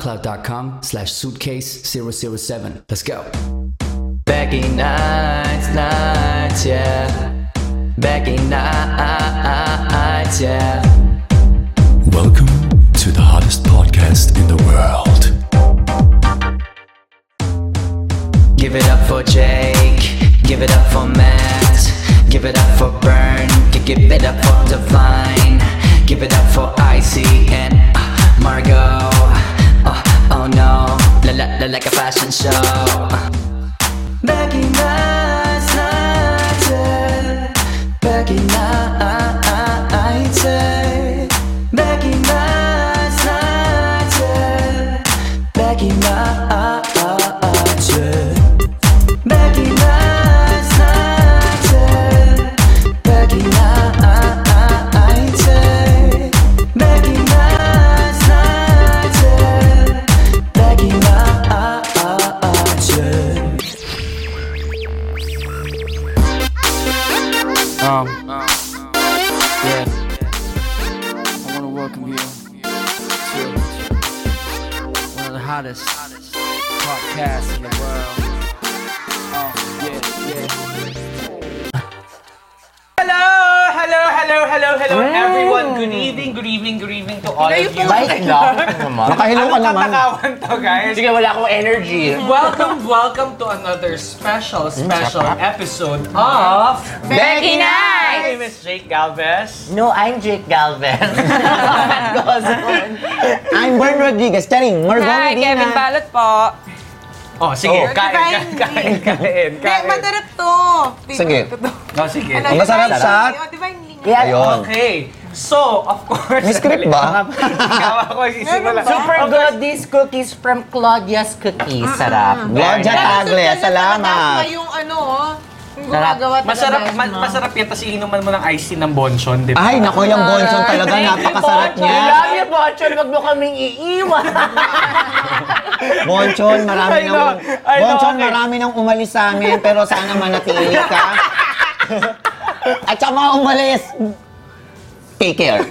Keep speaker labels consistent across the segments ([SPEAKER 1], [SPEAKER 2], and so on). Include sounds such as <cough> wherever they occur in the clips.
[SPEAKER 1] soundcloud.com slash suitcase 007. Let's go.
[SPEAKER 2] Back in nights, nights, yeah. Back in nights, yeah.
[SPEAKER 3] Welcome to the hottest podcast in the world.
[SPEAKER 2] Give it up for Jake. Give it up for Matt. Give it up for Burn. G- Give it up for Divine. Give it up for Icy and uh, Margot. Uh, oh no, la la la like a fashion show. Uh, Back in nights, nights, yeah. Back in nights, yeah. Back in nights, nights, yeah. Back in nights, yeah. Back in nights, nights, yeah. Back in nights, yeah. Back in nights, nights, yeah. Back in nights, yeah.
[SPEAKER 4] Um, yeah. I want to welcome you to one of the hottest podcasts in the world. Um, yeah, yeah.
[SPEAKER 5] Hello, hello, hello, hello, hello everyone. Good evening, good evening, good evening to all of you.
[SPEAKER 6] Light
[SPEAKER 5] <laughs>
[SPEAKER 6] lang. Nakahello ka
[SPEAKER 5] Anong
[SPEAKER 6] naman.
[SPEAKER 5] katakawan to, guys?
[SPEAKER 6] Sige, wala akong energy. Mm,
[SPEAKER 5] Welcome, welcome to another special, special episode of...
[SPEAKER 6] Becky
[SPEAKER 5] My name is Jake Galvez.
[SPEAKER 6] No, I'm Jake Galvez. What goes on? I'm Bern Rodriguez. Charing, Margot
[SPEAKER 7] Hi, Kevin Balot po.
[SPEAKER 5] Oh, sige,
[SPEAKER 6] Oh.
[SPEAKER 5] kain, kain, <laughs> kain, kain,
[SPEAKER 7] Hindi,
[SPEAKER 5] kain.
[SPEAKER 7] madarap to.
[SPEAKER 6] Sige.
[SPEAKER 7] Favorite ko to.
[SPEAKER 5] Oh, sige.
[SPEAKER 7] Ano,
[SPEAKER 6] Ang masarap
[SPEAKER 7] divine
[SPEAKER 6] sa-
[SPEAKER 7] ling- oh, divine ling-
[SPEAKER 6] Ayun.
[SPEAKER 5] Okay, so, of course...
[SPEAKER 6] May script ba?
[SPEAKER 5] <laughs> Ikaw ako sisimula.
[SPEAKER 6] Super good these cookies from Claudia's Cookies. Sarap. Claudia
[SPEAKER 7] Pero gusto ko
[SPEAKER 6] Tagle,
[SPEAKER 7] na
[SPEAKER 6] salamat.
[SPEAKER 7] talaga Yung ano, oh, yung gumagawa talaga.
[SPEAKER 5] Masarap, ma- masarap yan, tapos iinuman mo ng iced tea ng bonchon, di ba?
[SPEAKER 6] Ay, naku, yung bonchon talaga,
[SPEAKER 5] Thank you,
[SPEAKER 6] napakasarap
[SPEAKER 5] bonchon.
[SPEAKER 6] niya.
[SPEAKER 5] Love
[SPEAKER 6] you, bonchon. Huwag mo kaming iiwan. <laughs> bonchon, marami
[SPEAKER 5] I
[SPEAKER 6] nang,
[SPEAKER 5] know, I know,
[SPEAKER 6] bonchon,
[SPEAKER 5] okay.
[SPEAKER 6] marami nang umalis sa amin, pero sana manatili
[SPEAKER 5] <laughs>
[SPEAKER 6] ka. At saka mga umalis, take care.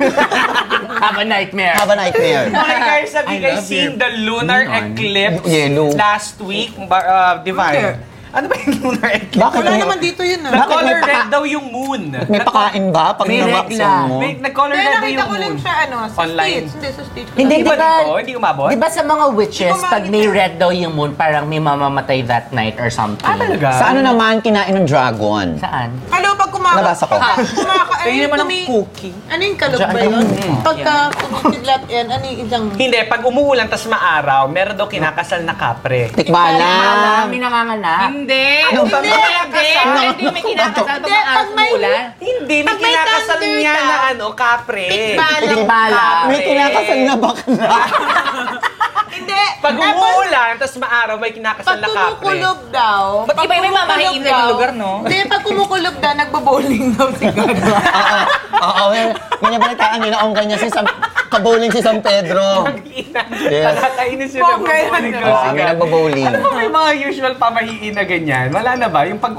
[SPEAKER 2] Have a nightmare.
[SPEAKER 6] Have a nightmare.
[SPEAKER 5] Okay guys, have you guys seen the lunar eclipse
[SPEAKER 6] Yellow.
[SPEAKER 5] last week? Ba- uh, divine. Ano ba yung lunar eclipse?
[SPEAKER 6] Bakit
[SPEAKER 7] Wala
[SPEAKER 6] may,
[SPEAKER 7] naman dito yun ah.
[SPEAKER 5] The
[SPEAKER 6] Bakit may
[SPEAKER 5] color
[SPEAKER 6] paka-
[SPEAKER 5] red daw yung moon.
[SPEAKER 6] may pakain ba pag
[SPEAKER 2] May
[SPEAKER 6] nabaksan
[SPEAKER 2] regla.
[SPEAKER 6] mo?
[SPEAKER 5] May nag-color
[SPEAKER 7] Pero
[SPEAKER 5] red daw
[SPEAKER 7] nakita
[SPEAKER 5] yung
[SPEAKER 7] ko lang
[SPEAKER 5] moon.
[SPEAKER 7] siya, ano, sa
[SPEAKER 5] Online.
[SPEAKER 7] stage. Hindi, sa stage. ko lang.
[SPEAKER 6] Hindi,
[SPEAKER 5] Hindi
[SPEAKER 8] diba-
[SPEAKER 5] ba
[SPEAKER 6] di ba-
[SPEAKER 5] dito? Hindi umabot?
[SPEAKER 2] Di ba sa mga witches,
[SPEAKER 7] Hindi ko
[SPEAKER 2] pag may
[SPEAKER 7] makita.
[SPEAKER 2] red daw yung moon, parang may mamamatay that night or something?
[SPEAKER 5] Ah, talaga?
[SPEAKER 6] Sa ano naman kinain ng dragon?
[SPEAKER 2] Saan?
[SPEAKER 7] Kalo, pag kumaka...
[SPEAKER 6] Nabasa ko.
[SPEAKER 7] Pag kumaka... ano
[SPEAKER 5] Tingin
[SPEAKER 7] yung
[SPEAKER 5] naman ng
[SPEAKER 7] tumi-
[SPEAKER 5] cookie.
[SPEAKER 7] Ano yung kalog ba yun?
[SPEAKER 6] Mm.
[SPEAKER 7] Pagka tumitidlat yan, ano yung isang...
[SPEAKER 5] Hindi, pag umuulan tas maaraw, meron daw kinakasal na kapre.
[SPEAKER 6] Tikbalang.
[SPEAKER 2] May nanganganak.
[SPEAKER 7] Hindi!
[SPEAKER 5] Ano ba?
[SPEAKER 7] Hindi!
[SPEAKER 9] Hindi, may kinakasal pa
[SPEAKER 7] Hindi,
[SPEAKER 9] mga
[SPEAKER 7] pag may...
[SPEAKER 5] Hindi, may
[SPEAKER 7] Pag may
[SPEAKER 5] kinakasal
[SPEAKER 7] thunder
[SPEAKER 5] niya
[SPEAKER 7] daw.
[SPEAKER 5] na ano, kapre.
[SPEAKER 7] Tikbalang.
[SPEAKER 2] Timbala.
[SPEAKER 6] May kinakasal na bakla.
[SPEAKER 7] <laughs> Hindi!
[SPEAKER 5] Pag
[SPEAKER 7] Tapos,
[SPEAKER 5] umuulan tas maaraw, may kinakasal
[SPEAKER 7] Pag
[SPEAKER 5] na kapre.
[SPEAKER 7] kumukulog daw...
[SPEAKER 9] Ba't
[SPEAKER 7] pag
[SPEAKER 9] iba iba yung
[SPEAKER 7] kumukulog
[SPEAKER 9] mamahiin na yung
[SPEAKER 7] daw-
[SPEAKER 9] lugar, no?
[SPEAKER 7] Hindi, pag kumukulog daw, nagbo-bowling daw si God.
[SPEAKER 6] Oo, oo, may, may nabalitaan nila ang kanya si San, kabowling si San Pedro. Yes.
[SPEAKER 5] Nakakainis yun.
[SPEAKER 7] Bongga yan.
[SPEAKER 6] Oo, kami nagbabowling.
[SPEAKER 5] Ano ba may mga usual pamahiin na ganyan? Wala na ba? Yung pag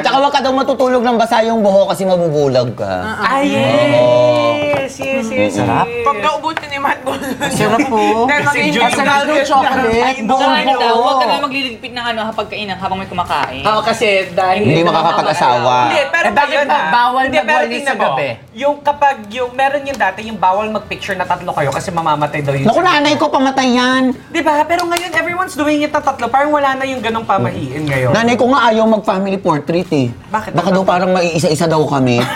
[SPEAKER 6] At saka huwag ka daw matutulog ng basa yung buho kasi mabubulag ka.
[SPEAKER 5] Ah, Ay, yes! Yes, yes, yes.
[SPEAKER 6] Sarap.
[SPEAKER 7] Pagka ubusin ni Matt Bowling.
[SPEAKER 2] Sarap po.
[SPEAKER 5] Dahil
[SPEAKER 7] Kasi
[SPEAKER 5] maging-
[SPEAKER 7] June
[SPEAKER 5] Kasi
[SPEAKER 6] Ano,
[SPEAKER 2] Sarap yung chocolate.
[SPEAKER 5] Ay,
[SPEAKER 2] Buong
[SPEAKER 9] Saka ano daw, huwag ka
[SPEAKER 2] buo.
[SPEAKER 9] na magliligpit ng ano, hapagkainan habang may kumakain.
[SPEAKER 5] Oo, kasi dahil...
[SPEAKER 6] Hindi makakapag-asawa.
[SPEAKER 5] Hindi, pero
[SPEAKER 2] Eh, bakit
[SPEAKER 5] ngayon,
[SPEAKER 2] ba
[SPEAKER 5] ah,
[SPEAKER 2] bawal
[SPEAKER 5] hindi, pero
[SPEAKER 2] magwalis sa
[SPEAKER 5] tingnan mo,
[SPEAKER 2] gabi?
[SPEAKER 5] Yung kapag yung... Meron yung dati, yung bawal magpicture na tatlo kayo kasi mamamatay daw yun.
[SPEAKER 6] Naku, nanay ko pamatay yan.
[SPEAKER 5] Di ba? Pero ngayon, everyone's doing it na tatlo. Parang wala na yung ganong pamahiin ngayon.
[SPEAKER 6] Nanay ko nga ayaw mag-family portrait eh.
[SPEAKER 5] Bakit?
[SPEAKER 6] Baka daw parang maiisa-isa daw kami. <laughs>
[SPEAKER 8] <laughs>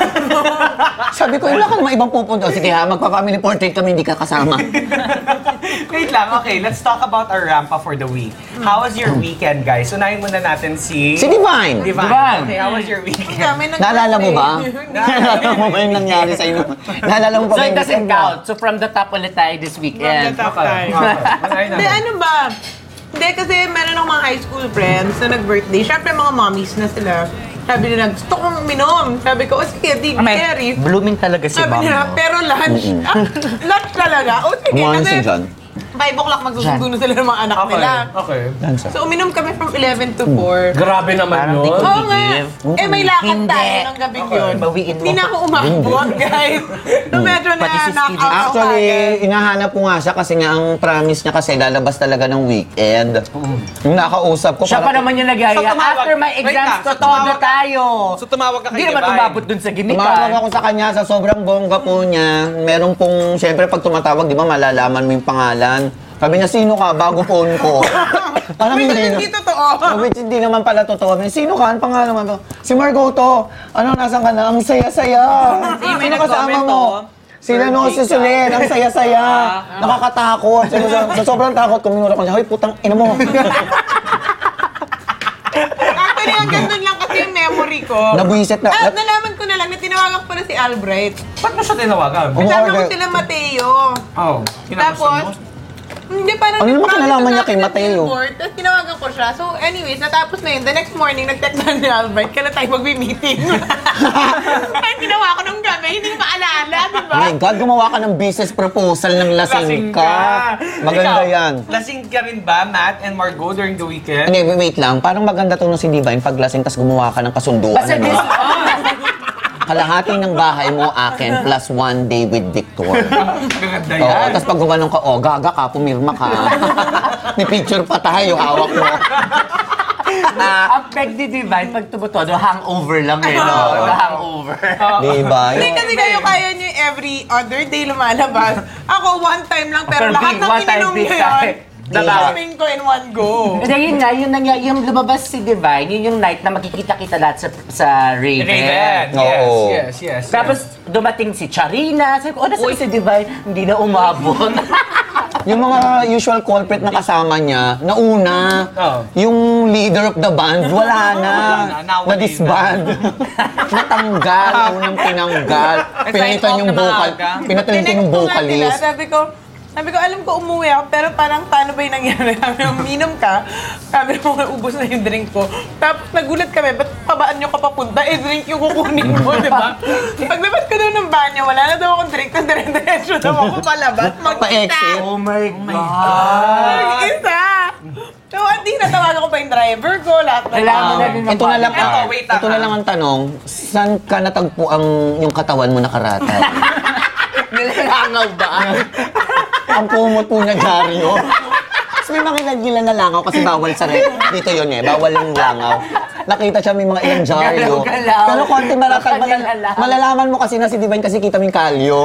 [SPEAKER 6] Sabi ko, wala ka naman ibang pupunta. O, Sige ha, magpa-family portrait kami, hindi ka
[SPEAKER 8] <laughs>
[SPEAKER 6] kasama.
[SPEAKER 5] <laughs> Wait lang, okay. Let's talk about our rampa for the week. How was your weekend, guys? Unahin muna natin si...
[SPEAKER 6] Si Divine!
[SPEAKER 5] Divine.
[SPEAKER 2] Divine.
[SPEAKER 5] Okay, how was your weekend?
[SPEAKER 6] Naalala mo ba? <laughs> Naalala mo ba yung nangyari sa inyo? Naalala mo ba
[SPEAKER 2] So
[SPEAKER 6] ba
[SPEAKER 2] it
[SPEAKER 6] yung
[SPEAKER 2] doesn't
[SPEAKER 6] weekend mo?
[SPEAKER 2] count. So from the top ulit tayo this weekend.
[SPEAKER 5] Okay. Unahin
[SPEAKER 7] Hindi,
[SPEAKER 5] natin.
[SPEAKER 7] ano ba? Hindi, kasi meron akong mga high school friends na nag-birthday. Siyempre, mga mommies na sila. Sabi nila, gusto kong uminom. Sabi ko, o sige, di
[SPEAKER 2] Amen.
[SPEAKER 7] carry.
[SPEAKER 2] Blooming talaga si
[SPEAKER 7] Sabi
[SPEAKER 2] mom.
[SPEAKER 7] nila,
[SPEAKER 2] no?
[SPEAKER 7] Ah. pero lunch. Ah, lunch talaga. O sige,
[SPEAKER 6] Kumain
[SPEAKER 7] kasi
[SPEAKER 6] siya dyan.
[SPEAKER 7] 5 o'clock magsusundo na sila ng mga anak
[SPEAKER 5] Okay.
[SPEAKER 7] nila.
[SPEAKER 5] Okay.
[SPEAKER 6] Dancer.
[SPEAKER 7] So uminom kami from 11 to 4.
[SPEAKER 5] Grabe
[SPEAKER 6] Parang
[SPEAKER 5] naman yun.
[SPEAKER 6] di
[SPEAKER 7] Oo nga.
[SPEAKER 6] Give.
[SPEAKER 7] Eh, may lakad
[SPEAKER 6] Hindi.
[SPEAKER 7] tayo ng gabi yun.
[SPEAKER 6] Bawiin mo.
[SPEAKER 7] Hindi na ako umakbot, guys. No, medyo na
[SPEAKER 6] Hmm. Pati si
[SPEAKER 7] knock
[SPEAKER 6] Steve.
[SPEAKER 7] out ako
[SPEAKER 6] Actually,
[SPEAKER 8] eh.
[SPEAKER 7] kagad.
[SPEAKER 6] inahanap ko nga siya kasi nga ang promise niya kasi lalabas talaga ng weekend. Yung nakausap ko,
[SPEAKER 8] Oh. Siya pa
[SPEAKER 6] parang-
[SPEAKER 8] naman yung nagyaya.
[SPEAKER 5] So, tumawag-
[SPEAKER 8] After my
[SPEAKER 5] Wait
[SPEAKER 8] exams,
[SPEAKER 5] lang, so
[SPEAKER 8] totoo
[SPEAKER 5] tumawag-
[SPEAKER 8] tayo.
[SPEAKER 5] So, tumawag ka kay
[SPEAKER 8] Hindi naman
[SPEAKER 5] Divine.
[SPEAKER 8] umabot dun sa gimmick.
[SPEAKER 6] Tumawag
[SPEAKER 8] ah.
[SPEAKER 6] ako sa kanya sa sobrang bongga po niya. Meron pong, syempre pag tumatawag, di ba malalaman mo yung pangalan. Sabi niya, sino ka? Bago phone
[SPEAKER 8] <laughs>
[SPEAKER 6] ko. Parang
[SPEAKER 7] Wait,
[SPEAKER 6] hindi na.
[SPEAKER 7] hindi totoo.
[SPEAKER 6] Oh, which hindi naman pala totoo. Sabi, Sino ka? Ang pangalan mo? Ano? Si Margo to. Ano, nasan ka na? Ang saya-saya.
[SPEAKER 7] Eh, may
[SPEAKER 6] Sino kasama
[SPEAKER 7] nag-comment, oh.
[SPEAKER 6] mo? Sila no, si Sulen, ang saya-saya. Nakakatakot. Sino sa, sa sobrang takot ko, minura ko siya, Hoy, putang ina mo. Oh
[SPEAKER 7] Actually, ang ganun lang kasi yung memory ko.
[SPEAKER 6] Nabuisit na.
[SPEAKER 7] Ah,
[SPEAKER 6] Nat-
[SPEAKER 7] nalaman ko na lang na tinawagan ko pala si Albright.
[SPEAKER 5] Ba't mo siya tinawagan?
[SPEAKER 6] Oo,
[SPEAKER 7] Kasama ko
[SPEAKER 6] Albright.
[SPEAKER 7] sila Mateo.
[SPEAKER 5] Oh,
[SPEAKER 7] Tapos, hindi parang
[SPEAKER 6] Ano naman
[SPEAKER 7] nag-promise
[SPEAKER 6] kinalaman
[SPEAKER 7] na
[SPEAKER 6] niya
[SPEAKER 7] natin
[SPEAKER 6] kay
[SPEAKER 7] ng
[SPEAKER 6] Mateo?
[SPEAKER 7] billboard, Tapos tinawagan ko siya. So anyways, natapos na yun. The next morning, nag-text na ni Albert, kailan tayo
[SPEAKER 6] <laughs>
[SPEAKER 7] magbi-meeting? Ang ginawa ko nung gabi, hindi ko maalala, di ba?
[SPEAKER 6] My God, gumawa ka ng business proposal ng lasing ka. Maganda
[SPEAKER 5] Ikaw,
[SPEAKER 6] yan.
[SPEAKER 5] Lasing ka rin ba, Matt and Margot, during the weekend?
[SPEAKER 6] Hindi, wait lang. Parang maganda to nung si Divine pag lasing tas gumawa ka ng kasunduan.
[SPEAKER 8] Basta
[SPEAKER 6] ano?
[SPEAKER 8] this, oh,
[SPEAKER 6] Kalahati ng bahay mo akin
[SPEAKER 5] <laughs>
[SPEAKER 6] plus one day with Victor.
[SPEAKER 5] Maganda
[SPEAKER 6] Oo,
[SPEAKER 5] yan.
[SPEAKER 6] tapos pag gumanong ka, oh, gaga ka, pumirma ka. May picture pa tayo, hawak mo.
[SPEAKER 8] <laughs> ang peg ni Divine, pag tumutodo, hangover lang eh.
[SPEAKER 5] <laughs>
[SPEAKER 8] No? The hangover.
[SPEAKER 6] Di ba?
[SPEAKER 7] Hindi kasi kayo kaya niyo yung every other day lumalabas. Ako, one time lang, pero
[SPEAKER 8] Per
[SPEAKER 7] lahat
[SPEAKER 8] week,
[SPEAKER 7] ng
[SPEAKER 8] one time
[SPEAKER 7] ininom
[SPEAKER 8] big
[SPEAKER 7] niyo
[SPEAKER 8] time.
[SPEAKER 7] yun, inumin ko in one go.
[SPEAKER 8] Hindi, yun nga, yun nang, yung lumabas si Divine, yun yung night na makikita-kita lahat sa, sa Raven.
[SPEAKER 5] Raven. Yes,
[SPEAKER 6] Oo.
[SPEAKER 5] yes, yes.
[SPEAKER 8] Tapos dumating si Charina, sabi ko, oh, nasaan si Divine? Hindi na
[SPEAKER 5] <laughs>
[SPEAKER 8] umabot.
[SPEAKER 6] Yung mga usual culprit na kasama niya, nauna,
[SPEAKER 5] Oo.
[SPEAKER 6] yung leader of the
[SPEAKER 5] <laughs>
[SPEAKER 6] band, wala na.
[SPEAKER 5] Oh. Wala na, nawala <laughs>
[SPEAKER 6] Na-disband. Natanggal, unang tinanggal.
[SPEAKER 5] Assign
[SPEAKER 6] Pinalitan
[SPEAKER 5] off
[SPEAKER 6] yung
[SPEAKER 5] na
[SPEAKER 6] vocal.
[SPEAKER 5] maaga.
[SPEAKER 6] Pinatalitan yung
[SPEAKER 7] Tinext ko nga sila,
[SPEAKER 6] vocalist.
[SPEAKER 7] Sabi ko, sabi ko, alam ko umuwi ako, pero parang paano ba yung nangyari? <laughs> Sabi ko, minom ka. Sabi ko, ubus na yung drink ko. Tapos nagulat kami, ba't pabaan nyo ka papunta? Eh, drink yung kukunin
[SPEAKER 6] <laughs>
[SPEAKER 7] mo, di ba? Paglabas ko daw ng banyo, wala na daw akong drink, tapos dire-diretso daw ako
[SPEAKER 6] <laughs>
[SPEAKER 7] palabas.
[SPEAKER 6] Pa-exit.
[SPEAKER 8] oh my God.
[SPEAKER 7] Mag-isa! So, hindi natawagan ko pa yung driver ko, lahat na
[SPEAKER 8] Kailangan na din ng
[SPEAKER 6] Ah, Ito na lang,
[SPEAKER 8] body.
[SPEAKER 5] Eto, wait lang, ah.
[SPEAKER 6] ito
[SPEAKER 7] ah.
[SPEAKER 6] na lang ang tanong, saan ka natagpo ang yung katawan mo
[SPEAKER 5] <laughs>
[SPEAKER 6] nakaratay? <laughs>
[SPEAKER 8] Nilalangaw ba?
[SPEAKER 6] ang kumot po niya, Jaryo. Tapos may mga ilan na langaw kasi bawal sa rep. Dito yun eh, bawal yung langaw. Nakita siya may mga ilang Jaryo.
[SPEAKER 8] Galaw-galaw.
[SPEAKER 6] Pero konti malatag, malal-
[SPEAKER 8] Galaw-galaw.
[SPEAKER 6] malalaman mo kasi na si Divine kasi kita mo yung kalyo.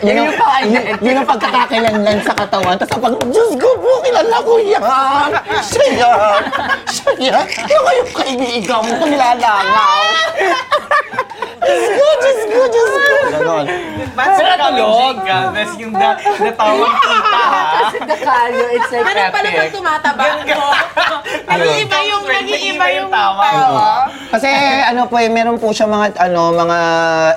[SPEAKER 6] yun, ang,
[SPEAKER 8] Yung pa-
[SPEAKER 6] yun, yun ang pagkakakilanlan sa katawan. Tapos kapag, Diyos ko po, kilala ko yan. Siya yan. Siya yan. Yung kayong kaibigan ko nilalangaw. Diyos ko, Diyos ko, Diyos ko. Ganon.
[SPEAKER 5] Mas kalog. Mas yung da, natawag kita, ha?
[SPEAKER 8] Kasi the kalyo, it's like
[SPEAKER 7] Ano pala bang
[SPEAKER 8] epic.
[SPEAKER 7] tumataba ko? Nag-iiba yung, nag-iiba
[SPEAKER 5] Nag-iiba
[SPEAKER 7] yung
[SPEAKER 5] yung tawa.
[SPEAKER 7] tawa.
[SPEAKER 6] Kasi ano po eh, meron po siya mga ano mga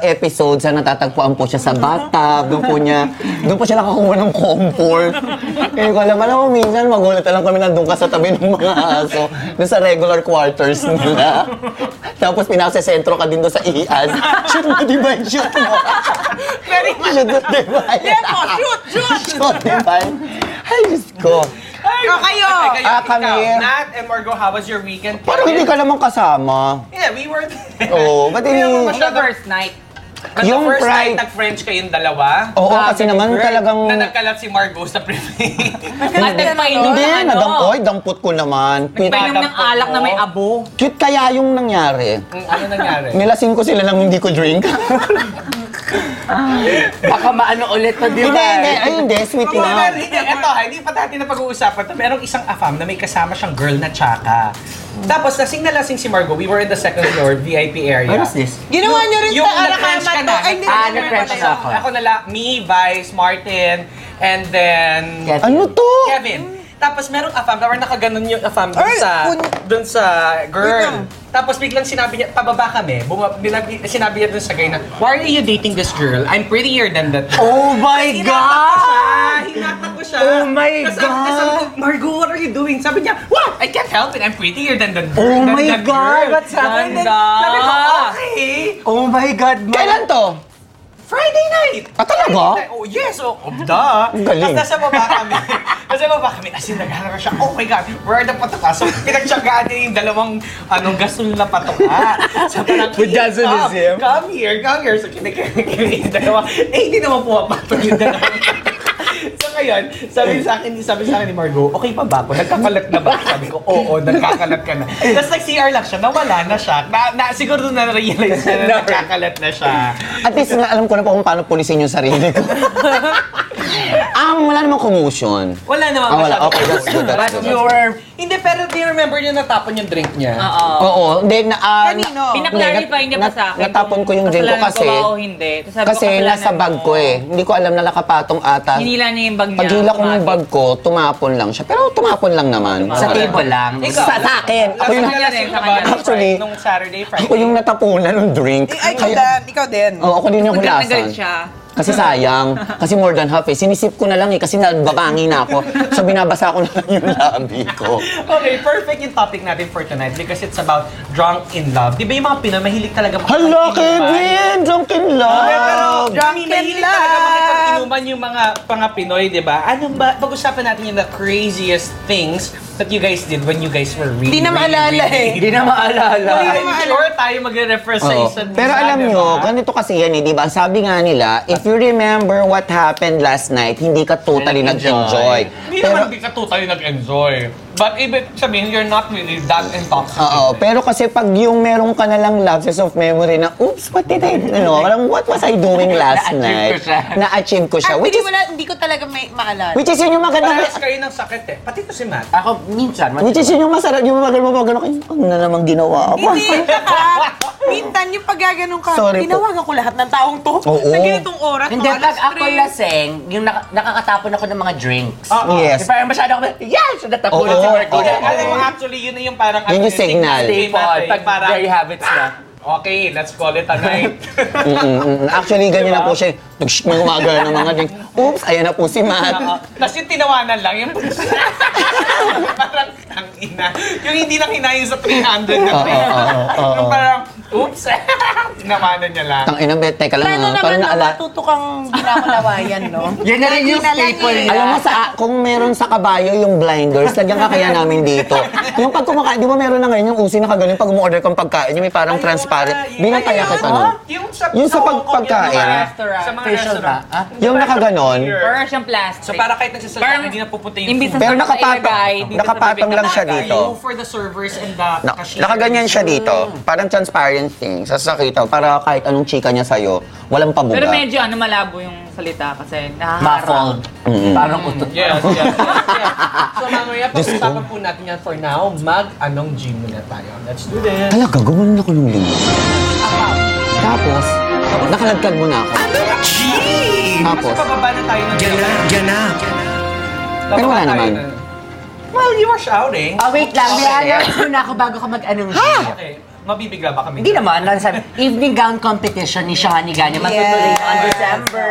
[SPEAKER 6] episodes na natatagpuan po siya sa bathtub. Doon po niya, doon po siya nakakuha ng comfort. Kaya ko alam, alam mo, minsan magulat na lang kami nandun ka sa tabi ng mga aso. Doon sa regular quarters nila. Tapos pinasesentro ka din doon sa ian. Shoot mo, di ba? Shoot mo.
[SPEAKER 7] Very much.
[SPEAKER 6] Shoot mo, di ba?
[SPEAKER 7] Lepo, shoot, shoot!
[SPEAKER 6] Shoot, di ba? Ay, Diyos ko.
[SPEAKER 7] O Oh, kayo!
[SPEAKER 5] Ay, kayo,
[SPEAKER 6] Ah, kami.
[SPEAKER 5] ikaw, Nat and Margot, how was your weekend?
[SPEAKER 6] Parang hindi ka naman kasama.
[SPEAKER 5] Yeah, we were there.
[SPEAKER 6] Oo, ba't
[SPEAKER 5] Pero
[SPEAKER 6] hindi?
[SPEAKER 9] The first night.
[SPEAKER 5] But
[SPEAKER 6] Yung
[SPEAKER 5] the first
[SPEAKER 6] pride-
[SPEAKER 5] night, nag-French kayong dalawa.
[SPEAKER 6] Oo, kasi naman talagang...
[SPEAKER 5] Na nagkalat si Margot
[SPEAKER 6] <laughs>
[SPEAKER 5] sa private.
[SPEAKER 9] At nagpainom
[SPEAKER 6] Hindi,
[SPEAKER 9] ng ano.
[SPEAKER 6] nadampoy. Dampot ko naman. Pit-
[SPEAKER 9] Nagpainom ng alak na may abo.
[SPEAKER 6] Cute kaya yung nangyari.
[SPEAKER 5] ano nangyari?
[SPEAKER 6] Nilasing ko sila nang hindi ko drink.
[SPEAKER 8] Baka maano ulit pa,
[SPEAKER 6] hindi, hindi.
[SPEAKER 8] Divine.
[SPEAKER 6] Ay, hindi. Sweet
[SPEAKER 5] Ito,
[SPEAKER 6] lang.
[SPEAKER 5] ito, ha, hindi pa natin na pag-uusapan to. Merong isang afam na may kasama siyang girl na tsaka. Tapos lasing na lasing si Margot. We were in the second floor, VIP area.
[SPEAKER 6] What is this?
[SPEAKER 7] Ginawa niyo rin sa
[SPEAKER 5] na-French
[SPEAKER 7] Alakama
[SPEAKER 5] ka
[SPEAKER 7] to.
[SPEAKER 5] na.
[SPEAKER 7] Ay, hindi
[SPEAKER 8] Ah,
[SPEAKER 7] hindi,
[SPEAKER 8] na-French
[SPEAKER 7] pala
[SPEAKER 8] ka.
[SPEAKER 7] yun.
[SPEAKER 8] Ako.
[SPEAKER 5] Ako nala, me, Vice, Martin, and then
[SPEAKER 8] Kevin.
[SPEAKER 6] Ano to?
[SPEAKER 5] Kevin. Tapos merong afam, or nakaganon yung afam dun
[SPEAKER 7] Ay,
[SPEAKER 5] sa,
[SPEAKER 7] un-
[SPEAKER 5] dun sa
[SPEAKER 7] Wait
[SPEAKER 5] girl.
[SPEAKER 7] lang.
[SPEAKER 5] Tapos biglang sinabi niya, pababa kami, buma, binabi, sinabi niya dun sa guy na, Why are you dating this girl? I'm prettier than that.
[SPEAKER 8] Oh my
[SPEAKER 5] Hinatak
[SPEAKER 8] God!
[SPEAKER 5] ko siya! Hinatak ko siya!
[SPEAKER 8] Oh my
[SPEAKER 5] Tapos sabi-
[SPEAKER 8] God!
[SPEAKER 5] tapos sabi ko, Margot, what are you doing? Sabi niya, what? I can't help it. I'm prettier than the
[SPEAKER 8] Oh
[SPEAKER 5] than
[SPEAKER 8] my
[SPEAKER 5] the
[SPEAKER 8] God!
[SPEAKER 5] girl."
[SPEAKER 8] What's happening?
[SPEAKER 5] Sabi ko, okay.
[SPEAKER 8] Oh my God,
[SPEAKER 6] Kailan to?
[SPEAKER 5] Friday night!
[SPEAKER 6] Ah, talaga?
[SPEAKER 5] Friday night. Oh, yes! Oh, oh duh!
[SPEAKER 6] galing.
[SPEAKER 5] Tapos nasa baba kami. <laughs> nasa baba kami. As in, naghahanap siya. Oh my God, where the patuka? So, pinagtsagaan niya yung dalawang ano, gasol na patuka. So, parang,
[SPEAKER 6] With
[SPEAKER 5] "Hey,
[SPEAKER 6] gasol
[SPEAKER 5] come,
[SPEAKER 6] is him?
[SPEAKER 5] Come here, come here. So, kinikilig yung dalawa. Eh, hindi naman pumapatol yung dalawang <laughs> So ngayon, sabi sa akin, sabi sa akin ni Margo, okay pa ba ako? Nagkakalat na ba? Sabi ko, oo, nagkakalat ka na. Tapos nag-CR lang siya, nawala na siya. Na, na, siguro na realize niya na nagkakalat na siya. <laughs>
[SPEAKER 6] At least na alam ko na po kung paano pulisin yung sarili ko. ah, wala namang commotion.
[SPEAKER 5] Wala naman
[SPEAKER 6] Ah, wala.
[SPEAKER 5] masyado.
[SPEAKER 6] Okay, that's good. That's good. that's good.
[SPEAKER 5] Or, hindi, pero do you remember yung natapon yung drink niya?
[SPEAKER 6] Oo, then na... ah,
[SPEAKER 7] Kanino?
[SPEAKER 9] Pinaklarify niya pa sa akin.
[SPEAKER 6] Natapon ko yung drink ko
[SPEAKER 9] kasalanan
[SPEAKER 6] kasi...
[SPEAKER 9] ba o hindi. Tapos sabi ko,
[SPEAKER 6] Kasi
[SPEAKER 9] kasalanan
[SPEAKER 6] nasa bag
[SPEAKER 9] mo.
[SPEAKER 6] ko eh. Hindi ko alam na nakapatong ata.
[SPEAKER 9] Hinila niya yung bag niya.
[SPEAKER 6] Paghila ko ng
[SPEAKER 9] automatic.
[SPEAKER 6] bag ko, tumapon lang siya. Pero tumapon lang naman.
[SPEAKER 8] Sa table lang.
[SPEAKER 5] Ikaw.
[SPEAKER 6] Sa, sa akin. Ako yung,
[SPEAKER 9] Sa kanya rin, sa kanya rin.
[SPEAKER 6] Actually,
[SPEAKER 5] nung Saturday, Friday.
[SPEAKER 6] ako yung natapunan ng drink.
[SPEAKER 7] Eh, ay, ikaw din. Ikaw din.
[SPEAKER 6] Oo, ako din yung
[SPEAKER 9] Nagalit na
[SPEAKER 6] hulasan.
[SPEAKER 9] galit siya.
[SPEAKER 6] Kasi sayang. Kasi more than half eh. Sinisip ko na lang eh. Kasi nababangi na ako. So binabasa ko na lang yung labi ko.
[SPEAKER 5] Okay, perfect yung topic natin for tonight because it's about drunk in love. Di ba yung mga Pinoy, mahilig talaga
[SPEAKER 6] Hala,
[SPEAKER 5] makipag-inuman?
[SPEAKER 6] Kevin! Drunk in
[SPEAKER 5] Okay, pero
[SPEAKER 6] love!
[SPEAKER 5] drunk in
[SPEAKER 7] Mahilig
[SPEAKER 5] love.
[SPEAKER 7] talaga
[SPEAKER 5] talaga
[SPEAKER 7] makipag-inuman
[SPEAKER 5] makipag-inuman yung mga panga Pinoy, di ba? Anong ba, pag-usapan natin yung the craziest things that you guys did when you guys were really,
[SPEAKER 7] Di na maalala eh.
[SPEAKER 8] Hindi na maalala.
[SPEAKER 5] Really, really, sure tayo mag-refer sa
[SPEAKER 6] Oo.
[SPEAKER 5] isa't isa.
[SPEAKER 6] Oh. Pero alam
[SPEAKER 5] di
[SPEAKER 6] nyo,
[SPEAKER 5] ba?
[SPEAKER 6] ganito kasi yan eh, di ba? Sabi nga nila, if you remember what happened last night, hindi ka totally nag-enjoy.
[SPEAKER 5] Hindi
[SPEAKER 6] Pero,
[SPEAKER 5] naman di ka totally nag-enjoy. But ibig sabihin, you're not really that intoxicated.
[SPEAKER 6] oo, pero kasi pag yung meron ka na lang lapses of memory na, oops, what did I, ano, parang what was I
[SPEAKER 5] <laughs>
[SPEAKER 6] doing last
[SPEAKER 8] Na-achieve ko
[SPEAKER 6] night?
[SPEAKER 8] siya.
[SPEAKER 6] Na-achieve ko siya.
[SPEAKER 7] Actually,
[SPEAKER 6] Which is,
[SPEAKER 7] wala, hindi ko talaga may maalala.
[SPEAKER 6] which is yun yung maganda.
[SPEAKER 5] Parehas kayo ng sakit eh. Pati to si Matt.
[SPEAKER 8] Ako, minsan.
[SPEAKER 6] Which is yun yung masarap, yung mabagal mo, mabagal ako, ano na namang ginawa ako.
[SPEAKER 7] Hindi, saka, mintan yung paggaganong ka,
[SPEAKER 6] Sorry po.
[SPEAKER 7] tinawagan ko lahat ng taong to
[SPEAKER 6] Oo.
[SPEAKER 7] sa ganitong oras.
[SPEAKER 8] Hindi,
[SPEAKER 7] mga
[SPEAKER 8] pag
[SPEAKER 7] alas
[SPEAKER 8] ako
[SPEAKER 7] tres.
[SPEAKER 8] laseng, yung naka- nakakatapon ako ng mga drinks.
[SPEAKER 6] Yes.
[SPEAKER 8] Parang masyado ako, yes! Natapon
[SPEAKER 6] Oo,
[SPEAKER 8] si Marco.
[SPEAKER 6] oo,
[SPEAKER 5] Kaya
[SPEAKER 6] oo.
[SPEAKER 5] alam mo, actually, yun na yung parang... ano,
[SPEAKER 6] Yun yung signal.
[SPEAKER 5] Kay
[SPEAKER 8] Staple.
[SPEAKER 5] Matt, eh.
[SPEAKER 8] Pag
[SPEAKER 5] Parang,
[SPEAKER 8] there you have it na.
[SPEAKER 5] okay, let's call it a night.
[SPEAKER 6] Mm, mm, mm. Actually, ganyan na po siya. Nag-shh, may umaga ng mga drinks. Oops, ayan na po si Matt.
[SPEAKER 5] Tapos yung tinawanan lang, yung... <laughs> parang ang ina. Yung hindi lang hinayin sa 300
[SPEAKER 6] Oo,
[SPEAKER 5] na
[SPEAKER 6] oo, oo.
[SPEAKER 5] Yung parang, oops, <laughs> tinawanan niya lang.
[SPEAKER 6] Tang ina, bet, teka lang
[SPEAKER 7] Paano
[SPEAKER 6] ha.
[SPEAKER 7] naman
[SPEAKER 6] Parang
[SPEAKER 7] na
[SPEAKER 6] naala,
[SPEAKER 7] matuto kang ginakalawayan,
[SPEAKER 6] <laughs>
[SPEAKER 7] no?
[SPEAKER 8] Yan na rin yung
[SPEAKER 7] Lagi na lang
[SPEAKER 8] staple
[SPEAKER 7] eh.
[SPEAKER 8] niya.
[SPEAKER 6] Alam mo, sa, kung meron sa kabayo yung blinders, lagyan ka kaya namin dito. Yung pag kumakain, di ba meron na ngayon yung usi na kagaling pag umu-order kang pagkain, yung may parang transparent. Binataya ka nun.
[SPEAKER 5] Yung sa,
[SPEAKER 6] Ano Yung sa
[SPEAKER 5] Hong Kong,
[SPEAKER 6] pagpagkain.
[SPEAKER 5] yung mga
[SPEAKER 9] Restaurant.
[SPEAKER 5] ano? Sa mga
[SPEAKER 8] Facial ba?
[SPEAKER 5] restaurant.
[SPEAKER 8] Ah?
[SPEAKER 6] Yung nakaganon,
[SPEAKER 9] Parang siyang plastic.
[SPEAKER 5] So para kahit nagsasalita,
[SPEAKER 9] Parang-
[SPEAKER 5] hindi na pupunta yung
[SPEAKER 9] Imbis na sa-
[SPEAKER 6] Pero
[SPEAKER 9] sa
[SPEAKER 6] nakapatong-
[SPEAKER 9] ilagay, dito sa
[SPEAKER 6] nakapatong
[SPEAKER 9] bibig,
[SPEAKER 6] lang siya
[SPEAKER 9] nakatay.
[SPEAKER 6] dito.
[SPEAKER 5] Go for the servers and the
[SPEAKER 6] na,
[SPEAKER 5] cashiers.
[SPEAKER 6] nakaganyan siya dito. Parang transparent thing. Sasakita, para kahit anong chika niya sa'yo, walang pabuga.
[SPEAKER 9] Pero medyo ano, malabo yung salita kasi
[SPEAKER 8] Muffled.
[SPEAKER 9] nakaharap.
[SPEAKER 8] Parang utot.
[SPEAKER 5] Yes, yes, yes. So mamaya, pag-usapan po natin yan for now. Mag-anong gym muna tayo. Let's do this.
[SPEAKER 6] Talaga, gumanon ako ng linggo. Tapos, nakalagkad mo na ako. Tapos,
[SPEAKER 5] Mas pababa na tayo ng
[SPEAKER 1] Ganap!
[SPEAKER 6] Pero wala Ano naman.
[SPEAKER 5] Well, you were shouting.
[SPEAKER 8] Oh, wait lang. May announce muna ako bago ka mag-anong Ha?
[SPEAKER 5] Okay. Mabibigla ba kami?
[SPEAKER 8] Hindi naman. Lang sabi, evening gown competition ni Shani Ganya. Matutuloy on December.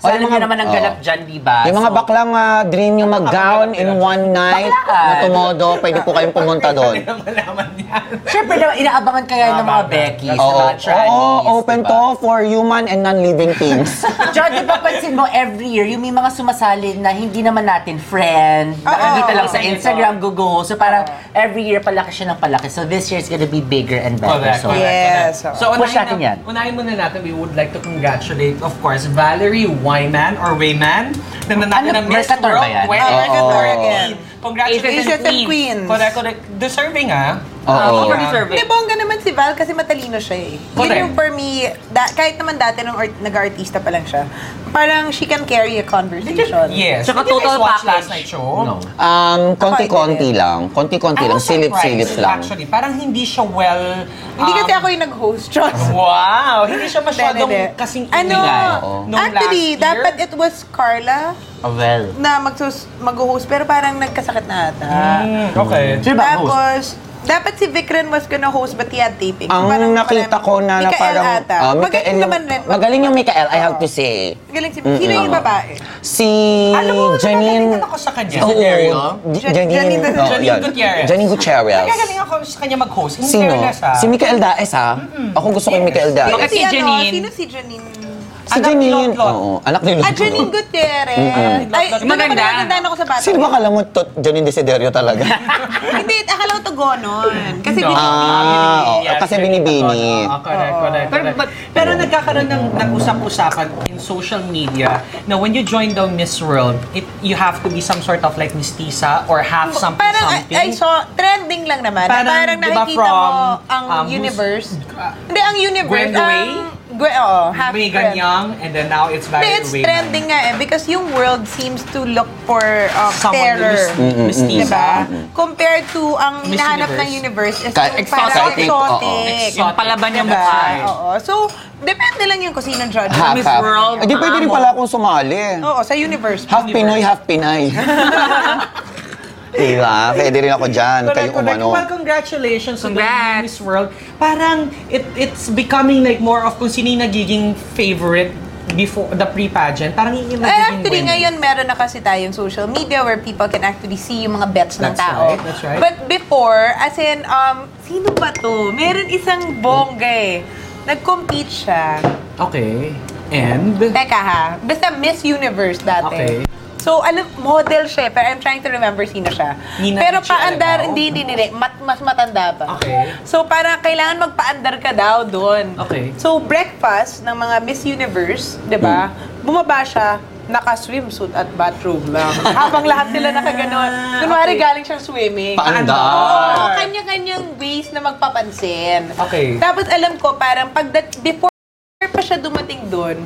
[SPEAKER 8] So,
[SPEAKER 6] Oh, yung
[SPEAKER 8] alam niyo
[SPEAKER 6] mga-
[SPEAKER 8] naman ang
[SPEAKER 6] oh.
[SPEAKER 8] galap dyan, di ba?
[SPEAKER 6] Yung mga
[SPEAKER 8] So,
[SPEAKER 6] baklang ah, dream yung mag-gown in one night na tumodo, pwede po kayong pumunta doon.
[SPEAKER 5] Hindi malaman yan.
[SPEAKER 8] Syempre, naman, inaabangan kaya ng mga Becky, ng
[SPEAKER 6] Oo,
[SPEAKER 8] mga trannies.
[SPEAKER 6] oo, open
[SPEAKER 8] diba?
[SPEAKER 6] to for human and non-living things.
[SPEAKER 8] John, di ba pansin mo every year, yung may mga sumasali na hindi naman natin friend, nakikita lang sa Instagram, gugo. So parang every year palaki siya ng palaki. So this year is gonna be bigger and better.
[SPEAKER 5] Correct,
[SPEAKER 8] So,
[SPEAKER 5] correct.
[SPEAKER 7] Yes. oo.
[SPEAKER 5] So,
[SPEAKER 8] Push
[SPEAKER 5] unahin,
[SPEAKER 8] natin
[SPEAKER 5] na,
[SPEAKER 8] yan.
[SPEAKER 5] unahin muna natin, we would like to congratulate, of course, Valerie Wyman or Wayman, na nanalo
[SPEAKER 8] Ano,
[SPEAKER 5] ng Miss
[SPEAKER 8] Mercator ba
[SPEAKER 5] World
[SPEAKER 8] yan?
[SPEAKER 7] Ah, Mercator
[SPEAKER 6] Oo.
[SPEAKER 7] again.
[SPEAKER 5] Congratulations.
[SPEAKER 7] Aces and Queens.
[SPEAKER 5] Correct, correct. Deserving, ah.
[SPEAKER 6] Oo.
[SPEAKER 9] Super deserving.
[SPEAKER 7] Hindi, bongga naman si Val kasi matalino siya eh. Yun
[SPEAKER 5] Correct.
[SPEAKER 7] yung for me, da- kahit naman dati nung art- nag-artista pa lang siya, parang she can carry a conversation.
[SPEAKER 5] Yes.
[SPEAKER 9] Tsaka
[SPEAKER 5] Did you guys
[SPEAKER 9] total
[SPEAKER 5] watch
[SPEAKER 9] package.
[SPEAKER 5] last night show?
[SPEAKER 8] No.
[SPEAKER 6] Um, konti-konti lang. Konti-konti
[SPEAKER 5] I
[SPEAKER 6] lang.
[SPEAKER 5] was
[SPEAKER 6] Silip-silip
[SPEAKER 5] surprised,
[SPEAKER 6] lang.
[SPEAKER 5] Actually, parang hindi siya well...
[SPEAKER 7] Hindi kasi
[SPEAKER 5] um,
[SPEAKER 7] ako yung nag-host, John.
[SPEAKER 5] <laughs> Wow! Hindi siya masyadong
[SPEAKER 7] Hindi, hindi.
[SPEAKER 5] kasing
[SPEAKER 7] Ano,
[SPEAKER 5] ingay nung
[SPEAKER 7] actually,
[SPEAKER 5] last year.
[SPEAKER 7] dapat it was Carla
[SPEAKER 8] Oh, well.
[SPEAKER 7] na magsus- mag-host, pero parang nagkasakit na ata.
[SPEAKER 5] Mm, okay.
[SPEAKER 8] Sino ba ang host?
[SPEAKER 7] Tapos, dapat si Vikren was gonna host, but he had taping.
[SPEAKER 6] Ang
[SPEAKER 7] Parang
[SPEAKER 6] nakita
[SPEAKER 7] wala-
[SPEAKER 6] ko na, na
[SPEAKER 7] Mikael
[SPEAKER 6] parang...
[SPEAKER 7] ata.
[SPEAKER 6] ah,
[SPEAKER 7] Magaling
[SPEAKER 6] yung-
[SPEAKER 7] naman rin.
[SPEAKER 6] Magaling yung Mikael, I have to say.
[SPEAKER 7] Magaling si Sino yung babae?
[SPEAKER 6] Si
[SPEAKER 5] Alam mo,
[SPEAKER 6] Janine...
[SPEAKER 5] nagkagalingan ako sa kanya.
[SPEAKER 6] Oo.
[SPEAKER 5] Daryl.
[SPEAKER 6] J-
[SPEAKER 7] Janine-
[SPEAKER 6] Janine...
[SPEAKER 7] Janine
[SPEAKER 6] oh, yan.
[SPEAKER 5] Gutierrez.
[SPEAKER 6] Janine Gutierrez.
[SPEAKER 5] Nagkagaling ako sa kanya mag-host. In
[SPEAKER 6] Sino?
[SPEAKER 5] fairness, ah.
[SPEAKER 6] Si Mikael Daes, ha? Ako gusto ko yung Mikael Daes.
[SPEAKER 9] Bakit si
[SPEAKER 7] ano,
[SPEAKER 9] Janine?
[SPEAKER 7] Sino si Janine?
[SPEAKER 6] Si Janine. Oo, anak ni Lolo.
[SPEAKER 7] Ah, Janine Gutierrez. Ay, doon ako
[SPEAKER 9] Maganda.
[SPEAKER 7] nakakandaan ako sa bata.
[SPEAKER 6] Sino ba kala mo to, Janine Desiderio talaga?
[SPEAKER 7] <laughs> Hindi, akala ko to gonon. Kasi
[SPEAKER 4] No.
[SPEAKER 7] gini-
[SPEAKER 6] ah, oo,
[SPEAKER 5] Yes,
[SPEAKER 6] kasi
[SPEAKER 5] yes,
[SPEAKER 6] binibini.
[SPEAKER 5] Oo, correct, correct,
[SPEAKER 9] Pero
[SPEAKER 5] correct.
[SPEAKER 9] ba't-
[SPEAKER 5] Pero nagkakaroon ng nag-usap-usapan in social media na when you join daw Miss World, it, you have to be some sort of like mistisa or have something
[SPEAKER 7] parang, I,
[SPEAKER 5] something.
[SPEAKER 7] I saw, trending lang naman. na
[SPEAKER 5] Parang,
[SPEAKER 7] Parang,
[SPEAKER 5] di ba,
[SPEAKER 7] nakikita
[SPEAKER 5] from,
[SPEAKER 7] mo ang
[SPEAKER 5] um, who's-
[SPEAKER 7] universe. Hindi, ang universe. ah,
[SPEAKER 5] Gwen Duway?
[SPEAKER 7] Ang, Gwe, um, oo, half
[SPEAKER 5] Megan
[SPEAKER 7] trend.
[SPEAKER 5] Young and then now it's
[SPEAKER 7] Hindi,
[SPEAKER 5] very
[SPEAKER 7] it's trending nga eh. Because yung world seams to look for um,
[SPEAKER 5] Someone
[SPEAKER 7] terror.
[SPEAKER 5] who's mistisa.
[SPEAKER 7] Diba? Compared to ang
[SPEAKER 5] Miss
[SPEAKER 7] hinahanap ng
[SPEAKER 5] Universe.
[SPEAKER 7] universe is
[SPEAKER 6] Ka-
[SPEAKER 7] yung
[SPEAKER 6] exotic,
[SPEAKER 7] parang
[SPEAKER 6] oo.
[SPEAKER 7] exotic.
[SPEAKER 9] Yung palaban yung
[SPEAKER 7] Diba?
[SPEAKER 9] mukha.
[SPEAKER 7] Oo. So, depende lang yung kung sino ang judge. <laughs>
[SPEAKER 6] Half,
[SPEAKER 7] Miss
[SPEAKER 6] half.
[SPEAKER 7] World.
[SPEAKER 6] Eh, di pwede rin pala akong sumali.
[SPEAKER 7] Oo, sa universe.
[SPEAKER 6] Half Pinoy, half
[SPEAKER 7] <laughs>
[SPEAKER 6] Pinay. diba? Pwede rin ako dyan. Kayo
[SPEAKER 5] Correct, correct.
[SPEAKER 6] umano.
[SPEAKER 5] Well, congratulations to the
[SPEAKER 9] Congrats.
[SPEAKER 5] Miss World. Parang it, it's becoming like more of kung sino yung nagiging favorite before the pre-pageant. Parang yun yung
[SPEAKER 7] Eh,
[SPEAKER 5] nagiging
[SPEAKER 7] actually,
[SPEAKER 5] winner.
[SPEAKER 7] ngayon meron na kasi tayong social media where people can actually see yung mga bets ng
[SPEAKER 5] That's
[SPEAKER 7] tao.
[SPEAKER 5] right, that's right.
[SPEAKER 7] But before, as in, um, sino ba to? Meron isang bongga eh. Nag-compete siya.
[SPEAKER 5] Okay. And?
[SPEAKER 7] Teka ha, basta Miss Universe dati.
[SPEAKER 5] Okay.
[SPEAKER 7] So, alam, model siya, eh, pero I'm trying to remember sino siya.
[SPEAKER 5] Nina
[SPEAKER 7] pero
[SPEAKER 5] Ricci
[SPEAKER 7] paandar,
[SPEAKER 5] Alabao?
[SPEAKER 7] hindi, hindi, hindi. Mat, mas matanda pa.
[SPEAKER 5] Okay.
[SPEAKER 7] So, para kailangan magpaandar ka daw doon.
[SPEAKER 5] Okay.
[SPEAKER 7] So, breakfast ng mga Miss Universe, di ba?
[SPEAKER 5] Hmm.
[SPEAKER 7] Bumaba siya, naka-swimsuit at bathrobe
[SPEAKER 5] <laughs>
[SPEAKER 7] lang. Habang lahat sila nakaganon. Kunwari, galing siyang swimming.
[SPEAKER 6] Paanda.
[SPEAKER 7] Oo, kanya-kanyang ways na magpapansin.
[SPEAKER 5] Okay.
[SPEAKER 7] Tapos alam ko, parang pag that, before pa siya dumating doon,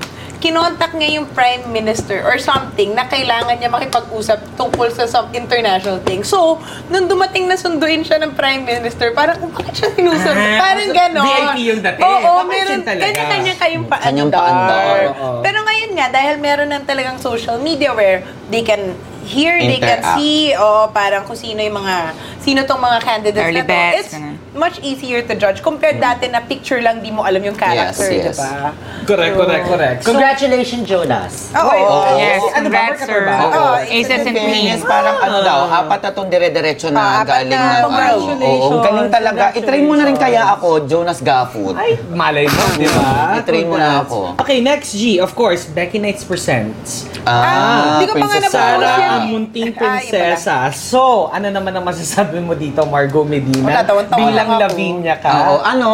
[SPEAKER 7] kinontak niya yung prime minister or something na kailangan niya makipag-usap tungkol sa some international thing. So, nung dumating na sunduin siya ng prime minister, parang, oh, bakit siya
[SPEAKER 5] <laughs>
[SPEAKER 7] sinusunod?
[SPEAKER 5] Ah,
[SPEAKER 7] parang
[SPEAKER 5] so,
[SPEAKER 7] gano'n.
[SPEAKER 5] VIP yung dating.
[SPEAKER 7] Oo,
[SPEAKER 5] Papansin
[SPEAKER 7] meron,
[SPEAKER 5] talaga.
[SPEAKER 7] kanya-kanya kayong paandar.
[SPEAKER 6] Kanyang paandar,
[SPEAKER 5] oo.
[SPEAKER 7] Pero ngayon nga, dahil meron ng talagang social media where they can hear, they can
[SPEAKER 6] Interact.
[SPEAKER 7] see, o parang kung sino yung mga, sino tong mga candidates na
[SPEAKER 9] Early
[SPEAKER 7] to.
[SPEAKER 9] bets,
[SPEAKER 7] It's
[SPEAKER 9] ganun.
[SPEAKER 7] much easier to judge compared dati na picture lang di mo alam yung character,
[SPEAKER 6] Yes, yes.
[SPEAKER 7] diba?
[SPEAKER 5] Correct, correct, correct.
[SPEAKER 8] Congratulations, Jonas.
[SPEAKER 7] Oo.
[SPEAKER 9] Yes,
[SPEAKER 5] Ano ba,
[SPEAKER 9] congrats,
[SPEAKER 5] barkada
[SPEAKER 9] sir.
[SPEAKER 5] ba?
[SPEAKER 7] Oo,
[SPEAKER 9] Aces and
[SPEAKER 6] Feminist,
[SPEAKER 9] queens.
[SPEAKER 6] parang
[SPEAKER 5] Ah.
[SPEAKER 6] ano daw, apat na tong dire-diretso na
[SPEAKER 7] Apat na.
[SPEAKER 6] galing na.
[SPEAKER 7] Congratulations.
[SPEAKER 6] Oo, galing talaga. I-train mo na rin kaya ako, Jonas Gafford.
[SPEAKER 5] Ay, malay mo, di ba?
[SPEAKER 6] I-train mo na
[SPEAKER 5] Congrats.
[SPEAKER 6] ako.
[SPEAKER 5] Okay, next G, of course, Becky Knight's Presents.
[SPEAKER 7] Ah,
[SPEAKER 6] Ah,
[SPEAKER 7] di ko pa nga
[SPEAKER 6] Princess
[SPEAKER 7] nabawas
[SPEAKER 6] Sarah.
[SPEAKER 7] yan
[SPEAKER 5] Sarah,
[SPEAKER 7] eh.
[SPEAKER 5] ang
[SPEAKER 7] Ah,
[SPEAKER 5] munting
[SPEAKER 7] yun pala.
[SPEAKER 5] prinsesa. So, ano naman ang masasabi mo dito, Margot Medina?
[SPEAKER 7] Wala, tawan-tawa lang
[SPEAKER 5] Bilang
[SPEAKER 7] ako.
[SPEAKER 5] Lavinia ka.
[SPEAKER 6] Oo, ano?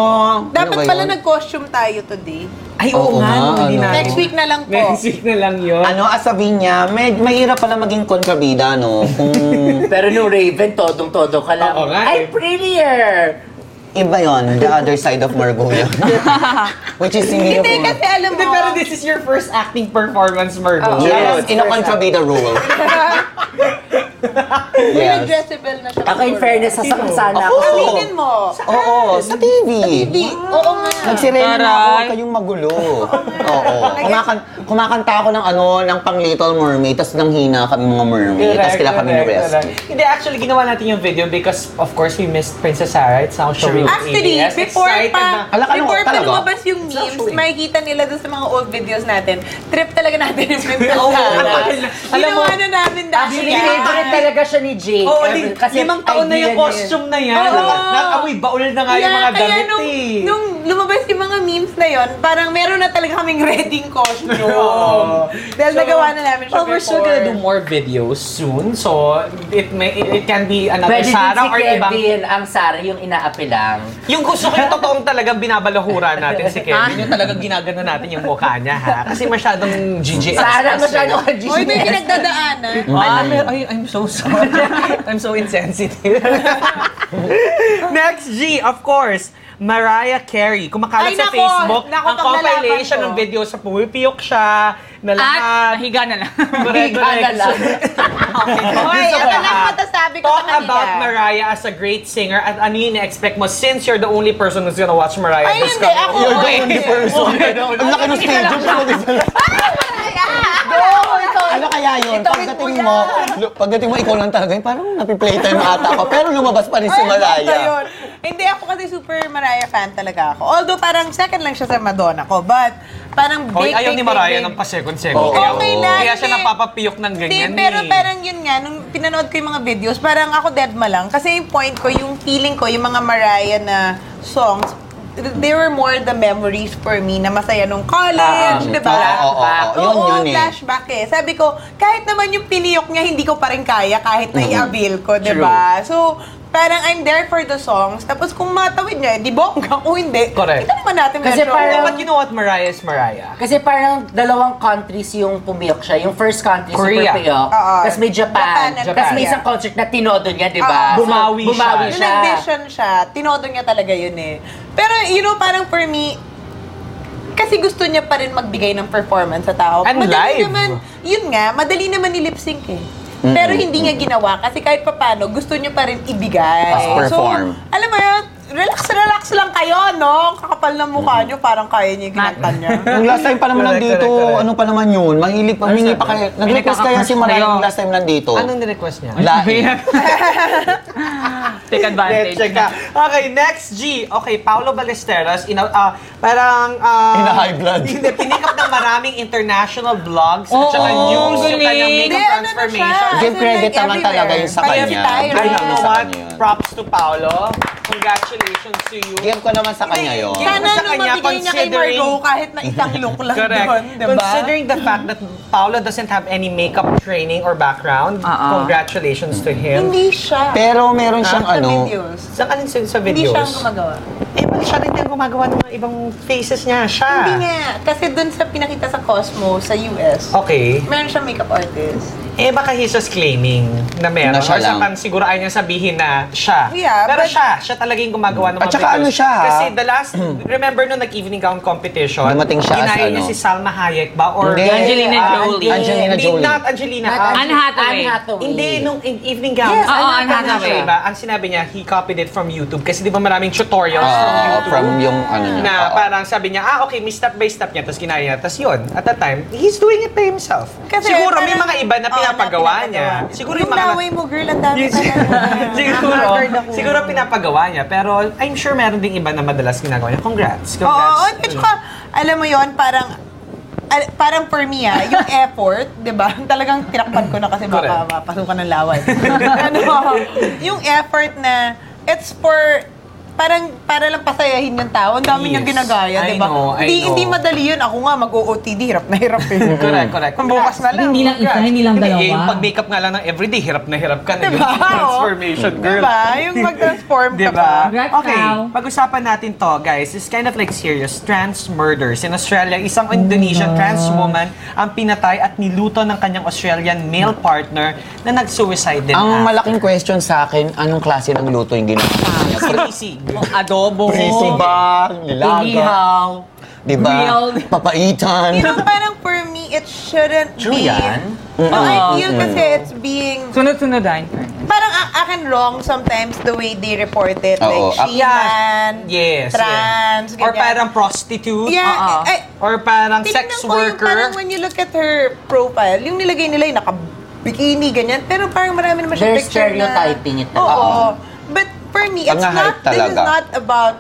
[SPEAKER 7] Dapat
[SPEAKER 6] Ano ba
[SPEAKER 7] pala
[SPEAKER 6] yun?
[SPEAKER 7] nag-costume tayo today.
[SPEAKER 5] Ay, oo,
[SPEAKER 6] Oo
[SPEAKER 5] nga,
[SPEAKER 6] nga,
[SPEAKER 5] no, hindi
[SPEAKER 6] ano.
[SPEAKER 5] natin.
[SPEAKER 7] Next week na lang po.
[SPEAKER 5] Next week na lang yun.
[SPEAKER 6] Ano, asabi niya, may, mahirap pala maging kontrabida, no? Kung
[SPEAKER 8] <laughs> Pero no Raven, todong-todo ka lang.
[SPEAKER 5] Oo nga eh.
[SPEAKER 8] I'm prettier!
[SPEAKER 6] iba yon the other side of Margot yun.
[SPEAKER 8] <laughs>
[SPEAKER 6] Which is hindi
[SPEAKER 7] Hindi,
[SPEAKER 6] ko...
[SPEAKER 7] kasi alam
[SPEAKER 5] Hindi,
[SPEAKER 7] mo,
[SPEAKER 5] pero this is your first acting performance,
[SPEAKER 8] Oh.
[SPEAKER 5] Margot.
[SPEAKER 6] Yes, in a
[SPEAKER 8] <laughs>
[SPEAKER 6] kontrabida role.
[SPEAKER 7] yes.
[SPEAKER 6] yes.
[SPEAKER 7] dressable na siya.
[SPEAKER 8] Ako in fairness, sasakang sana ako.
[SPEAKER 6] Ako.
[SPEAKER 7] Aminin mo.
[SPEAKER 6] Oo, sa TV.
[SPEAKER 7] Hindi, oo nga.
[SPEAKER 6] Nagsirena na ako,
[SPEAKER 9] Taray.
[SPEAKER 6] kayong magulo. Oo. Kumakan kumakanta ako ng ano, ng pang Little Mermaid, tapos nang hina kami mga mermaid, tapos kailangan kami
[SPEAKER 5] correct,
[SPEAKER 6] rescue.
[SPEAKER 5] correct. Hindi, actually, ginawa natin yung video because, of course, we missed Princess Sarah. It's now showing on
[SPEAKER 7] Actually,
[SPEAKER 5] ABS.
[SPEAKER 7] before
[SPEAKER 5] Excited
[SPEAKER 7] pa,
[SPEAKER 5] na.
[SPEAKER 6] Ala,
[SPEAKER 5] ano,
[SPEAKER 6] kalawa-
[SPEAKER 7] before pa
[SPEAKER 6] talaga?
[SPEAKER 7] lumabas yung memes,
[SPEAKER 5] Actually.
[SPEAKER 7] makikita nila doon sa mga old videos natin. Trip talaga natin yung Princess
[SPEAKER 5] <laughs> Oo,
[SPEAKER 7] <laughs> Sarah.
[SPEAKER 5] alam mo-
[SPEAKER 7] Ginawa na ano namin dahil.
[SPEAKER 8] Actually, favorite talaga siya ni Jake.
[SPEAKER 5] Oo,
[SPEAKER 8] Ever-
[SPEAKER 5] lim- limang taon na
[SPEAKER 8] idea
[SPEAKER 5] yung
[SPEAKER 8] niya
[SPEAKER 5] costume na yan.
[SPEAKER 7] Oo.
[SPEAKER 5] Nakamoy baul na nga yung mga
[SPEAKER 7] kaya
[SPEAKER 5] damit
[SPEAKER 7] nung,
[SPEAKER 5] eh. <laughs>
[SPEAKER 7] nung lumabas yung mga memes na yon, parang meron na talaga kaming <laughs> ready costume.
[SPEAKER 5] Oo.
[SPEAKER 7] Dahil nagawa na namin siya
[SPEAKER 5] well, we're still
[SPEAKER 7] before.
[SPEAKER 5] gonna do more videos soon. So, it may it, it can be another
[SPEAKER 8] Pwede din
[SPEAKER 5] Sarah
[SPEAKER 8] si
[SPEAKER 5] or ibang...
[SPEAKER 8] Kevin, ang Sarah, yung inaapilang.
[SPEAKER 5] Yung gusto ko yung totoong talagang binabalahuran natin
[SPEAKER 8] <laughs>
[SPEAKER 5] si
[SPEAKER 8] Ah.
[SPEAKER 5] Kevin. Yung talagang ginagano natin yung mukha niya, ha? Kasi masyadong GGS.
[SPEAKER 8] Sarah, masyado ka
[SPEAKER 7] Hoy, may
[SPEAKER 8] GGS.
[SPEAKER 7] pinagdadaanan.
[SPEAKER 5] Ah, mer- ay, I'm so sorry. <laughs> I'm so insensitive. <laughs> Next G, of course, Mariah Carey. Kumakalat
[SPEAKER 7] Ay,
[SPEAKER 5] sa
[SPEAKER 7] nako,
[SPEAKER 5] Facebook
[SPEAKER 7] nako,
[SPEAKER 5] ang
[SPEAKER 7] pag
[SPEAKER 5] compilation
[SPEAKER 7] nalaman ko.
[SPEAKER 5] ng video sa pumipiyok siya, na
[SPEAKER 9] At
[SPEAKER 5] lahat.
[SPEAKER 9] higa na lang.
[SPEAKER 5] Correct,
[SPEAKER 8] higa na
[SPEAKER 5] correct.
[SPEAKER 8] lang.
[SPEAKER 5] Okay,
[SPEAKER 7] Hoy,
[SPEAKER 5] so,
[SPEAKER 7] ito lang
[SPEAKER 5] ah,
[SPEAKER 7] matasabi ko
[SPEAKER 5] Talk
[SPEAKER 7] sa kanila.
[SPEAKER 5] about Mariah as a great singer at ano yung na-expect mo since you're the only person who's gonna watch Mariah
[SPEAKER 7] Ay,
[SPEAKER 5] this
[SPEAKER 7] hindi.
[SPEAKER 5] coming.
[SPEAKER 7] Ako, You're the only person.
[SPEAKER 6] Ang laki ng stage.
[SPEAKER 8] <laughs>
[SPEAKER 6] Ano kaya yun?
[SPEAKER 7] Oh,
[SPEAKER 6] Pagdating mo, lu- pagdating mo, ikaw lang talaga yun. Parang napiplaytime ata ako. Pero lumabas pa rin si
[SPEAKER 7] Ay, basta yun.
[SPEAKER 6] Malaya.
[SPEAKER 7] Hindi ako kasi super Mariah fan talaga ako. Although parang second lang siya sa Madonna ko. But parang big,
[SPEAKER 5] Hoy, ayaw
[SPEAKER 7] big,
[SPEAKER 5] ni
[SPEAKER 7] big,
[SPEAKER 5] Mariah
[SPEAKER 7] big.
[SPEAKER 5] ng pa-second-second.
[SPEAKER 6] Oo.
[SPEAKER 5] Kaya,
[SPEAKER 7] Okay lang.
[SPEAKER 5] kaya siya
[SPEAKER 7] hindi.
[SPEAKER 5] napapapiyok ng ganyan.
[SPEAKER 7] Hindi, pero
[SPEAKER 5] eh.
[SPEAKER 7] parang yun nga, nung pinanood ko yung mga videos, parang ako dead ma lang. Kasi yung point ko, yung feeling ko, yung mga Mariah na songs, they were more the memories for me na masaya nung college,
[SPEAKER 8] Ah,
[SPEAKER 7] di ba?
[SPEAKER 6] oo, oo, oo. Yun,
[SPEAKER 7] Oo,
[SPEAKER 6] yun eh.
[SPEAKER 7] flashback eh. Sabi ko, kahit naman yung piniyok niya, hindi ko pa rin kaya kahit na i-avail ko, di ba? So, parang I'm there for the songs. Tapos kung matawid niya, eh, di bongga. Kung hindi,
[SPEAKER 5] Correct.
[SPEAKER 7] kita naman natin
[SPEAKER 8] Kasi
[SPEAKER 7] medyo-
[SPEAKER 8] parang-
[SPEAKER 5] But you know what, Mariah is Mariah.
[SPEAKER 8] <laughs> Kasi parang dalawang countries yung pumiyok siya. Yung first country,
[SPEAKER 5] Korea.
[SPEAKER 8] super piyok.
[SPEAKER 7] Oo.
[SPEAKER 8] Tapos may
[SPEAKER 7] Japan
[SPEAKER 8] Japan.
[SPEAKER 7] and
[SPEAKER 8] Tapos may
[SPEAKER 7] Korea.
[SPEAKER 8] isang concert na tinodo niya, di ba?
[SPEAKER 5] Oo. Ah, Bumawi
[SPEAKER 8] Diba? So, Bumawi
[SPEAKER 5] siya.
[SPEAKER 7] Nung
[SPEAKER 8] siya.
[SPEAKER 7] nag-vision siya, tinodo niya talaga yun eh. Pero, you know, parang for me, kasi gusto niya pa rin magbigay ng performance sa tao.
[SPEAKER 5] And live.
[SPEAKER 7] Naman, yun nga, madali naman nilip sync eh. Pero hindi niya ginawa kasi kahit papano, gusto niya pa rin ibigay.
[SPEAKER 6] Tapos perform.
[SPEAKER 7] So, alam mo yun, relax, relax lang kayo, no? Kakapal ng mukha niyo, parang kaya niya yung kinanta
[SPEAKER 6] <laughs>
[SPEAKER 7] niya.
[SPEAKER 6] Nung last time pa naman
[SPEAKER 5] Correct,
[SPEAKER 6] nandito,
[SPEAKER 5] correct, correct.
[SPEAKER 6] ano pa naman yun? Mahilig pa, humingi pa kayo. Nag-request kaya si Mariah nung last time nandito.
[SPEAKER 5] Anong nirequest niya?
[SPEAKER 6] Lain.
[SPEAKER 9] Take advantage.
[SPEAKER 5] <laughs> Let's check out. Okay, next G. Okay, Paolo Ballesteros. Ina, ah, parang... ah,
[SPEAKER 6] Ina high blood.
[SPEAKER 5] Hindi, pinikap ng maraming international vlogs
[SPEAKER 9] Oo,
[SPEAKER 5] at saka news yung kanyang
[SPEAKER 9] galing.
[SPEAKER 5] makeup
[SPEAKER 7] Hindi, ano na
[SPEAKER 5] transformation.
[SPEAKER 7] siya.
[SPEAKER 6] Give
[SPEAKER 7] As in,
[SPEAKER 6] credit
[SPEAKER 7] like,
[SPEAKER 6] naman talaga yun sa
[SPEAKER 7] everywhere.
[SPEAKER 6] kanya.
[SPEAKER 7] Parang si Tyra.
[SPEAKER 5] But you know
[SPEAKER 6] Sa
[SPEAKER 5] what?
[SPEAKER 6] kanya yun.
[SPEAKER 5] Props to Paolo. Congratulations to you.
[SPEAKER 6] Give ko naman sa kanya yun.
[SPEAKER 7] Sana
[SPEAKER 5] Sa
[SPEAKER 7] nung
[SPEAKER 5] kanya,
[SPEAKER 7] mabigay niya kay
[SPEAKER 5] considering-
[SPEAKER 7] Margot kahit na isang look lang
[SPEAKER 5] Correct.
[SPEAKER 7] doon, di ba?
[SPEAKER 5] Considering the fact that Paolo doesn't have any makeup training or background,
[SPEAKER 9] Ah, ah.
[SPEAKER 5] congratulations to him.
[SPEAKER 7] Hindi siya.
[SPEAKER 6] Pero meron siyang
[SPEAKER 7] Sa
[SPEAKER 6] ano,
[SPEAKER 7] videos.
[SPEAKER 5] Sa kanin sa, sa
[SPEAKER 7] Hindi
[SPEAKER 5] videos.
[SPEAKER 7] siya ang gumagawa.
[SPEAKER 5] Eh, bakit siya rin yung gumagawa ng mga ibang faces niya. Siya.
[SPEAKER 7] Hindi nga. Kasi dun sa pinakita sa Cosmo, sa US,
[SPEAKER 5] Okay.
[SPEAKER 7] meron siyang makeup artist.
[SPEAKER 5] Eh, baka he's just claiming na meron.
[SPEAKER 6] Na siya
[SPEAKER 5] Or sa
[SPEAKER 6] lang.
[SPEAKER 5] pan, siguro ayaw niya sabihin na siya.
[SPEAKER 7] Yeah,
[SPEAKER 5] Pero
[SPEAKER 7] but-
[SPEAKER 5] siya, siya talaga yung gumagawa ng mga
[SPEAKER 6] At saka
[SPEAKER 5] videos.
[SPEAKER 6] ano siya, ha? Hmm.
[SPEAKER 5] Kasi the last, remember nung nag-evening gown competition,
[SPEAKER 6] Dumating siya as
[SPEAKER 5] ginaya
[SPEAKER 6] ano?
[SPEAKER 5] niya si Salma Hayek ba? Or
[SPEAKER 6] Hindi.
[SPEAKER 9] Angelina
[SPEAKER 5] Ah,
[SPEAKER 9] Jolie.
[SPEAKER 6] Angelina
[SPEAKER 5] hindi,
[SPEAKER 6] Jolie.
[SPEAKER 5] Not Angelina. ah,
[SPEAKER 9] Anne Hathaway.
[SPEAKER 8] Anne Hathaway.
[SPEAKER 5] Hindi, nung in- evening gown.
[SPEAKER 8] Yes, ah,
[SPEAKER 9] Oo, Anne
[SPEAKER 5] Hathaway
[SPEAKER 9] Hathaway.
[SPEAKER 5] siya, Diba? Ang sinabi niya, he copied it from YouTube. Kasi di ba maraming tutorials from
[SPEAKER 6] ah,
[SPEAKER 5] YouTube
[SPEAKER 6] from yung ano niya.
[SPEAKER 5] na
[SPEAKER 6] oo.
[SPEAKER 5] parang sabi niya, ah, okay, may step by step niya, tapos ginaya niya. Tapos yun, at that time, he's doing it by himself.
[SPEAKER 7] Kasi
[SPEAKER 5] Siguro may
[SPEAKER 7] parang-
[SPEAKER 5] mga iba na
[SPEAKER 7] Oo,
[SPEAKER 5] pinapagawa niya.
[SPEAKER 7] pinapagawa.
[SPEAKER 5] Siguro
[SPEAKER 7] yung
[SPEAKER 5] yung mga...
[SPEAKER 7] laway mo, girl, ang dami
[SPEAKER 5] Yes.
[SPEAKER 7] talaga.
[SPEAKER 5] <laughs> siguro,
[SPEAKER 7] Nakaka-guard ako.
[SPEAKER 5] siguro pinapagawa niya. Pero I'm sure meron ding iba na madalas ginagawa niya. Congrats. Congrats.
[SPEAKER 7] Oo, oh, at saka, alam mo yon parang, al- parang for me ah, yung <laughs> effort, di ba? Talagang tinakpan ko na kasi baka
[SPEAKER 5] Correct.
[SPEAKER 7] mapasukan ng laway. <laughs> ano, yung effort na, it's for, parang para lang pasayahin ng tao. Ang dami niyang
[SPEAKER 5] Yes.
[SPEAKER 7] ginagaya,
[SPEAKER 5] I
[SPEAKER 7] di ba?
[SPEAKER 5] know, I
[SPEAKER 7] Hindi,
[SPEAKER 5] know.
[SPEAKER 7] hindi madali yun. Ako nga, mag-OOTD, hirap na hirap eh.
[SPEAKER 5] <laughs> <laughs> Correct, correct.
[SPEAKER 7] Ang bukas na lang.
[SPEAKER 10] Hindi lang isa,
[SPEAKER 5] Congrats.
[SPEAKER 10] hindi lang dalawa.
[SPEAKER 5] eh, Yung pag-makeup nga lang ng everyday, hirap na hirap ka na
[SPEAKER 7] Diba?
[SPEAKER 5] yung
[SPEAKER 7] Oo.
[SPEAKER 5] <laughs> transformation, girl.
[SPEAKER 7] Diba? Yung mag-transform ka
[SPEAKER 5] Diba?
[SPEAKER 7] pa.
[SPEAKER 10] Congrats,
[SPEAKER 5] okay,
[SPEAKER 10] Cal.
[SPEAKER 5] pag-usapan natin to, guys. It's kind of like serious. Trans murders in Australia. Isang Indonesian
[SPEAKER 10] Mm-hmm.
[SPEAKER 5] trans woman ang pinatay at niluto ng kanyang Australian male partner na nag-suicide din.
[SPEAKER 6] Ang
[SPEAKER 5] after.
[SPEAKER 6] malaking question sa akin, anong klase ng luto yung ginawa niya?
[SPEAKER 5] Sinisig.
[SPEAKER 9] Adobo.
[SPEAKER 6] Prisi ba? Nilaga?
[SPEAKER 9] Inihaw.
[SPEAKER 6] Di ba?
[SPEAKER 7] You
[SPEAKER 9] Grilled.
[SPEAKER 7] know,
[SPEAKER 6] Papaitan?
[SPEAKER 7] parang for me, it shouldn't be... Oh, I feel kasi eh. it's being
[SPEAKER 9] Sunod-sunod ah.
[SPEAKER 7] parang a- akin wrong sometimes the way they report it.
[SPEAKER 6] Oo,
[SPEAKER 7] like,
[SPEAKER 6] ak-
[SPEAKER 7] she man,
[SPEAKER 5] Yes.
[SPEAKER 7] trans,
[SPEAKER 5] yeah. Or
[SPEAKER 7] ganyan.
[SPEAKER 5] parang prostitute.
[SPEAKER 7] Yeah,
[SPEAKER 9] Oo.
[SPEAKER 7] eh, eh,
[SPEAKER 5] Or parang
[SPEAKER 7] tingnan
[SPEAKER 5] sex
[SPEAKER 7] ko yung parang
[SPEAKER 5] worker.
[SPEAKER 7] when you look at her profile, yung nilagay nila yung naka-bikini, ganyan. Pero parang marami naman siyang
[SPEAKER 8] They're
[SPEAKER 7] picture na...
[SPEAKER 8] stereotyping it
[SPEAKER 7] Oo.
[SPEAKER 8] talaga.
[SPEAKER 7] But for me,
[SPEAKER 6] Ang
[SPEAKER 7] it's not,
[SPEAKER 6] hype
[SPEAKER 7] this is
[SPEAKER 6] talaga.
[SPEAKER 7] not about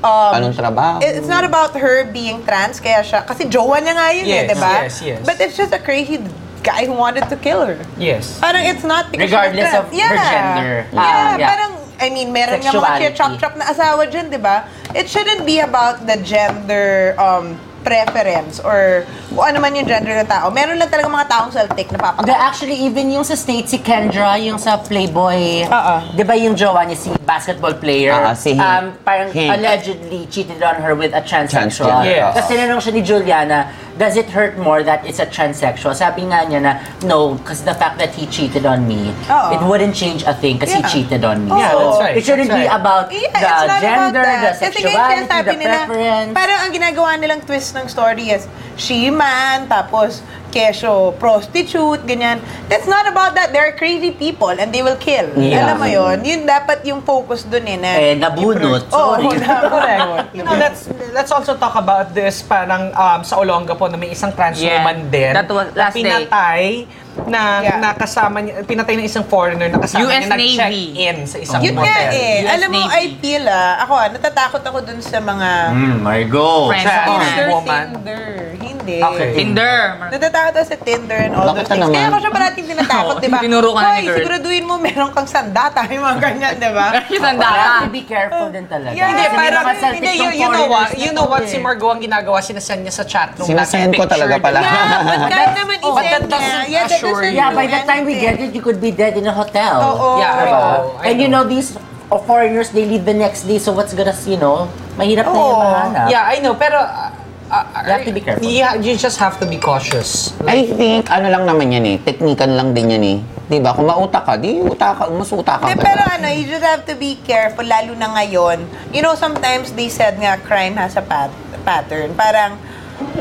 [SPEAKER 7] um,
[SPEAKER 6] Anong trabaho?
[SPEAKER 7] It's not about her being trans, kaya siya, kasi jowa niya nga yun eh,
[SPEAKER 5] Yes,
[SPEAKER 7] di ba?
[SPEAKER 5] yes, yes.
[SPEAKER 7] But it's just a crazy guy who wanted to kill her.
[SPEAKER 5] Yes.
[SPEAKER 7] Parang it's not because
[SPEAKER 8] Regardless
[SPEAKER 7] she's
[SPEAKER 8] of
[SPEAKER 7] trans. yeah.
[SPEAKER 8] her gender.
[SPEAKER 7] Yeah,
[SPEAKER 8] Ah, yeah.
[SPEAKER 7] parang, I mean, meron nga mga
[SPEAKER 8] Sexuality.
[SPEAKER 7] chop-chop na asawa dyan, di ba? It shouldn't be about the gender um, preference or kung ano man yung gender ng tao. Meron lang talaga mga taong self-take na papakita.
[SPEAKER 8] Hindi, actually, even yung sa state, si Kendra, yung sa Playboy,
[SPEAKER 7] Oo.
[SPEAKER 8] di ba yung jowa niya, si basketball player, Um,
[SPEAKER 6] Ah, si Hank.
[SPEAKER 8] parang
[SPEAKER 6] Hank.
[SPEAKER 8] allegedly cheated on her with a transsexual.
[SPEAKER 6] Transgender,
[SPEAKER 5] Yes.
[SPEAKER 8] Tapos tinanong siya ni Juliana, does it hurt more that it's a transsexual? Sabi nga niya na, no, because the fact that he cheated on me,
[SPEAKER 7] Oo.
[SPEAKER 8] it wouldn't change a thing because
[SPEAKER 7] Yeah.
[SPEAKER 8] he cheated on me.
[SPEAKER 5] Oh.
[SPEAKER 7] Yeah, that's
[SPEAKER 5] right,
[SPEAKER 8] It shouldn't be
[SPEAKER 5] that's right.
[SPEAKER 8] about
[SPEAKER 7] Yeah,
[SPEAKER 8] the
[SPEAKER 7] it's not
[SPEAKER 8] gender,
[SPEAKER 7] about
[SPEAKER 8] the
[SPEAKER 7] that. Kasi kaya
[SPEAKER 8] sexuality,
[SPEAKER 7] sinasabi
[SPEAKER 8] the preference.
[SPEAKER 7] Parang ang ginagawa nilang twist ng story is, she man, tapos kesyo prostitute, ganyan. That's not about that. They're crazy people and they will kill.
[SPEAKER 8] Yeah.
[SPEAKER 7] Alam mo yon Yun dapat yung focus dun eh. Na,
[SPEAKER 8] eh, nabunot.
[SPEAKER 7] Oo,
[SPEAKER 8] Sorry.
[SPEAKER 7] na-
[SPEAKER 5] Oh, Correct.
[SPEAKER 7] <laughs>
[SPEAKER 5] You know, let's, let's also talk about this parang um, sa Olongapo na may isang trans
[SPEAKER 9] Yeah.
[SPEAKER 5] woman din.
[SPEAKER 9] That was
[SPEAKER 5] na
[SPEAKER 9] last day.
[SPEAKER 5] pinatay na
[SPEAKER 7] Yeah.
[SPEAKER 5] nakasama niya, pinatay ng isang foreigner na kasama
[SPEAKER 9] US
[SPEAKER 5] niya nag-check
[SPEAKER 9] Navy.
[SPEAKER 5] in sa isang
[SPEAKER 7] Yun
[SPEAKER 5] motel.
[SPEAKER 7] nga eh.
[SPEAKER 9] US
[SPEAKER 7] Alam mo,
[SPEAKER 9] Navy.
[SPEAKER 7] I feel ah, ako ah, natatakot ako dun sa mga
[SPEAKER 6] Mm, my God.
[SPEAKER 9] Friends.
[SPEAKER 5] Trans
[SPEAKER 9] Tinder,
[SPEAKER 5] woman.
[SPEAKER 7] Tinder. Hindi. hindi.
[SPEAKER 5] Okay.
[SPEAKER 9] Tinder.
[SPEAKER 7] Natatakot ako sa Tinder and all
[SPEAKER 6] Bakit
[SPEAKER 7] those
[SPEAKER 6] ka
[SPEAKER 7] things.
[SPEAKER 6] naman?
[SPEAKER 7] Kaya ako siya parating tinatakot,
[SPEAKER 9] Oo,
[SPEAKER 7] di ba?
[SPEAKER 9] tinuro ka na ni
[SPEAKER 7] Hoy,
[SPEAKER 9] Girl.
[SPEAKER 7] siguraduhin mo meron kang sandata, yung mga ganyan, di
[SPEAKER 9] <laughs>
[SPEAKER 7] ba?
[SPEAKER 9] Isang
[SPEAKER 8] Diba? You have to
[SPEAKER 9] data.
[SPEAKER 8] be careful din talaga.
[SPEAKER 7] Yeah.
[SPEAKER 5] Hindi,
[SPEAKER 8] Kasi may
[SPEAKER 5] parang,
[SPEAKER 8] mga saltik
[SPEAKER 5] hindi, you,
[SPEAKER 8] yung
[SPEAKER 5] you know what,
[SPEAKER 8] foreigners
[SPEAKER 5] you
[SPEAKER 8] na
[SPEAKER 5] know
[SPEAKER 8] to
[SPEAKER 5] what
[SPEAKER 8] eh.
[SPEAKER 5] si Margo ang ginagawa, sinasend niya sa chat room.
[SPEAKER 6] Sinasend ko talaga pala.
[SPEAKER 7] Yeah, but kahit naman
[SPEAKER 5] Oh, but
[SPEAKER 7] isend
[SPEAKER 5] that
[SPEAKER 7] niya.
[SPEAKER 5] doesn't
[SPEAKER 7] Yeah, that
[SPEAKER 5] assure
[SPEAKER 7] doesn't
[SPEAKER 5] you.
[SPEAKER 8] Yeah,
[SPEAKER 7] do
[SPEAKER 8] by the time we
[SPEAKER 7] anything.
[SPEAKER 8] get it, you could be dead in a hotel.
[SPEAKER 7] Oo.
[SPEAKER 5] Yeah, I
[SPEAKER 8] Diba?
[SPEAKER 5] know, I
[SPEAKER 8] And you know, these foreigners, they leave the next day, so what's gonna, you know, mahirap na yung
[SPEAKER 7] Oo.
[SPEAKER 8] mahanap.
[SPEAKER 5] Yeah, I know, pero... Uh, uh,
[SPEAKER 8] You have to be careful.
[SPEAKER 5] Yeah, you just have to be cautious.
[SPEAKER 6] I think, ano lang naman yan eh, teknikan lang din yan eh. Di ba? Kung mauta ka, di uta ka, mas uta ka.
[SPEAKER 7] Hindi,
[SPEAKER 6] pa.
[SPEAKER 7] pero ano, you just have to be careful, lalo na ngayon. You know, sometimes they said nga, crime has a pat- pattern. Parang,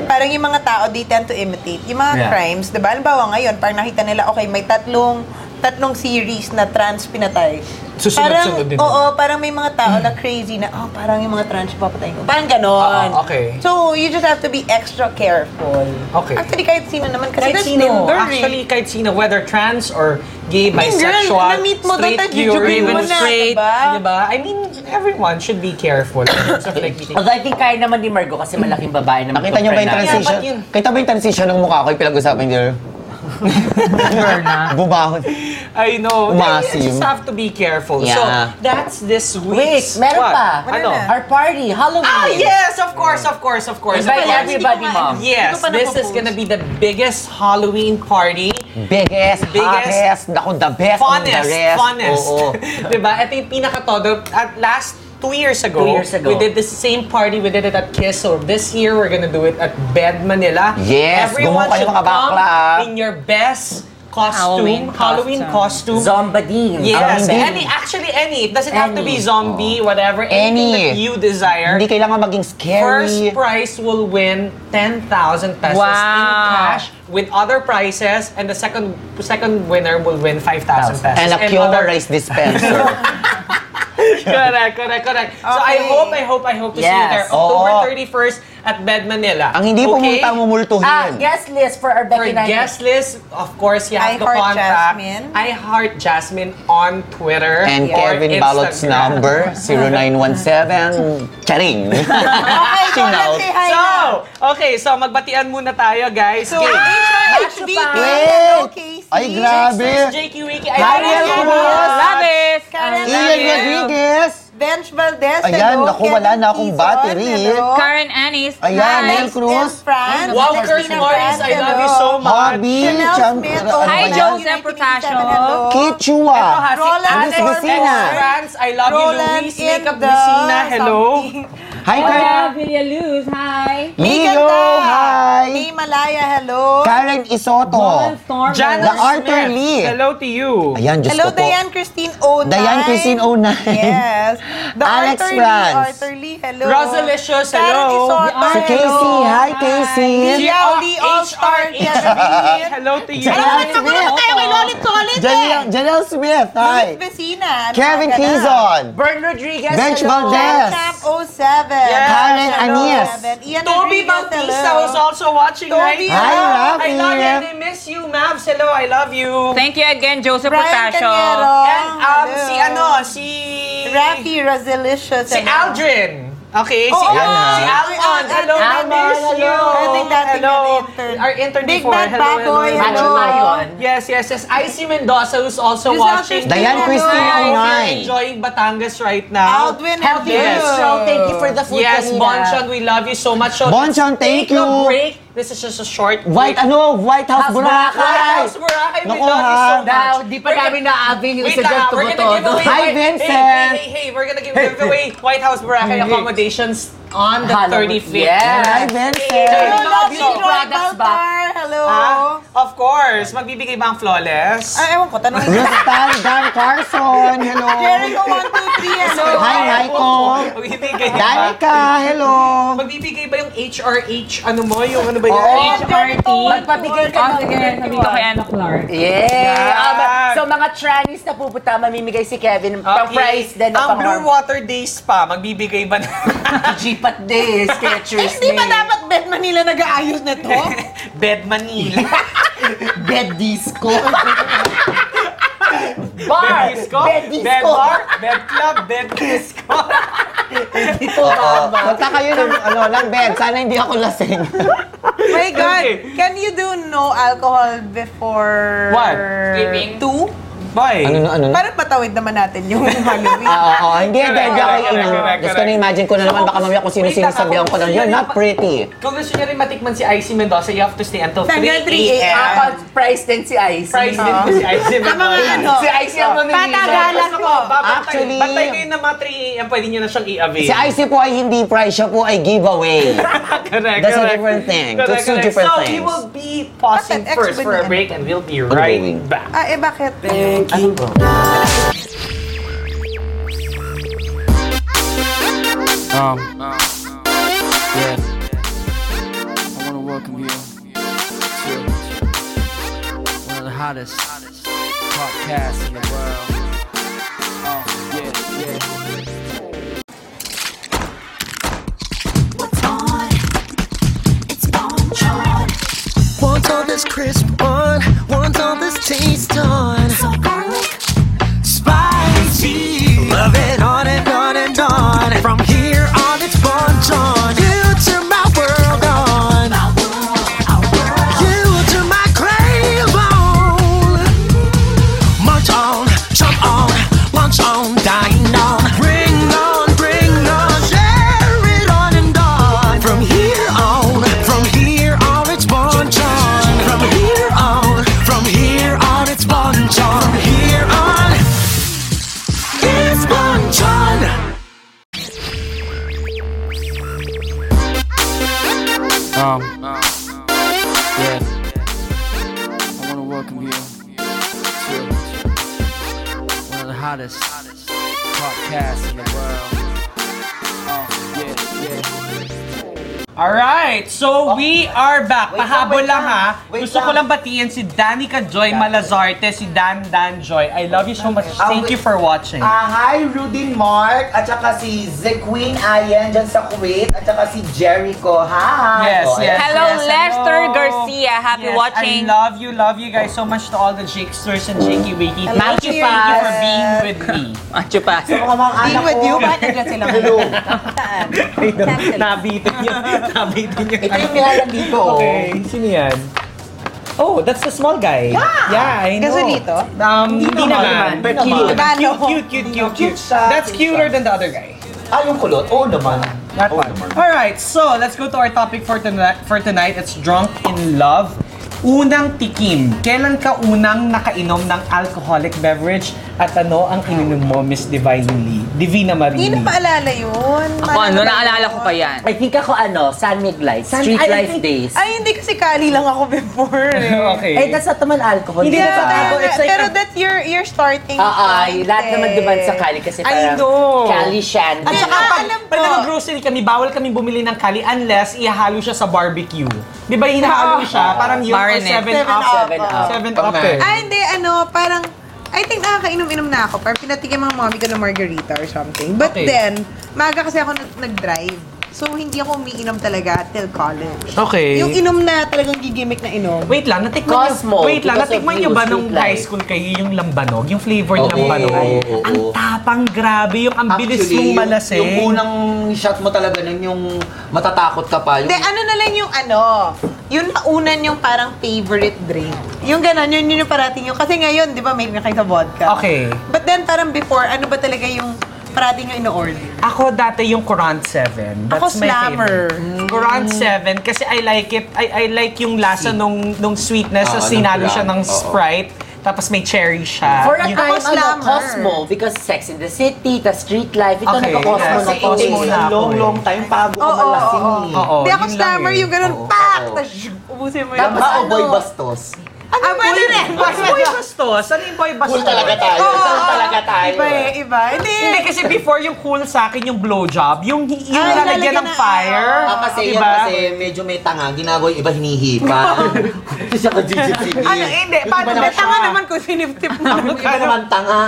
[SPEAKER 7] parang yung mga tao, they tend to imitate. Yung mga
[SPEAKER 5] Yeah.
[SPEAKER 7] crimes, di ba? Halimbawa ngayon, parang nakita nila, okay, may tatlong tatlong series na trans pinatay.
[SPEAKER 5] Susunod-sunod
[SPEAKER 7] parang,
[SPEAKER 5] din.
[SPEAKER 7] Oo, parang may mga tao na crazy na, oh, parang yung mga trans yung papatay ko. Parang ganon.
[SPEAKER 5] Oo, Ah, okay.
[SPEAKER 7] So, you just have to be extra careful.
[SPEAKER 5] Okay.
[SPEAKER 7] Actually, kahit sino naman. Kasi
[SPEAKER 5] kahit
[SPEAKER 7] that's
[SPEAKER 5] sino,
[SPEAKER 7] Tinder, eh.
[SPEAKER 5] actually kahit sino, whether trans or gay,
[SPEAKER 7] Hindi,
[SPEAKER 5] bisexual,
[SPEAKER 7] girl, na-meet mo doon,
[SPEAKER 5] straight,
[SPEAKER 7] tadjujukin
[SPEAKER 5] queer,
[SPEAKER 7] mo
[SPEAKER 5] even
[SPEAKER 7] na,
[SPEAKER 5] straight,
[SPEAKER 7] diba?
[SPEAKER 5] diba? I mean, everyone should be careful in terms of like
[SPEAKER 8] <laughs>
[SPEAKER 5] meeting.
[SPEAKER 8] Although I think kaya naman ni Margo kasi malaking babae naman.
[SPEAKER 6] Nakita niyo ba
[SPEAKER 8] compare
[SPEAKER 6] yung
[SPEAKER 8] natin.
[SPEAKER 6] transition?
[SPEAKER 5] Yeah, but yun-
[SPEAKER 6] Kita ba yung transition ng mukha ko yung pinag-usapan niyo? Bumahon.
[SPEAKER 5] I know.
[SPEAKER 6] Umasim.
[SPEAKER 5] You just have to be careful. So,
[SPEAKER 6] Yeah.
[SPEAKER 5] that's this
[SPEAKER 8] Wait,
[SPEAKER 5] week's...
[SPEAKER 8] meron
[SPEAKER 5] What?
[SPEAKER 8] pa.
[SPEAKER 5] Ano?
[SPEAKER 8] Our party, Halloween.
[SPEAKER 5] Ah, yes! Of course, of course, of course.
[SPEAKER 8] Invite
[SPEAKER 5] Yes,
[SPEAKER 8] everybody, mom.
[SPEAKER 5] Yes, this is gonna be the biggest Halloween party.
[SPEAKER 6] Biggest,
[SPEAKER 5] Biggest,
[SPEAKER 6] hottest, naku, the best among the
[SPEAKER 5] Funnest,
[SPEAKER 6] rest.
[SPEAKER 5] funnest.
[SPEAKER 6] Oo.
[SPEAKER 5] <laughs> diba? Ito yung pinakatodo. At last, two years ago,
[SPEAKER 8] Two years ago.
[SPEAKER 5] we did the same party. We did it at Kiss. So this year, we're gonna do it at Bed Manila.
[SPEAKER 6] Yes,
[SPEAKER 5] Everyone
[SPEAKER 6] gumuha kayo
[SPEAKER 5] should
[SPEAKER 6] mga bakla, ah.
[SPEAKER 5] come in your best costume.
[SPEAKER 9] Halloween
[SPEAKER 5] Halloween costume.
[SPEAKER 8] Zombadine.
[SPEAKER 5] Yes,
[SPEAKER 6] Zombie.
[SPEAKER 5] any, actually any. It doesn't have to be
[SPEAKER 8] Any.
[SPEAKER 5] zombie, whatever.
[SPEAKER 6] Oh.
[SPEAKER 5] Anything
[SPEAKER 6] Any.
[SPEAKER 5] that you desire.
[SPEAKER 6] Hindi kailangan maging scary.
[SPEAKER 5] First prize will win 10,000 pesos in
[SPEAKER 9] Wow.
[SPEAKER 5] cash with other prizes and the second second winner will win 5,000 pesos.
[SPEAKER 6] and a Kyoto
[SPEAKER 5] other- <laughs>
[SPEAKER 6] rice dispenser.
[SPEAKER 5] correct, correct, correct. So I
[SPEAKER 7] Okay.
[SPEAKER 5] hope, I hope, I hope to see you
[SPEAKER 8] Yes.
[SPEAKER 5] there October
[SPEAKER 6] Oo.
[SPEAKER 5] 31st at Bed Manila.
[SPEAKER 6] Oh. Ang hindi
[SPEAKER 5] Okay?
[SPEAKER 6] pumunta, mumultuhin.
[SPEAKER 8] Ah, guest list for our
[SPEAKER 5] For
[SPEAKER 8] Becky night.
[SPEAKER 5] guest list, of course, you
[SPEAKER 7] I
[SPEAKER 5] have to
[SPEAKER 7] Heart
[SPEAKER 5] contact
[SPEAKER 7] Jasmine.
[SPEAKER 5] I Heart Jasmine on Twitter
[SPEAKER 6] And
[SPEAKER 5] or
[SPEAKER 6] Kevin Balot's
[SPEAKER 5] Instagram.
[SPEAKER 6] number, 0917. Charing.
[SPEAKER 7] Okay, so let's say hi na.
[SPEAKER 5] So, okay, so magbatian muna tayo, guys.
[SPEAKER 7] So,
[SPEAKER 5] Okay.
[SPEAKER 7] HBK, hello, Casey.
[SPEAKER 6] Ay, grabe.
[SPEAKER 5] Jake Uwiki,
[SPEAKER 6] Daniel Cruz.
[SPEAKER 9] Labis!
[SPEAKER 7] Karen
[SPEAKER 6] Ian
[SPEAKER 7] Valdez.
[SPEAKER 6] Rodriguez.
[SPEAKER 7] Bench Valdez.
[SPEAKER 6] Ayan,
[SPEAKER 7] hello.
[SPEAKER 6] naku, wala
[SPEAKER 7] Kevin
[SPEAKER 6] na akong
[SPEAKER 7] Tizon,
[SPEAKER 6] battery.
[SPEAKER 7] hello.
[SPEAKER 9] Karen Anis.
[SPEAKER 6] Ayan,
[SPEAKER 9] Hi.
[SPEAKER 6] Nel Cruz.
[SPEAKER 7] Franz.
[SPEAKER 5] Walker's
[SPEAKER 7] Christina
[SPEAKER 5] Morris,
[SPEAKER 7] Franz,
[SPEAKER 5] I love
[SPEAKER 7] hello.
[SPEAKER 5] you so much.
[SPEAKER 6] Hobby.
[SPEAKER 7] Chanel
[SPEAKER 6] Cham-
[SPEAKER 7] Smith.
[SPEAKER 6] ano
[SPEAKER 7] oh,
[SPEAKER 6] ba
[SPEAKER 9] Hi,
[SPEAKER 6] yan?
[SPEAKER 7] Joe.
[SPEAKER 9] Joseph Protasio.
[SPEAKER 6] Kichwa.
[SPEAKER 7] Roland
[SPEAKER 6] Alice Vecina.
[SPEAKER 7] Ormond.
[SPEAKER 5] Franz, I love you.
[SPEAKER 7] Roland
[SPEAKER 5] Luis,
[SPEAKER 7] in
[SPEAKER 5] Makeup
[SPEAKER 7] the
[SPEAKER 5] Lucina, hello.
[SPEAKER 7] something.
[SPEAKER 6] Hi, Karen.
[SPEAKER 9] Villaluz. Hi.
[SPEAKER 6] Leo,
[SPEAKER 7] Ganda. May
[SPEAKER 6] hi.
[SPEAKER 7] Malaya, hello.
[SPEAKER 6] Karen Isoto.
[SPEAKER 9] Storm.
[SPEAKER 5] Jan
[SPEAKER 6] The Arthur
[SPEAKER 5] Smith,
[SPEAKER 6] Lee.
[SPEAKER 5] Hello to you.
[SPEAKER 6] Ayan, Diyos
[SPEAKER 7] Hello,
[SPEAKER 6] ko po.
[SPEAKER 7] Diane Christine O9.
[SPEAKER 6] Diane Christine O9. <laughs>
[SPEAKER 7] Yes. The
[SPEAKER 6] Alex
[SPEAKER 7] Arthur
[SPEAKER 6] Franz.
[SPEAKER 7] Lee, Arthur Lee, hello.
[SPEAKER 5] Rosalicious, hello.
[SPEAKER 7] Karen Isotta,
[SPEAKER 6] Si Casey,
[SPEAKER 7] hello.
[SPEAKER 6] hi, Casey.
[SPEAKER 5] E
[SPEAKER 7] Lolly All-Star
[SPEAKER 6] <laughs>
[SPEAKER 7] Academy.
[SPEAKER 5] <laughs> Hello to you.
[SPEAKER 6] Alam mo, nagkagulo na
[SPEAKER 7] tayo kay Lolit Lolit
[SPEAKER 6] Janelle, Janelle Smith, hi.
[SPEAKER 7] Luis Vecina. Ano ka
[SPEAKER 6] Kevin
[SPEAKER 7] na?
[SPEAKER 6] Quezon.
[SPEAKER 8] Bern Rodriguez.
[SPEAKER 6] Bench
[SPEAKER 8] hello.
[SPEAKER 6] Valdez.
[SPEAKER 7] Camp 07. Yes.
[SPEAKER 6] Karen Anias.
[SPEAKER 7] Ian
[SPEAKER 5] Toby
[SPEAKER 7] Rodriguez,
[SPEAKER 5] Bautista
[SPEAKER 7] hello.
[SPEAKER 5] was also watching
[SPEAKER 7] Toby, ah.
[SPEAKER 5] right now.
[SPEAKER 6] Hi,
[SPEAKER 5] I
[SPEAKER 6] Rafi.
[SPEAKER 5] love you. and I miss you, Mavs. Hello, I love you.
[SPEAKER 9] Thank you again, Joseph
[SPEAKER 7] Brian
[SPEAKER 9] Protasio.
[SPEAKER 7] Cañero.
[SPEAKER 5] And um,
[SPEAKER 7] Hello.
[SPEAKER 5] si ano, si...
[SPEAKER 7] Rafi Rosalicious.
[SPEAKER 5] Si Aldrin. Okay, si,
[SPEAKER 7] Oo,
[SPEAKER 6] ah.
[SPEAKER 5] si Almond. Hello,
[SPEAKER 7] Almond,
[SPEAKER 5] Almond.
[SPEAKER 7] hello.
[SPEAKER 5] Hello.
[SPEAKER 7] I think dating
[SPEAKER 5] Hello.
[SPEAKER 7] na intern.
[SPEAKER 5] Our intern
[SPEAKER 7] Big
[SPEAKER 5] before.
[SPEAKER 7] Bad
[SPEAKER 5] Hello,
[SPEAKER 7] Bad Boy,
[SPEAKER 8] Macho
[SPEAKER 7] hello.
[SPEAKER 8] pa yun.
[SPEAKER 5] Yes, yes, yes. Icy Mendoza who's also
[SPEAKER 7] Giselle
[SPEAKER 5] watching.
[SPEAKER 7] Christina,
[SPEAKER 6] Diane
[SPEAKER 7] hello.
[SPEAKER 6] Christine
[SPEAKER 5] Guys,
[SPEAKER 6] Online.
[SPEAKER 5] you're enjoying Batangas right now.
[SPEAKER 7] Aldwin,
[SPEAKER 8] Healthy
[SPEAKER 5] Yes.
[SPEAKER 8] yes. So, thank you for the food
[SPEAKER 5] Yes,
[SPEAKER 8] kanina.
[SPEAKER 5] Bonchon, we love you so much. So,
[SPEAKER 6] Bonchon, thank
[SPEAKER 5] take a
[SPEAKER 6] you.
[SPEAKER 5] break. This is just a short
[SPEAKER 6] White,
[SPEAKER 5] break.
[SPEAKER 6] ano, White House
[SPEAKER 8] House
[SPEAKER 5] White
[SPEAKER 6] Boracay.
[SPEAKER 5] House Boracay, we
[SPEAKER 6] Naku,
[SPEAKER 5] love
[SPEAKER 6] ha.
[SPEAKER 5] you so much.
[SPEAKER 8] Now, di pa
[SPEAKER 5] We're gonna-
[SPEAKER 8] namin naabing yung
[SPEAKER 5] Wait
[SPEAKER 8] isa dyan
[SPEAKER 5] lang, we're gonna give
[SPEAKER 8] tumutodo.
[SPEAKER 5] away.
[SPEAKER 6] Hi,
[SPEAKER 5] White-
[SPEAKER 6] Vincent.
[SPEAKER 5] Hey, hey, hey, hey, we're gonna give, give away White House Boracay accommodations on the
[SPEAKER 8] Halloween.
[SPEAKER 5] 35th.
[SPEAKER 8] Yes.
[SPEAKER 6] Hi, Vincent.
[SPEAKER 7] Hello,
[SPEAKER 8] Lovely
[SPEAKER 7] Lovely Roy
[SPEAKER 8] products ba?
[SPEAKER 7] Baltar, hello.
[SPEAKER 5] Ah, of course, magbibigay ba ang flawless?
[SPEAKER 7] Ah, ewan ko, tanongin ko.
[SPEAKER 6] Rostal Dan Carson, hello.
[SPEAKER 7] Jericho 123, hello.
[SPEAKER 6] Hi, Michael.
[SPEAKER 5] Magbibigay ba?
[SPEAKER 6] Danica, hello.
[SPEAKER 5] Magbibigay ba yung HRH, ano mo, yung ano ba yun?
[SPEAKER 7] Oh,
[SPEAKER 8] HRT. Magpabigay ka
[SPEAKER 9] Oh,
[SPEAKER 8] ng
[SPEAKER 9] sige. Dito kay Anna Clark.
[SPEAKER 8] Yay!
[SPEAKER 5] Yeah.
[SPEAKER 8] Ah, ba- so mga trannies na pupunta, mamimigay si Kevin pang prize din na
[SPEAKER 5] Ang
[SPEAKER 8] pang
[SPEAKER 5] Blue Water Days pa, magbibigay
[SPEAKER 8] <laughs>
[SPEAKER 5] ba na?
[SPEAKER 8] Jeepat days, Skechers
[SPEAKER 7] Hindi ba dapat Bet Manila nag-aayos na to?
[SPEAKER 5] <laughs> Bed Manila.
[SPEAKER 8] <laughs> Bed
[SPEAKER 5] <laughs>
[SPEAKER 8] disco. bar!
[SPEAKER 5] Bed disco?
[SPEAKER 8] Bed
[SPEAKER 5] Bed
[SPEAKER 8] disco.
[SPEAKER 5] bar? Bed club? Bed disco?
[SPEAKER 8] Hindi po
[SPEAKER 6] Oo.
[SPEAKER 8] tama.
[SPEAKER 6] Punta kayo ng, ano, ng bed. Sana hindi ako lasing.
[SPEAKER 7] My God!
[SPEAKER 5] Okay.
[SPEAKER 7] Can you do no alcohol before...
[SPEAKER 5] What?
[SPEAKER 9] Giving?
[SPEAKER 7] Two?
[SPEAKER 5] Boy.
[SPEAKER 6] ano, na- ano? na?
[SPEAKER 7] Para patawid naman natin yung <laughs> Halloween.
[SPEAKER 6] Ah, oo, oo. Hindi, hindi, hindi ako
[SPEAKER 5] <laughs> Correct,
[SPEAKER 6] inom. Just
[SPEAKER 5] correct,
[SPEAKER 6] ko
[SPEAKER 5] correct.
[SPEAKER 6] na-imagine ko na naman baka mamaya kung sino-sino
[SPEAKER 5] Wait lang,
[SPEAKER 6] sabihan ko na,
[SPEAKER 5] ako-
[SPEAKER 6] you're not pretty.
[SPEAKER 5] Kung gusto niya rin matikman si Icy Mendoza, you have to stay until 3
[SPEAKER 7] Hanggang 3
[SPEAKER 5] a.m.
[SPEAKER 7] a.m.
[SPEAKER 8] Kapag price din si Ice. Ah.
[SPEAKER 5] Price din po si Icy Mendoza.
[SPEAKER 7] mga ano,
[SPEAKER 5] Si Icy ang mamimili.
[SPEAKER 7] patagalan
[SPEAKER 5] Gusto ko,
[SPEAKER 7] po.
[SPEAKER 5] babantay-
[SPEAKER 6] Actually-
[SPEAKER 5] Bantay kayo na mga 3 a.m. Pwede niyo na siyang i-avail.
[SPEAKER 6] Si Icy po ay hindi price, siya po ay giveaway.
[SPEAKER 5] <laughs> correct,
[SPEAKER 6] That's a
[SPEAKER 5] correct.
[SPEAKER 6] different thing.
[SPEAKER 5] Correct,
[SPEAKER 6] That's two
[SPEAKER 5] correct.
[SPEAKER 6] different
[SPEAKER 5] so we
[SPEAKER 6] things.
[SPEAKER 5] will be pausing
[SPEAKER 7] Bakit?
[SPEAKER 5] first for
[SPEAKER 7] Explain.
[SPEAKER 5] a break and we'll be right
[SPEAKER 6] doing?
[SPEAKER 5] back.
[SPEAKER 7] Ah, eh bakit?
[SPEAKER 4] Um, yeah. I want to welcome you to one of the hottest podcasts in the world. Oh, yeah, yeah.
[SPEAKER 10] Want all this crisp on, want all this taste on. So garlic, spicy, love it on and on and on. From here on, it's bonjour. You turn my world on. You turn my crave on. Munch on, chomp on, lunch on, dine on. Bring on, bring on, share it on and on. From here on, from here on, it's bonjour. From here on, from here on, it's bonjour. From here on, it's bonjour.
[SPEAKER 4] Um, yeah. I want to welcome you to one of the hottest podcasts in the world. Oh, yeah, yeah.
[SPEAKER 5] Alright, so we are back.
[SPEAKER 8] Wait lang,
[SPEAKER 5] Pahabol
[SPEAKER 8] wait
[SPEAKER 5] Oh. lang,
[SPEAKER 8] lang.
[SPEAKER 5] ha.
[SPEAKER 8] Wait
[SPEAKER 5] Gusto ko
[SPEAKER 8] lang.
[SPEAKER 5] lang batiin si Danica Joy Malazarte, si Dan Dan Joy. I love you so much.
[SPEAKER 8] Ah,
[SPEAKER 5] Thank
[SPEAKER 8] wait.
[SPEAKER 5] you for watching.
[SPEAKER 8] Ah, hi, Rudin Mark, at saka si The Queen Ayan dyan sa Kuwait, at saka si Jericho. Hi!
[SPEAKER 5] Yes,
[SPEAKER 8] Oh,
[SPEAKER 5] yes.
[SPEAKER 9] Hello,
[SPEAKER 5] yes,
[SPEAKER 9] Lester
[SPEAKER 5] hello.
[SPEAKER 9] Garcia. Happy
[SPEAKER 5] Yes,
[SPEAKER 9] watching.
[SPEAKER 5] I love you, love you guys so much to all the Jakesters and Jakey Wakey.
[SPEAKER 7] Hello,
[SPEAKER 5] Thank you, thank you for being with me.
[SPEAKER 8] Acho pa. So, mga
[SPEAKER 7] Being
[SPEAKER 8] anak
[SPEAKER 7] with
[SPEAKER 8] ko.
[SPEAKER 7] you, ba't nagla sila? Saan? Saan sila?
[SPEAKER 5] Nabitin yun. Nabitin yun.
[SPEAKER 8] Ito yung nilalang dito.
[SPEAKER 5] Okay, sino yan? Oh, that's the small guy. Yeah, I know.
[SPEAKER 7] Gasolito?
[SPEAKER 5] Um, hindi, naman, But
[SPEAKER 8] Hindi
[SPEAKER 5] cute.
[SPEAKER 7] naman.
[SPEAKER 5] Cute, cute, cute, cute, cute. That's cuter than the other guy.
[SPEAKER 8] Ah, yung kulot? Oo naman.
[SPEAKER 5] That one. All right, so let's go to our topic for tonight. For tonight, it's drunk in love. Unang tikim. Kailan ka unang nakainom ng alcoholic beverage at ano ang ininom mo, Miss Divine Lee? Divina
[SPEAKER 7] Hindi
[SPEAKER 5] Marini.
[SPEAKER 7] na paalala yun.
[SPEAKER 9] Ako ano,
[SPEAKER 7] Maalala
[SPEAKER 9] naalala
[SPEAKER 7] yun.
[SPEAKER 9] ko pa yan.
[SPEAKER 8] I think ako ano, San Miguel Street
[SPEAKER 5] I
[SPEAKER 8] Life
[SPEAKER 5] think-
[SPEAKER 8] Days. <laughs>
[SPEAKER 7] Ay, hindi kasi kali lang ako before eh.
[SPEAKER 5] <laughs>
[SPEAKER 8] eh,
[SPEAKER 5] okay.
[SPEAKER 8] that's not naman alcohol.
[SPEAKER 5] Hindi
[SPEAKER 7] Yeah,
[SPEAKER 5] na
[SPEAKER 7] kaya
[SPEAKER 5] ako,
[SPEAKER 7] nga.
[SPEAKER 5] it's like
[SPEAKER 7] pero
[SPEAKER 5] a-
[SPEAKER 7] that you're you're starting
[SPEAKER 8] Ah, ay,
[SPEAKER 7] point
[SPEAKER 8] lahat naman
[SPEAKER 7] eh.
[SPEAKER 8] diba sa Cali kasi
[SPEAKER 5] I
[SPEAKER 8] parang
[SPEAKER 5] know.
[SPEAKER 8] Cali Shandy.
[SPEAKER 5] At saka
[SPEAKER 7] Ah,
[SPEAKER 5] pag,
[SPEAKER 7] alam
[SPEAKER 5] pag
[SPEAKER 7] ko.
[SPEAKER 5] nag-grocery kami, bawal kami bumili ng kali unless ihalo siya sa barbecue. Di
[SPEAKER 8] <laughs>
[SPEAKER 5] ba hinahalo siya? Parang yun, or
[SPEAKER 9] Marinate.
[SPEAKER 5] 7
[SPEAKER 7] Seven
[SPEAKER 5] up.
[SPEAKER 7] up.
[SPEAKER 5] 7
[SPEAKER 8] 7 Ah. up.
[SPEAKER 5] up. eh.
[SPEAKER 7] Ah, hindi, ano, parang, I think nakakainom-inom na ako. Parang pinatigyan mga mommy ko ng margarita or something. But
[SPEAKER 5] Okay.
[SPEAKER 7] then, maga kasi ako nag- nag-drive. So, hindi ako umiinom talaga till college.
[SPEAKER 5] Okay.
[SPEAKER 7] Yung inom na talagang gigimik na inom.
[SPEAKER 5] Wait lang, natikman
[SPEAKER 8] Cosmo,
[SPEAKER 5] niyo. Wait lang,
[SPEAKER 8] because of
[SPEAKER 5] natikman
[SPEAKER 8] you,
[SPEAKER 5] niyo ba
[SPEAKER 8] street
[SPEAKER 5] nung
[SPEAKER 8] life.
[SPEAKER 5] high school kayo yung lambanog, yung flavored
[SPEAKER 6] Oo,
[SPEAKER 5] lambanog?
[SPEAKER 6] oo, oo.
[SPEAKER 5] Ang tapang grabe, yung ang bilis mong
[SPEAKER 6] yung-
[SPEAKER 5] malasing.
[SPEAKER 6] Yung unang shot mo talaga nun, yung matatakot ka pa. Yung,
[SPEAKER 7] Hindi, ano na lang yung ano, yun naunan yung parang favorite drink. Yung gano'n, yun, yun yung parating yung, kasi ngayon, di ba, may na kayo sa vodka.
[SPEAKER 5] Okay.
[SPEAKER 7] But then, parang before, ano ba talaga yung parating yung in-order?
[SPEAKER 5] Ako dati yung Courant 7. That's
[SPEAKER 7] Ako
[SPEAKER 5] my
[SPEAKER 7] slammer. Mm.
[SPEAKER 5] favorite. Mm, Courant
[SPEAKER 8] Mm.
[SPEAKER 5] 7 kasi I like it. I, I like yung lasa nung nung sweetness
[SPEAKER 6] Oo,
[SPEAKER 5] na
[SPEAKER 6] Ah, ng
[SPEAKER 5] sinalo siya
[SPEAKER 6] Courant.
[SPEAKER 5] ng
[SPEAKER 6] Oo.
[SPEAKER 5] Sprite tapos may cherry siya.
[SPEAKER 8] For a
[SPEAKER 5] Yung-
[SPEAKER 8] time,
[SPEAKER 7] Ako,
[SPEAKER 8] ano,
[SPEAKER 7] slammer.
[SPEAKER 8] Cosmo. Because Sex in the City, the street life. Ito
[SPEAKER 5] Okay,
[SPEAKER 8] nagka-Cosmo
[SPEAKER 5] yes.
[SPEAKER 8] na
[SPEAKER 5] Kasi
[SPEAKER 8] Cosmo
[SPEAKER 5] it
[SPEAKER 8] na
[SPEAKER 5] takes a
[SPEAKER 8] ako.
[SPEAKER 7] eh.
[SPEAKER 5] long, long
[SPEAKER 8] time bago
[SPEAKER 7] Oo, oo, malasing oo. eh.
[SPEAKER 5] eh. Oo,
[SPEAKER 7] Di ako
[SPEAKER 5] yun lang
[SPEAKER 7] slammer,
[SPEAKER 5] eh.
[SPEAKER 7] yung gano'n, pak! Tapos, ubusin mo yun.
[SPEAKER 8] Tapos
[SPEAKER 7] Ano?
[SPEAKER 8] ako, boy bastos.
[SPEAKER 7] Ano, pwede rin.
[SPEAKER 5] Mas Ah, boy bastos. Ano yung boy
[SPEAKER 6] Cool
[SPEAKER 5] bastos?
[SPEAKER 6] talaga tayo.
[SPEAKER 7] Oo, oo, oo.
[SPEAKER 8] talaga tayo.
[SPEAKER 7] Iba eh, iba. Hindi.
[SPEAKER 5] Hindi kasi before yung cool sa akin yung blowjob, yung yung
[SPEAKER 7] Ay,
[SPEAKER 5] lalagyan
[SPEAKER 7] Ah, lalagyan
[SPEAKER 5] ng
[SPEAKER 7] ng-
[SPEAKER 5] fire.
[SPEAKER 6] Ah, kasi yan
[SPEAKER 5] diba?
[SPEAKER 6] kasi medyo may tanga. Ginagawa yung iba hinihipa. Ito <laughs> siya ka GGTV.
[SPEAKER 5] Ano, hindi.
[SPEAKER 6] Yung iba
[SPEAKER 5] Paano
[SPEAKER 6] naman
[SPEAKER 5] ba
[SPEAKER 7] May tanga
[SPEAKER 5] siya?
[SPEAKER 7] naman ko siniptip mo.
[SPEAKER 6] Yung iba naman tanga.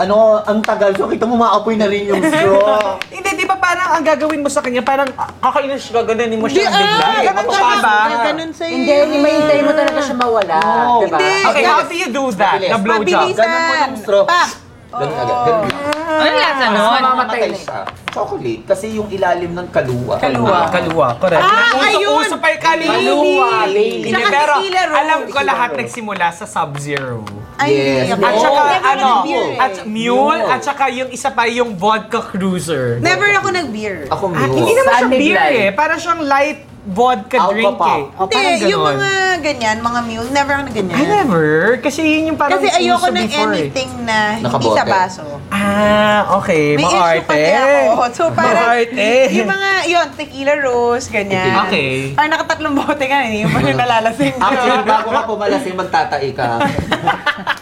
[SPEAKER 6] Ano, ang tagal. So, kita mo maapoy na rin yung straw.
[SPEAKER 5] <laughs> Hindi, di ba parang ang gagawin mo sa kanya, parang ah, kakainan siya, gaganin mo
[SPEAKER 7] Hindi,
[SPEAKER 5] siya ng bigla.
[SPEAKER 7] ah, ganun
[SPEAKER 5] Ano
[SPEAKER 7] ka
[SPEAKER 5] ba ba?
[SPEAKER 7] Ganun sa'yo.
[SPEAKER 8] Hindi, hindi mahintay mo talaga siya mawala.
[SPEAKER 5] Oo.
[SPEAKER 8] Diba?
[SPEAKER 7] Hindi.
[SPEAKER 5] Okay, how do you do that? The blowjob.
[SPEAKER 7] Mabilisan.
[SPEAKER 6] Ganun mo ng straw.
[SPEAKER 7] Pak!
[SPEAKER 5] Ganun agad. Ganun lang.
[SPEAKER 9] Ano
[SPEAKER 6] Ah.
[SPEAKER 9] lasa nun?
[SPEAKER 5] Mamamatay siya. Chocolate. Kasi yung ilalim ng kaluwa.
[SPEAKER 6] Diba?
[SPEAKER 4] Kaluwa. Kaluwa, correct.
[SPEAKER 7] Ah, ayun!
[SPEAKER 5] Uso pa yung kaluwa.
[SPEAKER 7] Kaluwa,
[SPEAKER 5] Hindi,
[SPEAKER 7] Tsaka
[SPEAKER 5] Pero
[SPEAKER 7] tequila roll.
[SPEAKER 5] alam ko lahat nagsimula sa Sub-Zero.
[SPEAKER 7] Ay,
[SPEAKER 5] Yes.
[SPEAKER 7] hindi ako.
[SPEAKER 5] At saka
[SPEAKER 7] Never
[SPEAKER 5] ano,
[SPEAKER 7] nag-beer eh.
[SPEAKER 5] at mule, at saka yung isa pa yung vodka cruiser.
[SPEAKER 7] Never ako nag-beer.
[SPEAKER 5] Ako mule. hindi naman siya
[SPEAKER 8] Sunday
[SPEAKER 5] beer
[SPEAKER 8] light.
[SPEAKER 5] eh. Para siyang light vodka
[SPEAKER 6] Alpha
[SPEAKER 5] drink
[SPEAKER 6] pop.
[SPEAKER 5] eh. Oh,
[SPEAKER 7] Hindi,
[SPEAKER 5] parang
[SPEAKER 7] yung
[SPEAKER 5] ganon.
[SPEAKER 7] mga ganyan, mga mule, never ako na ganyan.
[SPEAKER 5] I never. Kasi yun yung parang
[SPEAKER 7] Kasi ayoko
[SPEAKER 5] uso
[SPEAKER 7] ng
[SPEAKER 5] before eh.
[SPEAKER 7] anything na hindi
[SPEAKER 6] Nakabote.
[SPEAKER 7] sa baso.
[SPEAKER 5] Ah, okay.
[SPEAKER 7] May issue
[SPEAKER 5] Maarte.
[SPEAKER 7] kasi ako. So parang,
[SPEAKER 5] Maarte.
[SPEAKER 7] yung mga, yun, tequila rose, ganyan.
[SPEAKER 5] Okay.
[SPEAKER 7] Parang nakatatlong bote ka, hindi mo
[SPEAKER 6] <laughs>
[SPEAKER 7] parang nalalasing. <laughs>
[SPEAKER 6] Actually, bago ka Diba? pumalasing, magtatai ka.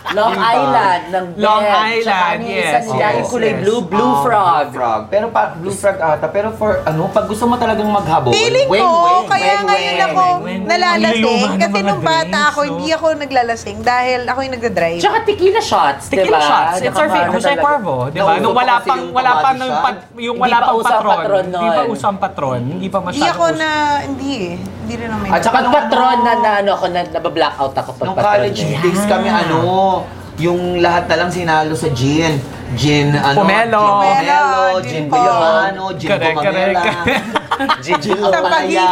[SPEAKER 8] Long Island ng Ben.
[SPEAKER 5] Long
[SPEAKER 8] Tsaka
[SPEAKER 5] Island,
[SPEAKER 8] yung
[SPEAKER 5] yes,
[SPEAKER 8] Isang yes,
[SPEAKER 5] yes,
[SPEAKER 8] kulay
[SPEAKER 5] yes.
[SPEAKER 8] blue, blue
[SPEAKER 6] Oh,
[SPEAKER 8] frog.
[SPEAKER 6] Blue frog. Pero pa, blue frog ata. Pero for ano, pag gusto mo talagang maghabol,
[SPEAKER 7] Feeling
[SPEAKER 6] weng,
[SPEAKER 7] ko,
[SPEAKER 6] weng,
[SPEAKER 7] kaya
[SPEAKER 6] weng,
[SPEAKER 7] ngayon
[SPEAKER 6] weng,
[SPEAKER 7] ako
[SPEAKER 6] weng, weng.
[SPEAKER 7] nalalasing.
[SPEAKER 5] Niluluman ng
[SPEAKER 7] Kasi
[SPEAKER 5] mga
[SPEAKER 7] nung bata
[SPEAKER 5] drinks,
[SPEAKER 7] ako,
[SPEAKER 5] no?
[SPEAKER 7] hindi ako naglalasing dahil ako yung nagdadrive.
[SPEAKER 8] Tsaka tequila shots,
[SPEAKER 5] Tequila
[SPEAKER 8] diba?
[SPEAKER 5] shots. It's our favorite. Jose
[SPEAKER 8] talaga.
[SPEAKER 5] Cuervo, di ba?
[SPEAKER 6] Nauso
[SPEAKER 5] Nung
[SPEAKER 6] pa
[SPEAKER 5] wala
[SPEAKER 6] kasi
[SPEAKER 5] pang,
[SPEAKER 6] yung
[SPEAKER 5] wala pa
[SPEAKER 6] kamatis
[SPEAKER 5] nung
[SPEAKER 6] siya.
[SPEAKER 5] pat, yung
[SPEAKER 8] Hindi
[SPEAKER 5] wala
[SPEAKER 8] pa
[SPEAKER 5] pang
[SPEAKER 8] uso ang
[SPEAKER 5] patron.
[SPEAKER 8] patron
[SPEAKER 5] Hindi pa
[SPEAKER 8] nun.
[SPEAKER 5] usang patron. Hindi pa
[SPEAKER 7] Hindi
[SPEAKER 5] masyadong
[SPEAKER 7] ako
[SPEAKER 5] uso.
[SPEAKER 7] na, hindi eh. Hindi rin naman.
[SPEAKER 6] At saka
[SPEAKER 8] Pag patron na, na ano ako, na, nabablackout ako pag
[SPEAKER 6] Nung
[SPEAKER 8] patron.
[SPEAKER 6] college
[SPEAKER 8] eh.
[SPEAKER 6] days kami, ano, yung lahat na lang sinalo sa gin. Gin, ano,
[SPEAKER 5] Pomelo.
[SPEAKER 6] gin pomelo,
[SPEAKER 7] Pomelo,
[SPEAKER 6] gin
[SPEAKER 7] gin
[SPEAKER 6] biano, gin
[SPEAKER 8] <laughs>
[SPEAKER 5] Correct,
[SPEAKER 6] gumamela,
[SPEAKER 5] correct.
[SPEAKER 6] gin gin ampalaya,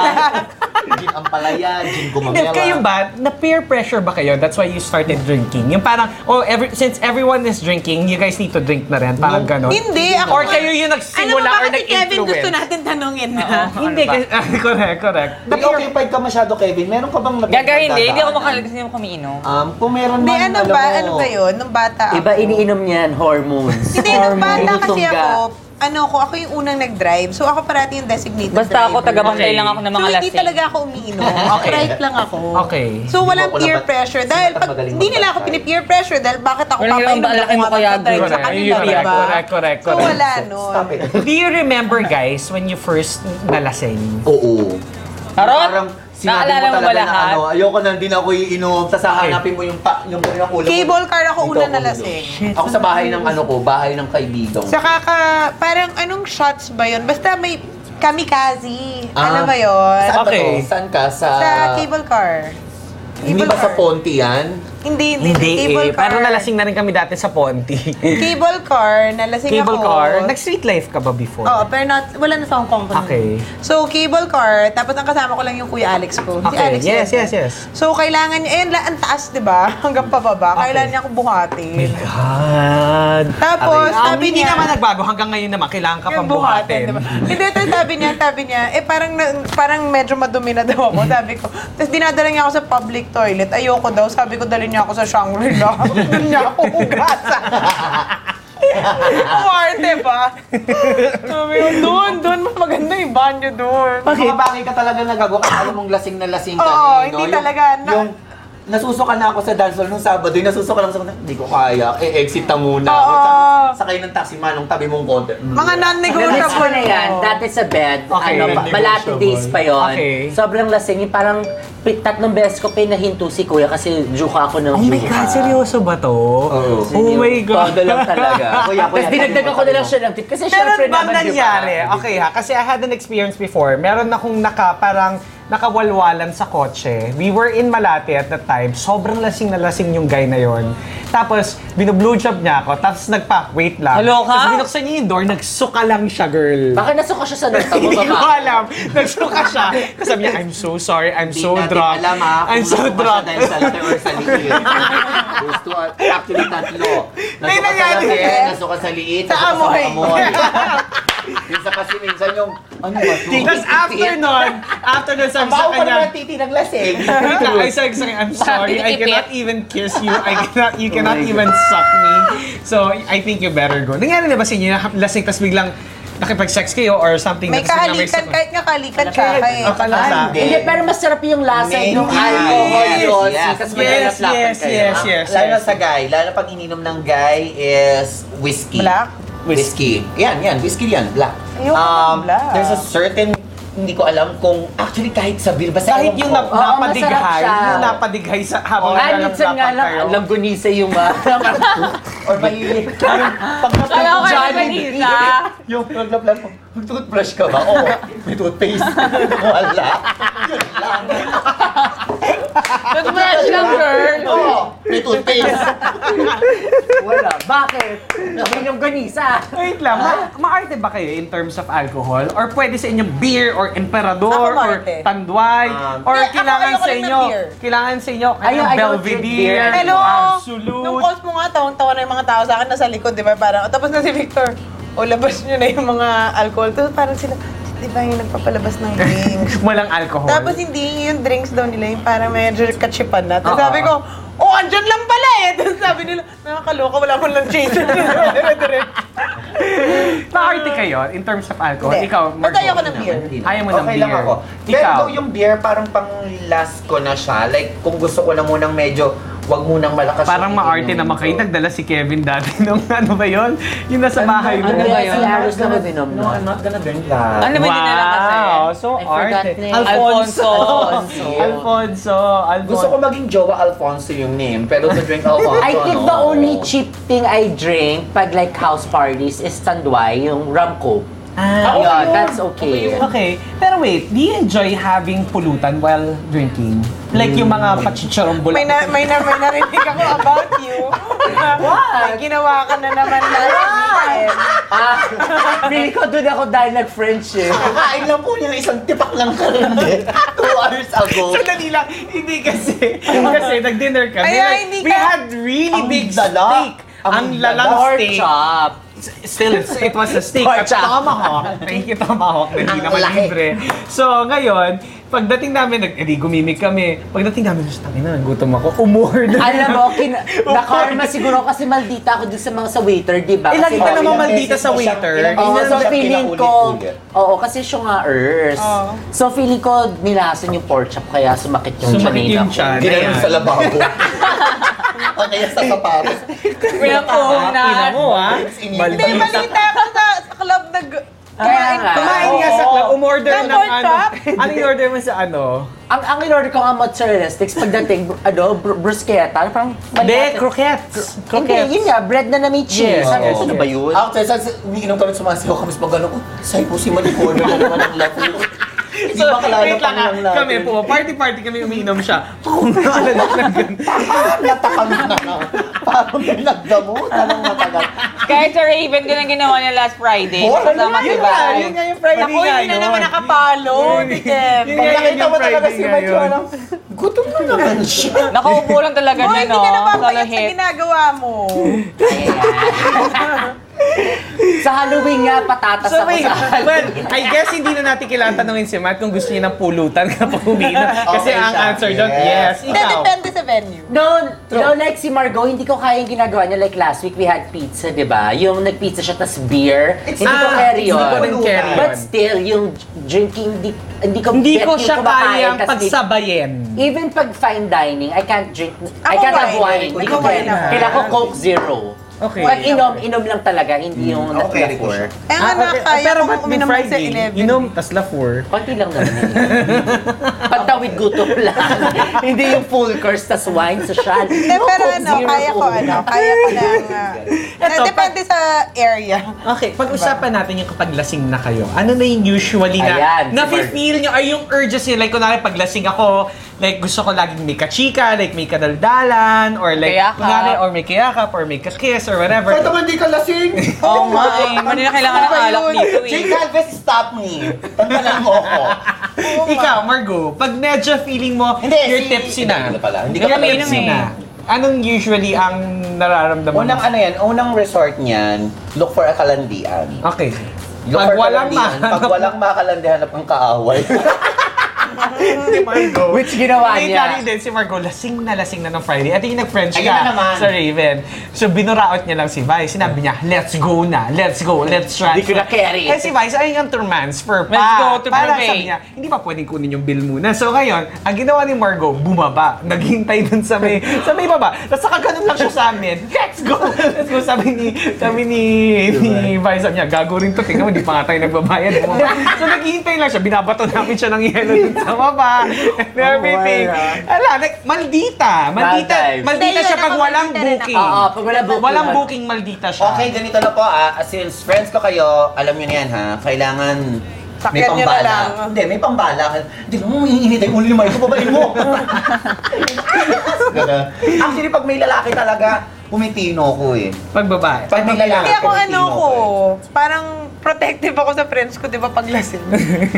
[SPEAKER 6] gin ampalaya, gin
[SPEAKER 5] Hindi,
[SPEAKER 6] gumamela.
[SPEAKER 5] kayo ba, na peer pressure ba kayo? That's why you started drinking. Yung parang, oh, every, since everyone is drinking, you guys need to drink na rin. Parang ganon.
[SPEAKER 7] Hindi, ako.
[SPEAKER 5] Or kayo yung
[SPEAKER 7] Alam mo
[SPEAKER 5] nagsimula
[SPEAKER 7] ba
[SPEAKER 5] or
[SPEAKER 7] kasi Kevin gusto
[SPEAKER 5] nag-influence.
[SPEAKER 7] natin tanungin na?
[SPEAKER 5] Hindi, kasi- ah, <laughs> correct, correct.
[SPEAKER 6] Hindi occupied ka masyado, Kevin. Meron ka bang napipagdadaan?
[SPEAKER 9] Gagawin hindi. Hindi ako makalagas na yung kumiinom.
[SPEAKER 6] Um, kung meron
[SPEAKER 7] Hindi,
[SPEAKER 6] man,
[SPEAKER 7] ano
[SPEAKER 6] alam
[SPEAKER 7] ba?
[SPEAKER 6] mo.
[SPEAKER 7] Ano ba yun? Nung bata ako.
[SPEAKER 8] Iba iniinom niyan, hormones.
[SPEAKER 7] Hindi, nung bata kasi
[SPEAKER 8] Tumutugga.
[SPEAKER 7] ako, ano ko, ako yung unang nag-drive. So ako parati yung designated
[SPEAKER 9] Basta ako,
[SPEAKER 7] driver.
[SPEAKER 9] taga-bantay lang ako ng
[SPEAKER 7] So
[SPEAKER 9] mga
[SPEAKER 7] hindi
[SPEAKER 9] lasing.
[SPEAKER 7] talaga ako
[SPEAKER 9] <laughs>
[SPEAKER 7] umiinom. okay. Right lang ako.
[SPEAKER 5] Okay.
[SPEAKER 7] So walang
[SPEAKER 6] Hindi mo ako
[SPEAKER 7] peer
[SPEAKER 6] napat-
[SPEAKER 7] pressure.
[SPEAKER 6] hindi
[SPEAKER 7] Dahil
[SPEAKER 6] dapat
[SPEAKER 7] pag
[SPEAKER 6] magaling
[SPEAKER 7] hindi nila ako
[SPEAKER 6] magpatay.
[SPEAKER 7] pinipeer pressure dahil bakit ako
[SPEAKER 9] Walang
[SPEAKER 7] papainom
[SPEAKER 9] ilang ba-
[SPEAKER 7] na
[SPEAKER 9] laki mo
[SPEAKER 7] kung
[SPEAKER 9] kaya,
[SPEAKER 7] ako drive sa
[SPEAKER 5] Correct.
[SPEAKER 7] kanila,
[SPEAKER 5] Correct,
[SPEAKER 7] diba?
[SPEAKER 5] correct, correct,
[SPEAKER 7] So
[SPEAKER 5] correct.
[SPEAKER 7] wala nun.
[SPEAKER 6] Stop it.
[SPEAKER 5] Do you remember, guys, when you first nalasing?
[SPEAKER 6] Oo.
[SPEAKER 9] Harot?
[SPEAKER 6] Parang sinabi
[SPEAKER 9] Naalala
[SPEAKER 6] mo
[SPEAKER 9] mo ba
[SPEAKER 6] talaga na
[SPEAKER 9] lahat?
[SPEAKER 6] ano, ayoko na, hindi na ako iinom. Tapos hahanapin mo yung pa, yung yung ulo. mo.
[SPEAKER 7] Cable car ako
[SPEAKER 6] Dito
[SPEAKER 7] una
[SPEAKER 6] ako
[SPEAKER 7] nalasing.
[SPEAKER 6] iinom. Ako sa bahay ng ano ko, bahay ng kaibigan. ko.
[SPEAKER 7] Saka ka, parang anong shots ba yun? Basta may kamikaze. Alam
[SPEAKER 6] Ah.
[SPEAKER 7] mo ano yun?
[SPEAKER 6] Saan
[SPEAKER 5] Okay.
[SPEAKER 6] ba to? Saan ka? Sa...
[SPEAKER 7] Sa cable car.
[SPEAKER 6] Hindi
[SPEAKER 7] Cable
[SPEAKER 6] ba sa
[SPEAKER 7] car.
[SPEAKER 6] Ponte yan?
[SPEAKER 7] Hindi, hindi.
[SPEAKER 5] Hindi
[SPEAKER 7] cable
[SPEAKER 5] eh.
[SPEAKER 7] car.
[SPEAKER 5] Parang nalasing na rin kami dati sa Ponti.
[SPEAKER 7] Cable car, nalasing ako.
[SPEAKER 5] Cable car. Nag-street life ka ba before?
[SPEAKER 7] Oo, pero not, wala na sa Hong Kong. ko nun.
[SPEAKER 5] Okay.
[SPEAKER 7] So, cable car, tapos ang kasama ko lang yung Kuya Alex ko. Si
[SPEAKER 5] Okay.
[SPEAKER 7] Alex
[SPEAKER 5] Yes,
[SPEAKER 7] yun.
[SPEAKER 5] yes, yes.
[SPEAKER 7] So, kailangan niya, ayun, la, ang taas, di ba? <laughs> Hanggang pababa.
[SPEAKER 5] Okay.
[SPEAKER 7] Kailangan niya akong buhatin.
[SPEAKER 5] God.
[SPEAKER 7] Tapos,
[SPEAKER 5] Ah,
[SPEAKER 7] sabi
[SPEAKER 5] hindi
[SPEAKER 7] niya,
[SPEAKER 5] naman nagbago. Hanggang ngayon naman, kailangan ka pang
[SPEAKER 7] yung buhatin,
[SPEAKER 5] buhatin.
[SPEAKER 7] di ba? Hindi, tapos sabi niya, sabi niya, eh parang, na- parang medyo madumi na daw ako, sabi ko. Tapos dinadala niya ako sa public toilet, ayoko daw, sabi ko, dali niya ako sa Shangri-La. <laughs> Doon niya ako
[SPEAKER 5] <laughs>
[SPEAKER 7] hugasan. Kumarte ba? Sabi ko, doon, doon, mas maganda yung banyo doon.
[SPEAKER 6] Bakit? Bakit ka talaga nagagawa? Kasi alam mong lasing na lasing ka.
[SPEAKER 7] Oo,
[SPEAKER 6] eh,
[SPEAKER 7] hindi
[SPEAKER 6] Yung-
[SPEAKER 7] talaga. Na-
[SPEAKER 6] Yung, nasusuka na ako sa dance hall nung Sabado, yung nasusuka lang sa hindi ko kaya, eh, exit na muna. ako.
[SPEAKER 7] Oo.
[SPEAKER 6] Sa- Sakay ng taxi manong tabi mong konti.
[SPEAKER 7] Mga
[SPEAKER 8] Na-miss ko
[SPEAKER 7] non-negotiable
[SPEAKER 8] na yan, dati sa bed,
[SPEAKER 5] Okay,
[SPEAKER 8] ano, pa-
[SPEAKER 5] non-negotiable.
[SPEAKER 8] malati days pa yon.
[SPEAKER 5] Okay.
[SPEAKER 8] Sobrang lasing, yung parang pi- tatlong beses ko pinahinto si kuya kasi juka ako ng
[SPEAKER 5] Oh my
[SPEAKER 8] juka.
[SPEAKER 5] God, seryoso ba to?
[SPEAKER 6] Oo.
[SPEAKER 5] Oh my God.
[SPEAKER 6] Todo lang talaga. Kuya, kuya.
[SPEAKER 8] Tapos dinagdag ako na lang siya ng tip kasi
[SPEAKER 5] Meron
[SPEAKER 8] syempre
[SPEAKER 5] bang
[SPEAKER 8] naman di ba?
[SPEAKER 5] nangyari? Okay ha, kasi I had an experience before. Meron akong naka, parang nakawalwalan sa kotse. We were in Malate at that time. Sobrang lasing na lasing yung guy na yon. Tapos, binublow job niya ako. Tapos nagpa, wait lang.
[SPEAKER 9] Hello ka?
[SPEAKER 5] Tapos binuksan niya yung door, nagsuka lang siya, girl.
[SPEAKER 8] Baka nasuka siya sa nasa mo
[SPEAKER 5] <laughs> Hindi ko
[SPEAKER 8] baba.
[SPEAKER 5] alam. Nagsuka siya. Kasi sabi niya, I'm so sorry, I'm
[SPEAKER 6] Hindi
[SPEAKER 5] so
[SPEAKER 6] natin
[SPEAKER 5] drunk.
[SPEAKER 6] alam ha, kung
[SPEAKER 5] I'm so
[SPEAKER 6] nasuka siya
[SPEAKER 5] drunk.
[SPEAKER 6] Dahil sa letter or sa liit. Those two are actually tatlo.
[SPEAKER 5] May
[SPEAKER 6] Nasuka sa
[SPEAKER 5] nangyari
[SPEAKER 6] latin,
[SPEAKER 5] eh.
[SPEAKER 6] nasuka sa liit,
[SPEAKER 7] Sa
[SPEAKER 6] nasuka
[SPEAKER 7] amoy.
[SPEAKER 5] <laughs>
[SPEAKER 6] Minsan kasi minsan yung, ano ba to?
[SPEAKER 5] Tapos after nun, after nun, sabi sa
[SPEAKER 6] Bago pa
[SPEAKER 5] kanya,
[SPEAKER 6] naman titi ng lasing.
[SPEAKER 7] <laughs>
[SPEAKER 5] Wait lang, I said, sorry, I'm sorry. I cannot even kiss you. I cannot, you cannot even suck me. So, I think you better go. Nangyari na ba sa inyo, na lasing, tas biglang nakipag-sex kayo or something?
[SPEAKER 7] May
[SPEAKER 5] tapos biglang
[SPEAKER 7] kahalikan,
[SPEAKER 5] sex-
[SPEAKER 7] kahit nga kahalikan siya. Kahit,
[SPEAKER 5] Ah, kalasa.
[SPEAKER 8] Hindi, pero masarap yung lasa
[SPEAKER 6] May-
[SPEAKER 8] yung
[SPEAKER 6] Yes,
[SPEAKER 8] alcohol
[SPEAKER 6] yes,
[SPEAKER 8] yun.
[SPEAKER 6] yes,
[SPEAKER 8] Tapos
[SPEAKER 5] Yes,
[SPEAKER 8] yes,
[SPEAKER 5] yes, yes, yes.
[SPEAKER 6] Lalo sa guy, lalo pag ininom ng guy is whiskey.
[SPEAKER 7] Black?
[SPEAKER 6] Whiskey. Yan, yan. Whiskey yan. Black.
[SPEAKER 7] Ayoko ng black.
[SPEAKER 6] um, There's a certain, hindi ko alam kung, actually kahit sa beer, basta ewan
[SPEAKER 5] Kahit yung
[SPEAKER 6] ko.
[SPEAKER 5] nap-
[SPEAKER 8] Oo, masarap
[SPEAKER 5] napadighay,
[SPEAKER 8] siya.
[SPEAKER 5] yung napadighay sa habang
[SPEAKER 8] Ah, minsan nga lang,
[SPEAKER 5] kayo.
[SPEAKER 8] langgunisa yung mga...
[SPEAKER 11] <laughs>
[SPEAKER 6] Or mahilig. Yung pag
[SPEAKER 9] Kaya ako
[SPEAKER 6] Johnny
[SPEAKER 9] naman isa.
[SPEAKER 6] Yung naglaplan ko, mag-toothbrush ka ba? Oo. May toothpaste.
[SPEAKER 11] <laughs>
[SPEAKER 6] Wala. Yun lang.
[SPEAKER 9] Toothbrush lang, girl.
[SPEAKER 6] Oo. May toothpaste.
[SPEAKER 8] <laughs> Wala, Bakit? Nabinom ganisa.
[SPEAKER 5] Wait lang,
[SPEAKER 7] Ah.
[SPEAKER 5] ma- maarte ba kayo in terms of alcohol? Or pwede sa inyo beer, or emperador,
[SPEAKER 7] Ako
[SPEAKER 5] or
[SPEAKER 7] maarte.
[SPEAKER 5] tanduay, or
[SPEAKER 7] Hindi, ako
[SPEAKER 5] kailangan
[SPEAKER 7] ayoko
[SPEAKER 5] sa
[SPEAKER 7] rin ng
[SPEAKER 5] inyo,
[SPEAKER 7] beer.
[SPEAKER 5] kailangan sa inyo, kaya
[SPEAKER 8] Ayaw- ayaw drink beer.
[SPEAKER 5] Belvedere,
[SPEAKER 7] Hello! Nung
[SPEAKER 5] Absolute.
[SPEAKER 7] calls mo nga, tawang-tawa na yung mga tao sa akin nasa likod, di ba? Parang, oh, tapos na si Victor, o labas nyo na yung mga alcohol. Tapos parang sila, di ba yung nagpapalabas ng
[SPEAKER 5] <laughs>
[SPEAKER 7] drinks?
[SPEAKER 5] Walang alcohol.
[SPEAKER 7] tapos hindi yung drinks daw nila, yung parang medyo kachipan na. Tapos sabi ko, oh, andyan lang pala eh! <laughs> Tapos sabi nila, nakakaloka, wala man lang
[SPEAKER 5] <laughs>
[SPEAKER 7] chaser.
[SPEAKER 5] Maarte kayo in terms of alcohol.
[SPEAKER 7] Hindi.
[SPEAKER 5] Ikaw, ano
[SPEAKER 7] Ba't
[SPEAKER 5] Margot.
[SPEAKER 7] ayoko ng beer?
[SPEAKER 5] Ayaw mo ng
[SPEAKER 11] Okay
[SPEAKER 5] beer.
[SPEAKER 11] lang ako. Pero
[SPEAKER 5] Ikaw,
[SPEAKER 11] though yung beer, parang pang last ko na siya. Like, kung gusto ko na munang medyo, wag munang malakas.
[SPEAKER 5] parang
[SPEAKER 11] yung
[SPEAKER 5] maarte
[SPEAKER 11] iinumin
[SPEAKER 5] naman
[SPEAKER 11] ko.
[SPEAKER 5] kayo. Nagdala si Kevin dati <laughs> nung ano ba yun? Yung nasa bahay mo.
[SPEAKER 8] Ano ba yun? Halos na mabinom
[SPEAKER 11] No,
[SPEAKER 8] na.
[SPEAKER 11] I'm not gonna drink that.
[SPEAKER 9] Ano ba din nila kasi?
[SPEAKER 5] Wow, so
[SPEAKER 8] I forgot
[SPEAKER 5] arte.
[SPEAKER 8] na eh.
[SPEAKER 5] Alfonso.
[SPEAKER 8] Alfonso.
[SPEAKER 5] Alfonso. Alfonso.
[SPEAKER 11] Gusto ko maging jowa Alfonso yung name, pero to drink Alfonso,
[SPEAKER 8] <laughs> I think
[SPEAKER 11] no.
[SPEAKER 8] the only cheap thing I drink pag like house parties is tanduay, yung rum coke. Ah,
[SPEAKER 5] okay yun.
[SPEAKER 8] that's okay.
[SPEAKER 5] Okay, pero wait, do you enjoy having pulutan while drinking?
[SPEAKER 8] Mm.
[SPEAKER 5] Like yung mga pachicharon bulak.
[SPEAKER 7] may, na, may, na, may narinig ako about you. What? ginawa ka na naman last weekend.
[SPEAKER 11] <laughs>
[SPEAKER 8] Ah, feeling ko doon ako dahil nag-friendship.
[SPEAKER 11] Kakain lang po niya, isang tipak lang ka rin eh. Two hours ago.
[SPEAKER 5] Sandali lang, hindi kasi, <laughs> kasi nag-dinner kami.
[SPEAKER 7] Kaya
[SPEAKER 5] like,
[SPEAKER 7] hindi
[SPEAKER 5] we
[SPEAKER 7] ka-
[SPEAKER 5] had really
[SPEAKER 11] Ang
[SPEAKER 5] big
[SPEAKER 11] dala.
[SPEAKER 5] steak. Ang,
[SPEAKER 11] Ang
[SPEAKER 5] lalang
[SPEAKER 11] dala.
[SPEAKER 8] Pork
[SPEAKER 5] steak.
[SPEAKER 8] chop.
[SPEAKER 5] Still, <laughs> it was a steak.
[SPEAKER 8] Pork
[SPEAKER 5] At
[SPEAKER 8] chop.
[SPEAKER 5] tomahawk. Thank you, tomahawk. na Hindi
[SPEAKER 11] Ang
[SPEAKER 5] naman
[SPEAKER 11] laki.
[SPEAKER 5] libre. So, ngayon, pagdating namin, nag, edi gumimik kami. Pagdating namin, just tangin na, gutom ako. Umuhor na.
[SPEAKER 8] Alam mo,
[SPEAKER 5] <laughs>
[SPEAKER 8] kin- na-karma siguro kasi maldita ako dun sa mga sa waiter, di ba?
[SPEAKER 5] Ilan
[SPEAKER 8] Kasi-
[SPEAKER 5] ka
[SPEAKER 11] Oh,
[SPEAKER 5] naman
[SPEAKER 11] ilang
[SPEAKER 5] maldita
[SPEAKER 11] beses
[SPEAKER 5] sa
[SPEAKER 11] mo siyang-
[SPEAKER 5] waiter.
[SPEAKER 11] ilang
[SPEAKER 8] Oo,
[SPEAKER 11] beses
[SPEAKER 8] so
[SPEAKER 11] mo siyang
[SPEAKER 8] feeling ko,
[SPEAKER 11] pinaulit-ulit.
[SPEAKER 8] oo, kasi siya nga earth. So feeling ko, nilason yung pork chop kaya sumakit yung
[SPEAKER 5] Sumakit
[SPEAKER 8] janina
[SPEAKER 5] yung
[SPEAKER 8] ko.
[SPEAKER 5] tiyan.
[SPEAKER 11] Ginanong
[SPEAKER 5] Ayan.
[SPEAKER 11] sa
[SPEAKER 5] <laughs>
[SPEAKER 11] lababo. o kaya sa sapatos.
[SPEAKER 5] Ah, ina mo, ha?
[SPEAKER 7] Hindi, balita ako sa, sa club nag... Kumain
[SPEAKER 8] nga.
[SPEAKER 5] Kumain nga sa club, umorder ng
[SPEAKER 7] Ng pork
[SPEAKER 5] ano.
[SPEAKER 7] chop?
[SPEAKER 5] Ano yung order mo sa ano?
[SPEAKER 8] Ang, ang in-order ko nga mozzarella sticks pagdating, br- ano, br- bruschetta, parang malapit.
[SPEAKER 5] croquettes.
[SPEAKER 8] Hindi, yun nga, bread na na may cheese.
[SPEAKER 5] Yes,
[SPEAKER 6] Oh,
[SPEAKER 8] Sabi ko,
[SPEAKER 5] yes,
[SPEAKER 8] ano
[SPEAKER 5] yes.
[SPEAKER 8] ba yun?
[SPEAKER 11] After sa umiinom kami, sumasayaw kami sa pagano ko, say po si Malikon, na naman ang love you. Di
[SPEAKER 5] So,
[SPEAKER 11] ba kalala
[SPEAKER 5] wait
[SPEAKER 11] pa
[SPEAKER 5] lang ha.
[SPEAKER 11] lang natin?
[SPEAKER 5] Kami po, party-party kami umiinom siya. <laughs> Kung naalalak lang yun.
[SPEAKER 11] Natakam na na. Parang nagdamo, tanong matagal.
[SPEAKER 9] Kahit sa Raven, ganun ginawa niya last Friday.
[SPEAKER 11] Oh,
[SPEAKER 9] Kasama si
[SPEAKER 5] Yun nga,
[SPEAKER 9] Val.
[SPEAKER 5] yun nga yung Friday
[SPEAKER 7] Ako, hindi
[SPEAKER 5] nga
[SPEAKER 7] na
[SPEAKER 5] yun.
[SPEAKER 7] naman nakapalo.
[SPEAKER 9] oh,
[SPEAKER 7] Tikem.
[SPEAKER 11] Pag
[SPEAKER 5] Yun nga yun
[SPEAKER 11] nakita
[SPEAKER 5] yung
[SPEAKER 11] mo talaga si
[SPEAKER 5] Friday nga
[SPEAKER 11] Mike,
[SPEAKER 5] yun.
[SPEAKER 11] parang, gutom na naman siya.
[SPEAKER 9] Nakaupo lang talaga
[SPEAKER 7] Hoy,
[SPEAKER 9] na,
[SPEAKER 7] hindi
[SPEAKER 9] no?
[SPEAKER 7] ka napapayat sa
[SPEAKER 9] Kalahit.
[SPEAKER 7] ginagawa mo.
[SPEAKER 8] <laughs> Sa Halloween nga, patatas
[SPEAKER 5] So
[SPEAKER 8] ako
[SPEAKER 5] wait,
[SPEAKER 8] sa
[SPEAKER 5] well, I guess hindi na natin kailangan tanungin si Matt kung gusto niya ng pulutan kapag umiinom.
[SPEAKER 11] Okay
[SPEAKER 5] Kasi ang
[SPEAKER 11] siya.
[SPEAKER 5] answer doon, yes,
[SPEAKER 11] Yes.
[SPEAKER 7] Hindi,
[SPEAKER 5] ikaw.
[SPEAKER 7] depende sa venue.
[SPEAKER 8] No, no, like si Margot, hindi ko kaya yung ginagawa niya. Like last week, we had pizza, di ba? Yung nagpizza siya, tas beer. hindi ko
[SPEAKER 5] ah,
[SPEAKER 8] kaya
[SPEAKER 5] hindi
[SPEAKER 8] yun.
[SPEAKER 5] ko rin kaya yun.
[SPEAKER 8] But still, yung drinking, hindi, hindi ko
[SPEAKER 5] Hindi
[SPEAKER 8] bet
[SPEAKER 5] ko
[SPEAKER 8] yung
[SPEAKER 5] siya
[SPEAKER 8] kumakain,
[SPEAKER 5] kayang
[SPEAKER 8] tas di-
[SPEAKER 5] pagsabayin.
[SPEAKER 8] Even pag fine dining, I can't drink,
[SPEAKER 7] Ako
[SPEAKER 8] I can't have
[SPEAKER 7] wine.
[SPEAKER 8] wine. Hindi ko
[SPEAKER 7] Ako
[SPEAKER 8] kaya.
[SPEAKER 7] wine ako.
[SPEAKER 8] Kailangan ko Coke Zero.
[SPEAKER 5] Okay.
[SPEAKER 8] Pag inom, inom lang talaga, hindi yung
[SPEAKER 11] Hmm. Ako kaya rin ko
[SPEAKER 8] na-pour.
[SPEAKER 11] siya.
[SPEAKER 7] Eh, nga, nakakaya
[SPEAKER 5] Ah, pero
[SPEAKER 7] kung
[SPEAKER 5] ba't
[SPEAKER 7] uminom
[SPEAKER 5] uminom
[SPEAKER 7] lang sa
[SPEAKER 5] Friday,
[SPEAKER 7] 11.
[SPEAKER 5] inom, tas la four.
[SPEAKER 8] Konti lang naman
[SPEAKER 5] <laughs>
[SPEAKER 8] yun. Pagtawid gutom lang. <laughs> hindi yung full course, tas wine, social.
[SPEAKER 7] Hindi, pero ano, kaya ko ano, kaya ko lang. ah.
[SPEAKER 5] Eto,
[SPEAKER 7] Depende sa area.
[SPEAKER 5] Okay, pag-usapan natin yung kapag lasing na kayo. Ano na yung usually na,
[SPEAKER 8] Ayan,
[SPEAKER 5] na
[SPEAKER 8] si Mark.
[SPEAKER 5] feel nyo, ay yung urges nyo. Like, kunwari, pag lasing ako, like, gusto ko laging may kachika, like, may kadaldalan, or like,
[SPEAKER 9] Kayakap.
[SPEAKER 5] kunwari, or may kayakap, or may kakiss, or whatever.
[SPEAKER 11] Kaya naman di ka lasing. Ano
[SPEAKER 9] Oo nga eh.
[SPEAKER 6] Ano
[SPEAKER 9] Manila kailangan ng alak dito eh.
[SPEAKER 11] Jake Alves, stop me. Tantanan mo ako.
[SPEAKER 5] <laughs> Ikaw, Margo, pag medyo feeling mo,
[SPEAKER 11] Hindi,
[SPEAKER 5] you're
[SPEAKER 11] si-
[SPEAKER 5] tipsy na.
[SPEAKER 11] Hindi ka pala. Hindi ka
[SPEAKER 5] You're
[SPEAKER 11] pala
[SPEAKER 9] inom
[SPEAKER 5] tipsy
[SPEAKER 9] eh.
[SPEAKER 5] na. Anong usually ang nararamdaman
[SPEAKER 11] Unang ano yan, unang resort niyan, look for a kalandian.
[SPEAKER 5] Okay.
[SPEAKER 11] Look
[SPEAKER 5] Pag
[SPEAKER 11] for
[SPEAKER 5] walang
[SPEAKER 11] kalandian.
[SPEAKER 5] mahanap.
[SPEAKER 11] Pag walang makalandihan, hanap kang kaaway.
[SPEAKER 5] Si Margo.
[SPEAKER 8] Which ginawa
[SPEAKER 5] Wait,
[SPEAKER 8] niya.
[SPEAKER 5] lari din si Margo, lasing na lasing na ng Friday. At yung nag-French
[SPEAKER 11] Ayun na
[SPEAKER 5] ka
[SPEAKER 11] naman.
[SPEAKER 5] sa Raven. So, binuraot niya lang si Vice. Sinabi niya, let's go na. Let's go. Let's try.
[SPEAKER 8] Hindi ko na carry.
[SPEAKER 5] Eh, si Vice, ay yung transfer pa.
[SPEAKER 9] Let's go to
[SPEAKER 5] Para
[SPEAKER 9] Brunei.
[SPEAKER 5] sabi niya, hindi pa pwedeng kunin yung bill muna. So, ngayon, ang ginawa ni Margo, bumaba. Naghintay dun sa may, sa may baba. Tapos, nakaganon lang siya sa amin. Let's go! Let's go! Sabi ni, sabi ni, ni Vice, sabi niya, gago rin to. Tingnan mo, di pa nga tayo nagbabayad.
[SPEAKER 8] <laughs>
[SPEAKER 5] Bumaba. so, naghihintay lang siya. Binabato namin siya ng yelo dun sa
[SPEAKER 8] <laughs>
[SPEAKER 5] baba. And everything. Ala, like, maldita. Maldita.
[SPEAKER 8] Bad vibes.
[SPEAKER 5] Maldita
[SPEAKER 7] Hindi,
[SPEAKER 5] siya
[SPEAKER 7] yun,
[SPEAKER 5] pag
[SPEAKER 7] ako
[SPEAKER 5] walang
[SPEAKER 7] maldita rin ako.
[SPEAKER 5] booking.
[SPEAKER 8] Oo, pag wala booking.
[SPEAKER 5] Walang booking, maldita siya.
[SPEAKER 11] okay, ganito na po ah. Since friends ko kayo, alam nyo na yan ha. Kailangan may
[SPEAKER 7] Sakyan nyo na
[SPEAKER 11] pambala.
[SPEAKER 7] lang.
[SPEAKER 11] Hindi, may pambala. Hindi mo, umiinit yung <laughs> ulo ni Marco, babain mo. Actually, pag may lalaki talaga,
[SPEAKER 6] pumipino ko eh.
[SPEAKER 5] Pag babae.
[SPEAKER 6] Pag nilalaki.
[SPEAKER 7] Hindi ako ano ko, parang protective ako sa friends ko, di ba, pag lasing.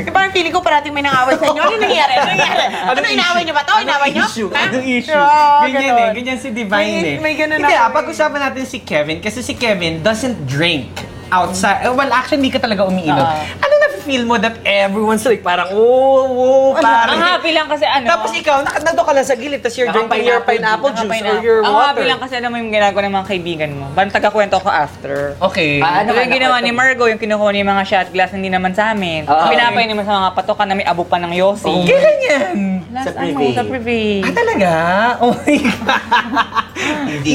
[SPEAKER 7] Eh, parang feeling ko parating may nangaway sa inyo. Ano nangyari? Ano
[SPEAKER 5] <laughs>
[SPEAKER 7] nangyari? Ano, inaway niyo ba to? Inaway niyo?
[SPEAKER 5] issue?
[SPEAKER 7] Ha?
[SPEAKER 5] Anong issue?
[SPEAKER 7] Oo,
[SPEAKER 5] ganyan
[SPEAKER 7] ganon.
[SPEAKER 5] eh. Ganyan si Divine
[SPEAKER 7] May-
[SPEAKER 5] eh.
[SPEAKER 7] may ganun
[SPEAKER 5] Hindi
[SPEAKER 7] ako
[SPEAKER 5] ah,
[SPEAKER 7] eh.
[SPEAKER 5] pag-usapan natin si Kevin kasi si Kevin doesn't drink outside. Eh, Well, actually, hindi ka talaga umiinom.
[SPEAKER 9] Ah.
[SPEAKER 5] Ano na feel mo that everyone's like parang, oh, oh,
[SPEAKER 9] Ang
[SPEAKER 5] parang.
[SPEAKER 9] happy lang kasi ano.
[SPEAKER 5] Tapos ikaw, nak- nandun ka lang sa gilid, tapos you're drinking your pineapple juice or
[SPEAKER 9] Nakapainap-
[SPEAKER 5] your
[SPEAKER 9] Ang happy
[SPEAKER 5] water.
[SPEAKER 9] lang kasi alam mo yung ginagawa ng mga kaibigan mo. Parang tagakwento ko after.
[SPEAKER 5] Okay.
[SPEAKER 9] Ah, ano yung
[SPEAKER 8] ano,
[SPEAKER 9] ginawa
[SPEAKER 8] ano?
[SPEAKER 9] ni Margo, yung kinukuha niya yung mga shot glass hindi naman sa amin.
[SPEAKER 8] Ah, okay.
[SPEAKER 9] Pinapain naman sa mga patokan na may abo pa ng Yossi.
[SPEAKER 5] Kailan yan?
[SPEAKER 9] Last ano, sa privé.
[SPEAKER 5] Ah, talaga? Oh my God.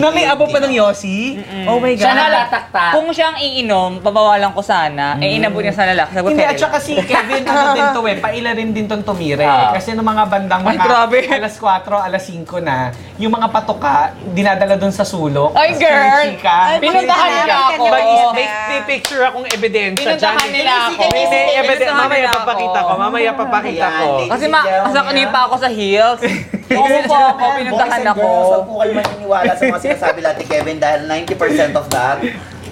[SPEAKER 5] Na may abo pa ng Yossi? Oh my God.
[SPEAKER 8] Siya nalataktak.
[SPEAKER 9] Kung siya ang iinom, babawalan ko sana. Eh, inabot niya sa lalaki. Sagot
[SPEAKER 5] Hindi,
[SPEAKER 9] ko,
[SPEAKER 5] at saka si
[SPEAKER 9] <laughs>
[SPEAKER 5] Kevin, ano din to eh, paila rin din tong tumira eh. Kasi nung mga bandang
[SPEAKER 9] Ah. Ay,
[SPEAKER 5] mga
[SPEAKER 9] grabe.
[SPEAKER 5] alas 4, alas 5 na, yung mga patoka, dinadala doon sa sulok.
[SPEAKER 9] Ay,
[SPEAKER 5] Tapos
[SPEAKER 9] girl.
[SPEAKER 5] chika-chika.
[SPEAKER 9] Ay, pinuntahan
[SPEAKER 5] Chika-chika.
[SPEAKER 9] nila ako.
[SPEAKER 5] May, may, may picture akong ebidensya
[SPEAKER 9] Pinuntahan
[SPEAKER 5] dyan.
[SPEAKER 9] nila ako.
[SPEAKER 5] May- may ebiden-
[SPEAKER 9] Pinuntahan
[SPEAKER 5] mamaya
[SPEAKER 9] nila
[SPEAKER 5] papakita
[SPEAKER 9] ako.
[SPEAKER 5] ko, mamaya papakita ko.
[SPEAKER 9] Kasi ma, kasi kanipa ako sa
[SPEAKER 5] <laughs>
[SPEAKER 9] heels. Opo po ako, pinuntahan ako.
[SPEAKER 6] Huwag po kayo maniniwala sa mga sinasabi natin, Kevin, dahil 90% of that,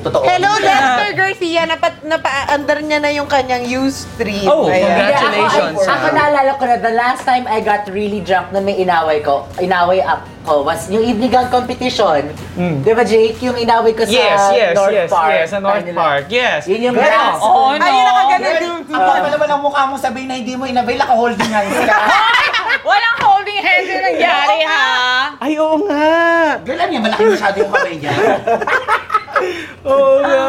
[SPEAKER 6] totoo.
[SPEAKER 5] <laughs>
[SPEAKER 7] Hello,
[SPEAKER 9] <laughs>
[SPEAKER 7] Lester Garcia. Napa, napa-under niya na yung kanyang Ustream.
[SPEAKER 5] Oh,
[SPEAKER 9] Ano
[SPEAKER 7] Ayan.
[SPEAKER 5] congratulations. Um,
[SPEAKER 8] Ako, ako naalala ko na the last time I got really drunk na may inaway ko, inaway up ko, was yung Ibnigang competition. Di ba, Jake? Yung inaway ko sa
[SPEAKER 5] Hmm. Yes, yes,
[SPEAKER 8] North
[SPEAKER 5] yes,
[SPEAKER 8] Park.
[SPEAKER 5] yes, sa North
[SPEAKER 8] Manila.
[SPEAKER 5] Park. Yes.
[SPEAKER 8] Yun yung
[SPEAKER 5] Pero-
[SPEAKER 8] last.
[SPEAKER 9] Oo, Oh, no.
[SPEAKER 7] Ayun, nakaganon
[SPEAKER 11] Girl,
[SPEAKER 7] yung
[SPEAKER 11] ang bakit naman ang mukha mo sabihin na hindi mo inabay, laka-holding hands
[SPEAKER 9] <laughs>
[SPEAKER 11] ka.
[SPEAKER 9] Walang holding hands yung nangyari, ha?
[SPEAKER 5] Ay, oo nga.
[SPEAKER 11] Girl, ano yan? Malaki masyado yung kamay niya.
[SPEAKER 5] <laughs> Oo nga.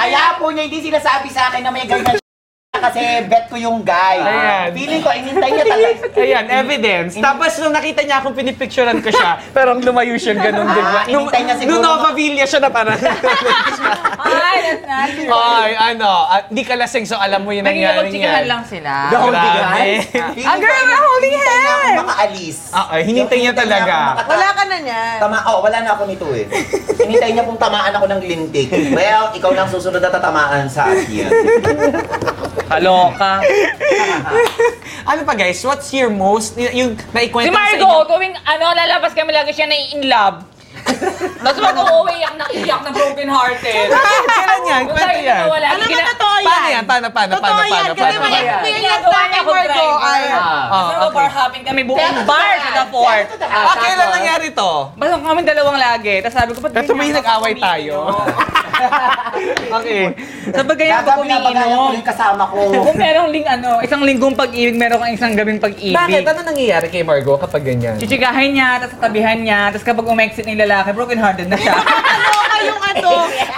[SPEAKER 11] Kaya po niya, hindi sinasabi sa akin na may ganyan siya kasi bet ko yung guy.
[SPEAKER 5] Ayan.
[SPEAKER 11] Feeling ko, inintay niya talaga.
[SPEAKER 5] Ayan, evidence. Tapos nung nakita niya akong pinipicturean ko siya, <laughs> parang lumayo siya ganun, di ba?
[SPEAKER 11] Ah, inintay niya siguro.
[SPEAKER 5] Nung nakapabilia siya na parang, <laughs>
[SPEAKER 9] Ay, that's nasty.
[SPEAKER 5] ay, ano, ah, di ka lasing so alam mo yun
[SPEAKER 9] Naging
[SPEAKER 5] nangyari
[SPEAKER 9] nagutikahan
[SPEAKER 5] niya.
[SPEAKER 9] lang sila.
[SPEAKER 5] Grabe.
[SPEAKER 6] Ah,
[SPEAKER 11] Feeling
[SPEAKER 9] girl,
[SPEAKER 11] ko,
[SPEAKER 9] wala holding
[SPEAKER 11] hinintay niya akong
[SPEAKER 9] hands.
[SPEAKER 11] makaalis.
[SPEAKER 5] Ah, ay, hinintay niya talaga.
[SPEAKER 7] Wala ka na niyan.
[SPEAKER 6] Tama, oh, wala na ako nito eh.
[SPEAKER 11] Hinintay niya kung tamaan ako ng lintik.
[SPEAKER 6] Well, ikaw lang susunod na tatamaan sa akin.
[SPEAKER 9] Kaloka.
[SPEAKER 5] <laughs> Ano pa guys, what's your most, y- yung
[SPEAKER 9] Si
[SPEAKER 5] naikwento sa inyo?
[SPEAKER 9] Margo, tuwing ano, lalabas kami lagi siya nai-inlove. Tapos pag uuwi, iyak na iyak na broken hearted.
[SPEAKER 5] Kailan yan? Kwento yan.
[SPEAKER 9] Wala.
[SPEAKER 7] Ano ba totoo yan?
[SPEAKER 5] Paano yan? Paano, paano, paano,
[SPEAKER 7] Totoo yan.
[SPEAKER 5] paano,
[SPEAKER 7] Kasi
[SPEAKER 5] paano?
[SPEAKER 7] may
[SPEAKER 9] yan?
[SPEAKER 7] experience
[SPEAKER 9] Ginagawa niya
[SPEAKER 7] namin,
[SPEAKER 9] akong
[SPEAKER 7] Margo.
[SPEAKER 9] driver.
[SPEAKER 5] Ano
[SPEAKER 7] Ay,
[SPEAKER 9] Tapos okay. bar hopping kami buong bar sa the fort.
[SPEAKER 5] Ah, kailan nangyari to?
[SPEAKER 9] Basta kami dalawang lagi. Tapos sabi ko, ba't
[SPEAKER 5] Tapos may
[SPEAKER 9] ganyan?
[SPEAKER 5] nag-away
[SPEAKER 9] Tapos
[SPEAKER 5] tayo.
[SPEAKER 9] umiinom.
[SPEAKER 5] Okay.
[SPEAKER 9] Sa pag ganyan ako
[SPEAKER 11] Gagabi na pagkaya ko
[SPEAKER 9] umiinom.
[SPEAKER 11] yung kasama ko.
[SPEAKER 9] <laughs> Kung merong ling ano, isang linggong pag-ibig, meron kang isang gabing pag-ibig.
[SPEAKER 5] Bakit? Ano nangyayari kay Margo kapag ganyan?
[SPEAKER 9] Chichikahin niya, tapos tatabihan niya, tapos kapag umexit na yung lalaki, broken hearted na siya.
[SPEAKER 7] Ano yung
[SPEAKER 9] <laughs>
[SPEAKER 7] ano?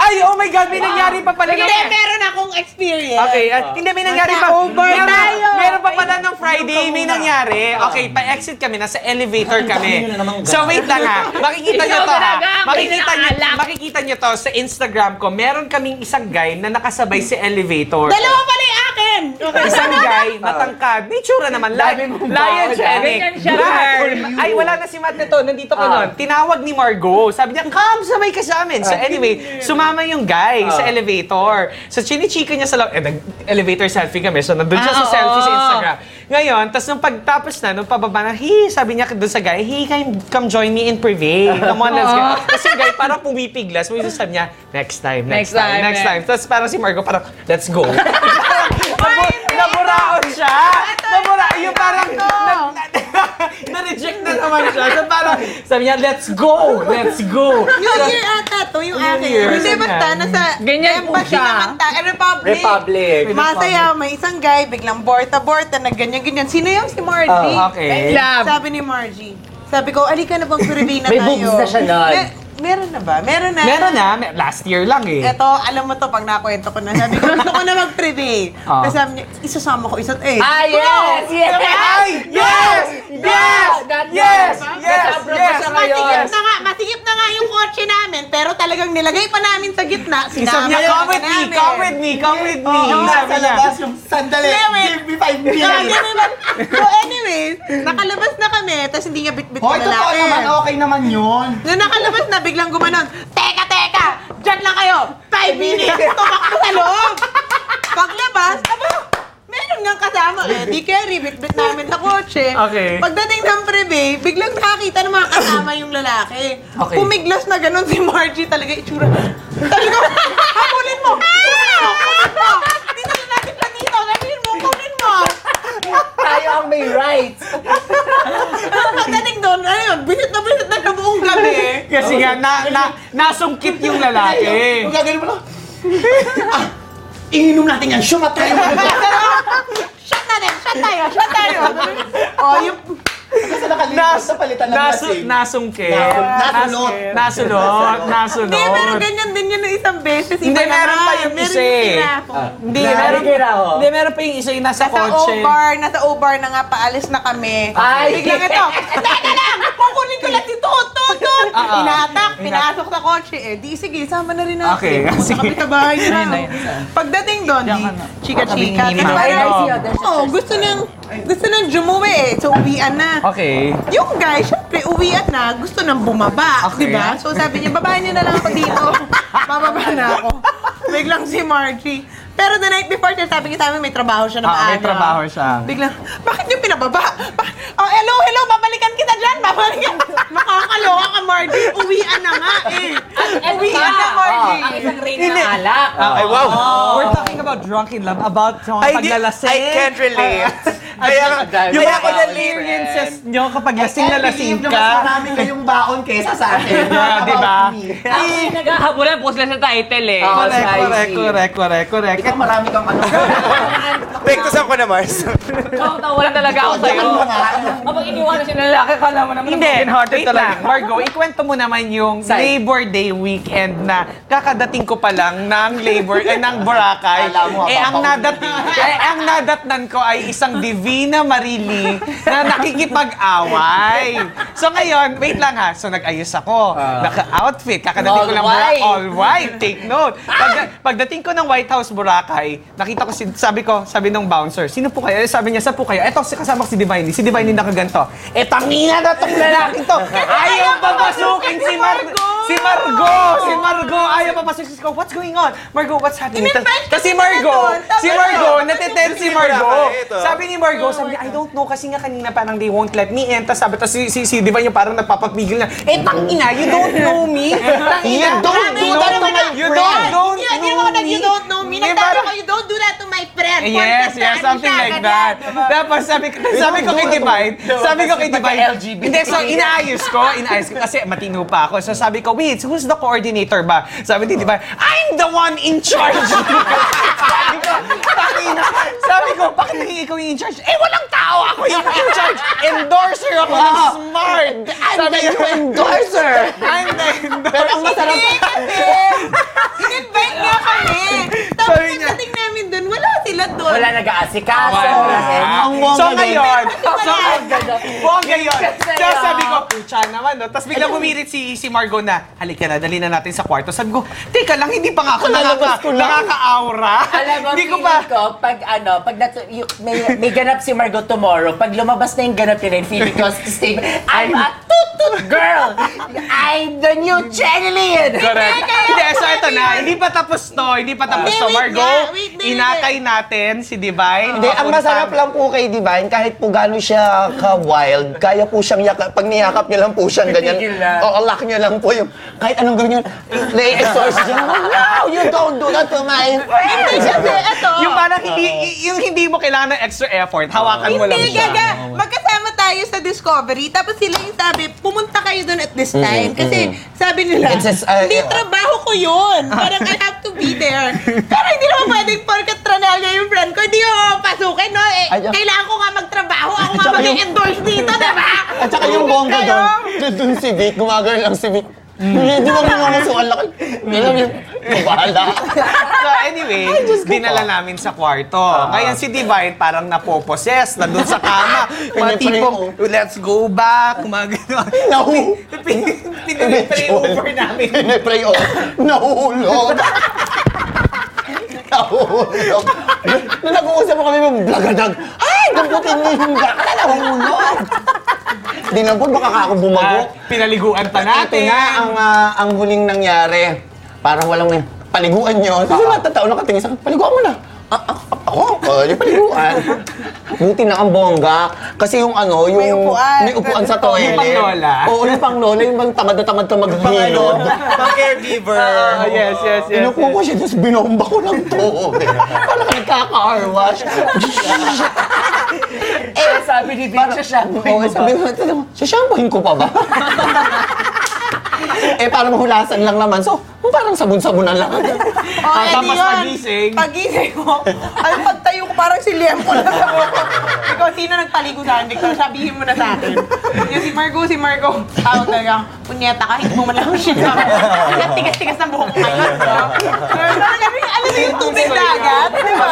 [SPEAKER 5] Ay, oh my God, may nangyari pa pala.
[SPEAKER 7] Hindi, meron akong experience.
[SPEAKER 5] Okay, ah, hindi may nangyari pa.
[SPEAKER 7] Over
[SPEAKER 5] meron,
[SPEAKER 7] tayo.
[SPEAKER 5] meron pa pala ng Friday, may nangyari. Okay, pa-exit kami, nasa elevator kami. So wait lang ha, makikita nyo to ha.
[SPEAKER 9] Ikaw talaga,
[SPEAKER 5] Makikita nyo,
[SPEAKER 9] pinaalak.
[SPEAKER 5] makikita nyo to sa Instagram ko. Meron kaming isang guy na nakasabay sa elevator.
[SPEAKER 7] Dalawa pala yung akin. Okay.
[SPEAKER 9] <laughs>
[SPEAKER 5] Isang guy, matangkad, may tsura naman, lion, lion
[SPEAKER 9] Ganyan siya, girl.
[SPEAKER 5] Ay, wala na si Matt na to, nandito ko nun. Tinawag ni Margot, sabi niya, come, sabay ka sa amin. So anyway, sumama yung guy sa elevator. So chinichika niya sa loob, eh, nag-elevator selfie kami, so nandun siya
[SPEAKER 9] Ah,
[SPEAKER 5] sa selfie sa
[SPEAKER 9] oo.
[SPEAKER 5] Instagram. Ngayon, tas nung pagtapos na, nung pababa na, he, sabi niya dun sa guy, he, come- come join me in Privé. Come on, let's go. Tapos yung guy, parang pumipiglas, may sasabi niya, next time,
[SPEAKER 9] Next
[SPEAKER 5] next, time,
[SPEAKER 9] time,
[SPEAKER 5] next
[SPEAKER 9] next-
[SPEAKER 5] time. Tapos parang si Margot, parang, let's go. Nabu- naburaon siya. Nabura, yung parang, na- na- na-reject na naman siya. So parang, sabi niya, let's go, let's go.
[SPEAKER 7] New Year ata to, yung
[SPEAKER 5] New
[SPEAKER 7] akin.
[SPEAKER 5] Year,
[SPEAKER 7] Hindi,
[SPEAKER 5] yun
[SPEAKER 7] basta
[SPEAKER 5] yan.
[SPEAKER 7] nasa
[SPEAKER 9] Ganyan po
[SPEAKER 7] embassy
[SPEAKER 9] siya.
[SPEAKER 7] naman tayo. Republic.
[SPEAKER 6] Republic.
[SPEAKER 7] Masaya, may isang guy, biglang borta-borta na ganyan-ganyan. Sino yung si Margie?
[SPEAKER 5] Oh, okay.
[SPEAKER 9] Love.
[SPEAKER 7] Sabi ni Margie. Sabi ko, alika na bang survey na
[SPEAKER 8] May
[SPEAKER 7] tayo.
[SPEAKER 8] boobs na siya nun.
[SPEAKER 7] Me- meron na ba? Meron na.
[SPEAKER 5] Meron na, may- last year lang eh.
[SPEAKER 7] Eto, alam mo to, pag nakwento ko na, sabi ko, gusto ko na mag-privé.
[SPEAKER 5] Ah.
[SPEAKER 7] Tapos sabi niya, isasama ko isa't eh.
[SPEAKER 8] Ah, yes! Yes!
[SPEAKER 5] Ay, yes! Yes! Yes! Yes! Yes!
[SPEAKER 7] Masikip na nga, masikip na nga yung kotse namin, pero talagang nilagay pa namin sa gitna.
[SPEAKER 5] Sabi
[SPEAKER 7] Sinama
[SPEAKER 5] niya,
[SPEAKER 7] ka
[SPEAKER 5] come with me,
[SPEAKER 7] namin."
[SPEAKER 5] come with me, come with
[SPEAKER 6] Oh,
[SPEAKER 5] me.
[SPEAKER 11] Yung
[SPEAKER 5] Sabi
[SPEAKER 11] nasa
[SPEAKER 5] niya.
[SPEAKER 11] labas yung sandali.
[SPEAKER 7] Lewin.
[SPEAKER 11] Give me five
[SPEAKER 7] Kaya
[SPEAKER 11] minutes.
[SPEAKER 7] naman. So anyways, nakalabas na kami, tapos hindi niya bitbit
[SPEAKER 11] Hoy,
[SPEAKER 7] yung
[SPEAKER 11] totoo
[SPEAKER 7] lalaki.
[SPEAKER 11] naman, okay naman yun.
[SPEAKER 7] Nung nakalabas na, biglang gumanon, Teka, teka! Diyan lang kayo! Five minutes! Tumakbo sa loob! Paglabas, aba, meron nga kasama. kami. Di carry, bitbit namin sa kotse.
[SPEAKER 5] Okay.
[SPEAKER 7] Pagdating ng Prebe, biglang nakakita ng mga kasama yung lalaki.
[SPEAKER 5] Okay.
[SPEAKER 7] Pumiglas na ganun si Margie talaga itsura. Talaga, habulin mo! Kunin mo! Kunin mo! Dito na natin platito! Kunin mo! Kunin mo!
[SPEAKER 8] Tayo ang may rights!
[SPEAKER 7] Pagdating doon, ano yun, bisit na bisit na sa buong gabi.
[SPEAKER 5] Kasi nga, na, na, nasungkit yung lalaki.
[SPEAKER 11] Ang gagawin mo lang. Ah, Ininom natin yan. Syumat tayo.
[SPEAKER 7] Shot na rin! Shot tayo! Shot
[SPEAKER 5] <laughs>
[SPEAKER 7] tayo! oh, yung
[SPEAKER 11] Kasi nakalimutan
[SPEAKER 5] Nas,
[SPEAKER 11] sa palitan ng
[SPEAKER 5] nasu,
[SPEAKER 11] lasing.
[SPEAKER 5] nasungkit.
[SPEAKER 11] Nasunod.
[SPEAKER 5] Nasunod,
[SPEAKER 7] Hindi, pero
[SPEAKER 5] nasunod.
[SPEAKER 7] ganyan din yun ng isang beses.
[SPEAKER 5] Hindi,
[SPEAKER 7] Iba
[SPEAKER 5] meron
[SPEAKER 7] naman.
[SPEAKER 5] pa yung
[SPEAKER 7] Meron
[SPEAKER 5] isa eh.
[SPEAKER 7] tinapon.
[SPEAKER 5] Hindi,
[SPEAKER 8] Narinig
[SPEAKER 5] meron,
[SPEAKER 8] ko na ako.
[SPEAKER 5] hindi, meron pa yung isa yung nasa
[SPEAKER 7] Nasa
[SPEAKER 5] kotse.
[SPEAKER 7] O-bar, nasa O-bar na nga, paalis na kami.
[SPEAKER 8] Ay!
[SPEAKER 7] Biglang
[SPEAKER 5] <laughs>
[SPEAKER 7] ito, teka lang, kukunin ko lang si Tut, Tut, Tut!
[SPEAKER 5] Ah, ah.
[SPEAKER 7] Inatak,
[SPEAKER 5] Ina-
[SPEAKER 7] pinasok sa kotse eh. Di, sige, sama na rin natin.
[SPEAKER 5] Okay,
[SPEAKER 7] Pumunta
[SPEAKER 5] sige.
[SPEAKER 7] kami sa bahay na.
[SPEAKER 5] Ayun na yun.
[SPEAKER 7] Pagdating doon, di, chika-chika.
[SPEAKER 5] Kami ano. ni Ma'am. Oh.
[SPEAKER 7] Parang,
[SPEAKER 5] Ay, nice
[SPEAKER 7] Oo, gusto niyang, gusto niyang jumuwi eh. So, uwian na.
[SPEAKER 5] Okay.
[SPEAKER 7] Yung guy, syempre, uwian na, gusto nang bumaba, di
[SPEAKER 5] Okay.
[SPEAKER 7] ba? So sabi niya, babaan niyo na lang ako
[SPEAKER 5] <laughs>
[SPEAKER 7] dito. Bababa na ako. Biglang si Margie. Pero the night before, siya sabi niya sa amin, may trabaho siya na
[SPEAKER 5] Ah, may
[SPEAKER 7] maaga.
[SPEAKER 5] trabaho siya.
[SPEAKER 7] Biglang, bakit niyo pinababa? Ba- oh, hello, hello, babalikan kita dyan, babalikan.
[SPEAKER 5] <laughs>
[SPEAKER 7] Makakaloka ka, Margie. Uwian na nga eh.
[SPEAKER 9] Ano
[SPEAKER 7] Uwian na,
[SPEAKER 9] ba?
[SPEAKER 7] Margie.
[SPEAKER 9] Ang isang rain ng alak.
[SPEAKER 5] Ah, Ay, wow.
[SPEAKER 7] Oh.
[SPEAKER 5] We're talking about drunk in love, about sa mga paglalasing. Oh. I can't relate. Kaya, yung mga experiences nyo kapag lasing na lasing
[SPEAKER 11] Believe na mas
[SPEAKER 5] ka.
[SPEAKER 11] marami kayong baon kesa sa akin.
[SPEAKER 5] <laughs> Yeah, diba? di ba?
[SPEAKER 11] About me.
[SPEAKER 9] Ako yung naghahabulan po sila sa title eh.
[SPEAKER 8] Oo,
[SPEAKER 5] Correct,
[SPEAKER 8] sa
[SPEAKER 5] correct,
[SPEAKER 8] IG.
[SPEAKER 5] correct, correct, correct.
[SPEAKER 11] Ikaw marami kang <laughs> ano.
[SPEAKER 9] Nakakawala talaga ako sa'yo.
[SPEAKER 11] Ano nga? ano?
[SPEAKER 9] Kapag iniwanan siya ng lalaki, kala mo naman
[SPEAKER 5] Hindi, wait
[SPEAKER 9] talaga.
[SPEAKER 5] lang. Margo, ikwento mo naman yung Labor Day weekend na kakadating ko pa lang ng Labor, eh, ng Boracay.
[SPEAKER 11] Alam mo,
[SPEAKER 5] eh, ang
[SPEAKER 11] papauli.
[SPEAKER 5] nadating, eh, ang nadatnan ko ay isang Divina Marili na nakikipag-away. So ngayon, wait lang ha. So nag-ayos ako.
[SPEAKER 11] Ah.
[SPEAKER 5] Naka-outfit. Kakadating ko
[SPEAKER 8] All
[SPEAKER 5] lang Boracay.
[SPEAKER 8] white.
[SPEAKER 5] All white. eh. Take note. Pagda- pagdating ko ng White House Boracay, nakita ko, si, sabi ko, sabi nung bouncer, sino po kayo? Eh, Sabi niya, sa po kayo? Eto, si kasama ko si Divine. Si Divine nakaganto. Eh, tangina na tong lalaki to. Ayaw papasukin si Margo. Si Margo. Si Margo. Ayaw papasukin. Si ko, what's going on? Margo, what's happening? Tas-
[SPEAKER 7] Inimpest kasi
[SPEAKER 5] Kasi
[SPEAKER 7] na
[SPEAKER 5] Margo,
[SPEAKER 7] doon.
[SPEAKER 5] si
[SPEAKER 7] Tapos
[SPEAKER 5] Margo,
[SPEAKER 7] yun.
[SPEAKER 5] natetend si Margo. Sabi ni Margo, sabi niya, I don't know kasi nga kanina parang they won't let me in. Tapos sabi, tas si, si, si Divine yung parang napapapigil na, eh, tangina, you don't know
[SPEAKER 7] <laughs>
[SPEAKER 5] <laughs> me. You don't
[SPEAKER 7] Grabe,
[SPEAKER 5] know
[SPEAKER 7] hindi naman
[SPEAKER 5] me.
[SPEAKER 7] na-
[SPEAKER 5] You don't
[SPEAKER 7] Friend.
[SPEAKER 5] don't
[SPEAKER 7] Hindi
[SPEAKER 5] know
[SPEAKER 7] hindi naman ako nag- you
[SPEAKER 5] me.
[SPEAKER 7] don't know me.
[SPEAKER 5] Di
[SPEAKER 7] Nagtabi
[SPEAKER 5] ba?
[SPEAKER 7] ko, you don't do that to my friend.
[SPEAKER 5] Yes, yes, something like that. Tapos sabi, ko- sabi ko kay Divine, sabi ko kay Divine,
[SPEAKER 8] LGBT.
[SPEAKER 5] hindi, so inaayos ko, inaayos ko, kasi matino pa ako. So sabi ko, wait, who's the coordinator ba? Sabi ni Divine, I'm the one in charge! <laughs> sabi ko, "Tangina." sabi ko, bakit naging ikaw yung in charge? Eh, walang tao! Ako yung in charge! Endorser ako ng smart! Sabi ko, endorser! I'm the endorser!
[SPEAKER 11] Ang masarap.
[SPEAKER 7] <laughs> In-invite nga kami. Tapos
[SPEAKER 5] Sabi niya-
[SPEAKER 7] pagdating namin doon, wala sila doon.
[SPEAKER 8] Wala nag-aasikaso.
[SPEAKER 7] Ah.
[SPEAKER 11] Ang wong
[SPEAKER 5] So ngayon, so
[SPEAKER 8] ganda.
[SPEAKER 5] bongga yun.
[SPEAKER 8] Kasi
[SPEAKER 5] Tapos
[SPEAKER 8] ah.
[SPEAKER 5] sabi ko, pucha naman, no? Tapos bigla bumirit si, si Margo na, halika na, dali na natin sa kwarto. Sabi ko, teka lang, hindi pa nga ako nakaka, nakaka-aura.
[SPEAKER 8] Alam mo,
[SPEAKER 5] Hindi ko
[SPEAKER 8] feeling
[SPEAKER 5] pa.
[SPEAKER 8] ko, pag ano, pag natu- yung- may, may ganap si Margot tomorrow, pag lumabas na yung ganap nila, yung feeling ko, stay, I'm a tutut girl! I'm the new Chenilin!
[SPEAKER 5] Correct. Hindi, so ito na. Hindi pa tapos to. Hindi pa tapos to.
[SPEAKER 7] Hindi, ano. wait
[SPEAKER 5] Margo,
[SPEAKER 7] nga, wait, wait,
[SPEAKER 5] inatay natin si Divine.
[SPEAKER 6] Hindi, ang masarap lang po kay Divine, kahit po gano'n siya ka-wild, kaya po siyang yakap, pag niyakap niya lang po siyang ganyan,
[SPEAKER 8] Titigil lang.
[SPEAKER 6] o alak niya lang po yung, kahit anong gawin niya, na-exhaust siya, Oh, no, you don't do that to my
[SPEAKER 7] Hindi,
[SPEAKER 6] friend.
[SPEAKER 5] <laughs>
[SPEAKER 7] syempre, eto.
[SPEAKER 5] Yung parang hindi, y- yung hindi mo kailangan ng extra effort, hawakan mo lang
[SPEAKER 7] Hindi,
[SPEAKER 5] siya.
[SPEAKER 7] gaga. Magkasama tayo sa Discovery. Tapos sila yung sabi, pumunta kayo doon at
[SPEAKER 8] Mm-hmm,
[SPEAKER 7] this time. Kasi sabi nila,
[SPEAKER 6] It's just, uh,
[SPEAKER 7] hindi
[SPEAKER 6] uh,
[SPEAKER 7] trabaho ko
[SPEAKER 6] <laughs>
[SPEAKER 7] yun. Parang I have to be there. Pero hindi naman pwedeng porkat tranalya yung friend ko, hindi ako papasukin, no? Eh,
[SPEAKER 6] Ay, ah.
[SPEAKER 7] kailangan ko nga magtrabaho. Ako nga
[SPEAKER 6] Tsaka yung-
[SPEAKER 7] mag-endorse dito, diba?
[SPEAKER 6] <laughs> At saka yung bongga doon, nandun si Vic, gumagano lang si Vic. Hindi mo minumasukan lang.
[SPEAKER 5] Hmm.
[SPEAKER 6] Alam niyo, bahala.
[SPEAKER 5] Mm-hmm. <laughs> So anyway, dinala namin sa kwarto.
[SPEAKER 6] Ah.
[SPEAKER 5] Ngayon si Divine parang napoposes na doon sa kama.
[SPEAKER 6] Pinipray
[SPEAKER 5] Mga tipong, "Oh, let's go back,
[SPEAKER 6] <laughs>
[SPEAKER 5] mga gano'n.
[SPEAKER 6] No.
[SPEAKER 5] Pinipray over namin.
[SPEAKER 6] Pinipray ako, nahulog. Nahulog. Nung nag-uusap kami, blagadag, ay, damputin niyo yung gata, nahulog. Dinampot, baka ako bumago.
[SPEAKER 5] At pinaliguan pa
[SPEAKER 6] Ito
[SPEAKER 5] natin.
[SPEAKER 6] nga ang, ah, ang huling nangyari. Parang walang may paliguan nyo. Kasi uh-huh. na nakatingin sa akin, paliguan mo na. Ah, ah, ah, Ako, uh, yung paliguan. Buti na ang bongga. Kasi yung ano, yung... May
[SPEAKER 7] upuan.
[SPEAKER 6] May upuan sa toilet.
[SPEAKER 5] Yung panglola.
[SPEAKER 6] Oo, yung panglola. Yung bang tamad na tamad ka maghilod.
[SPEAKER 5] Pang-caregiver. yes, yes, yes.
[SPEAKER 6] Inupo ko siya, tapos binomba ko ng tubig. Parang
[SPEAKER 8] <laughs>
[SPEAKER 6] nagkaka-car wash.
[SPEAKER 8] Eh, sabi ni Vic, sasampuin
[SPEAKER 6] Oo,
[SPEAKER 8] mo ba?
[SPEAKER 6] sabi ko, sasampuhin ko pa ba? <laughs> eh, parang mahulasan lang naman. So, parang sabon-sabunan lang.
[SPEAKER 7] Oh,
[SPEAKER 5] Ah,
[SPEAKER 7] eh,
[SPEAKER 5] tapos
[SPEAKER 7] di yun.
[SPEAKER 5] pagising?
[SPEAKER 7] Pagising ko. Alam, pagtayo ko parang si Liam ko na sa buko. Ikaw, sino nagpaligo sa akin? Ikaw, sabihin mo na sa akin. Yung si Margo, si Margo. Tawag na lang, punyeta ka, hindi mo man lang siya. <laughs> Ang tigas-tigas ng buhok ko ngayon. no? Pero Alam mo yung- alam mo yung tubig dagat, di ba?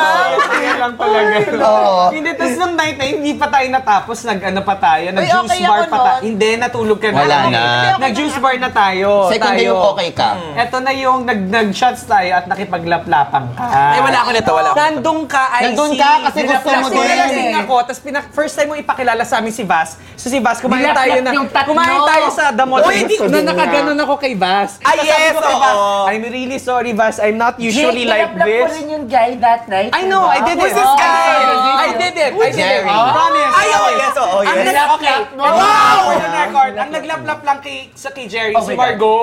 [SPEAKER 5] Yan lang
[SPEAKER 6] <laughs>
[SPEAKER 5] talaga. Hindi, tapos nung night na, hindi pa tayo natapos, nag-ano pa tayo, nag-juice
[SPEAKER 7] okay
[SPEAKER 5] bar
[SPEAKER 7] ako
[SPEAKER 5] pa tayo.
[SPEAKER 7] nun.
[SPEAKER 5] Hindi, natulog ka na.
[SPEAKER 6] Wala
[SPEAKER 5] Ano,
[SPEAKER 6] na.
[SPEAKER 5] Nag-juice bar na tayo.
[SPEAKER 6] Second day
[SPEAKER 5] tayo.
[SPEAKER 6] yung okay ka.
[SPEAKER 5] Ito na yung nag- nag-shots tayo at nakipaglaplapang ka.
[SPEAKER 11] Ay, wala ko nito, wala ko.
[SPEAKER 5] Nandun ka, I
[SPEAKER 6] Nandun
[SPEAKER 5] see.
[SPEAKER 6] ka kasi gusto mo
[SPEAKER 5] Nilaplap-
[SPEAKER 6] din.
[SPEAKER 5] Nilalasing ako, tapos pinak- first time mo ipakilala sa amin si Vas. So si Vas, kumain
[SPEAKER 8] Nilaplap
[SPEAKER 5] tayo na,
[SPEAKER 8] yung tatlo.
[SPEAKER 5] kumain tayo sa The Mall.
[SPEAKER 11] Uy, hindi ko
[SPEAKER 5] na
[SPEAKER 11] din
[SPEAKER 5] nakaganon ako kay Vas.
[SPEAKER 11] Ah,
[SPEAKER 5] Tapos
[SPEAKER 11] yes,
[SPEAKER 5] sabi ko kay Vas,
[SPEAKER 11] oo.
[SPEAKER 5] I'm really sorry, Vas. I'm not usually
[SPEAKER 8] Jake,
[SPEAKER 5] like
[SPEAKER 8] tinaplak
[SPEAKER 5] this.
[SPEAKER 8] ko rin yung guy that night.
[SPEAKER 5] I know, I did it.
[SPEAKER 11] Who's this guy?
[SPEAKER 5] I did it. Oh, I did it.
[SPEAKER 6] Jerry.
[SPEAKER 5] Promise.
[SPEAKER 11] Ay, oh, yes, oh,
[SPEAKER 5] Ang
[SPEAKER 11] yes.
[SPEAKER 5] nag- okay.
[SPEAKER 8] Wow!
[SPEAKER 5] For the record, ang naglaplap lang kay, sa kay Jerry,
[SPEAKER 8] Oh
[SPEAKER 5] si
[SPEAKER 8] my God.
[SPEAKER 5] Margo,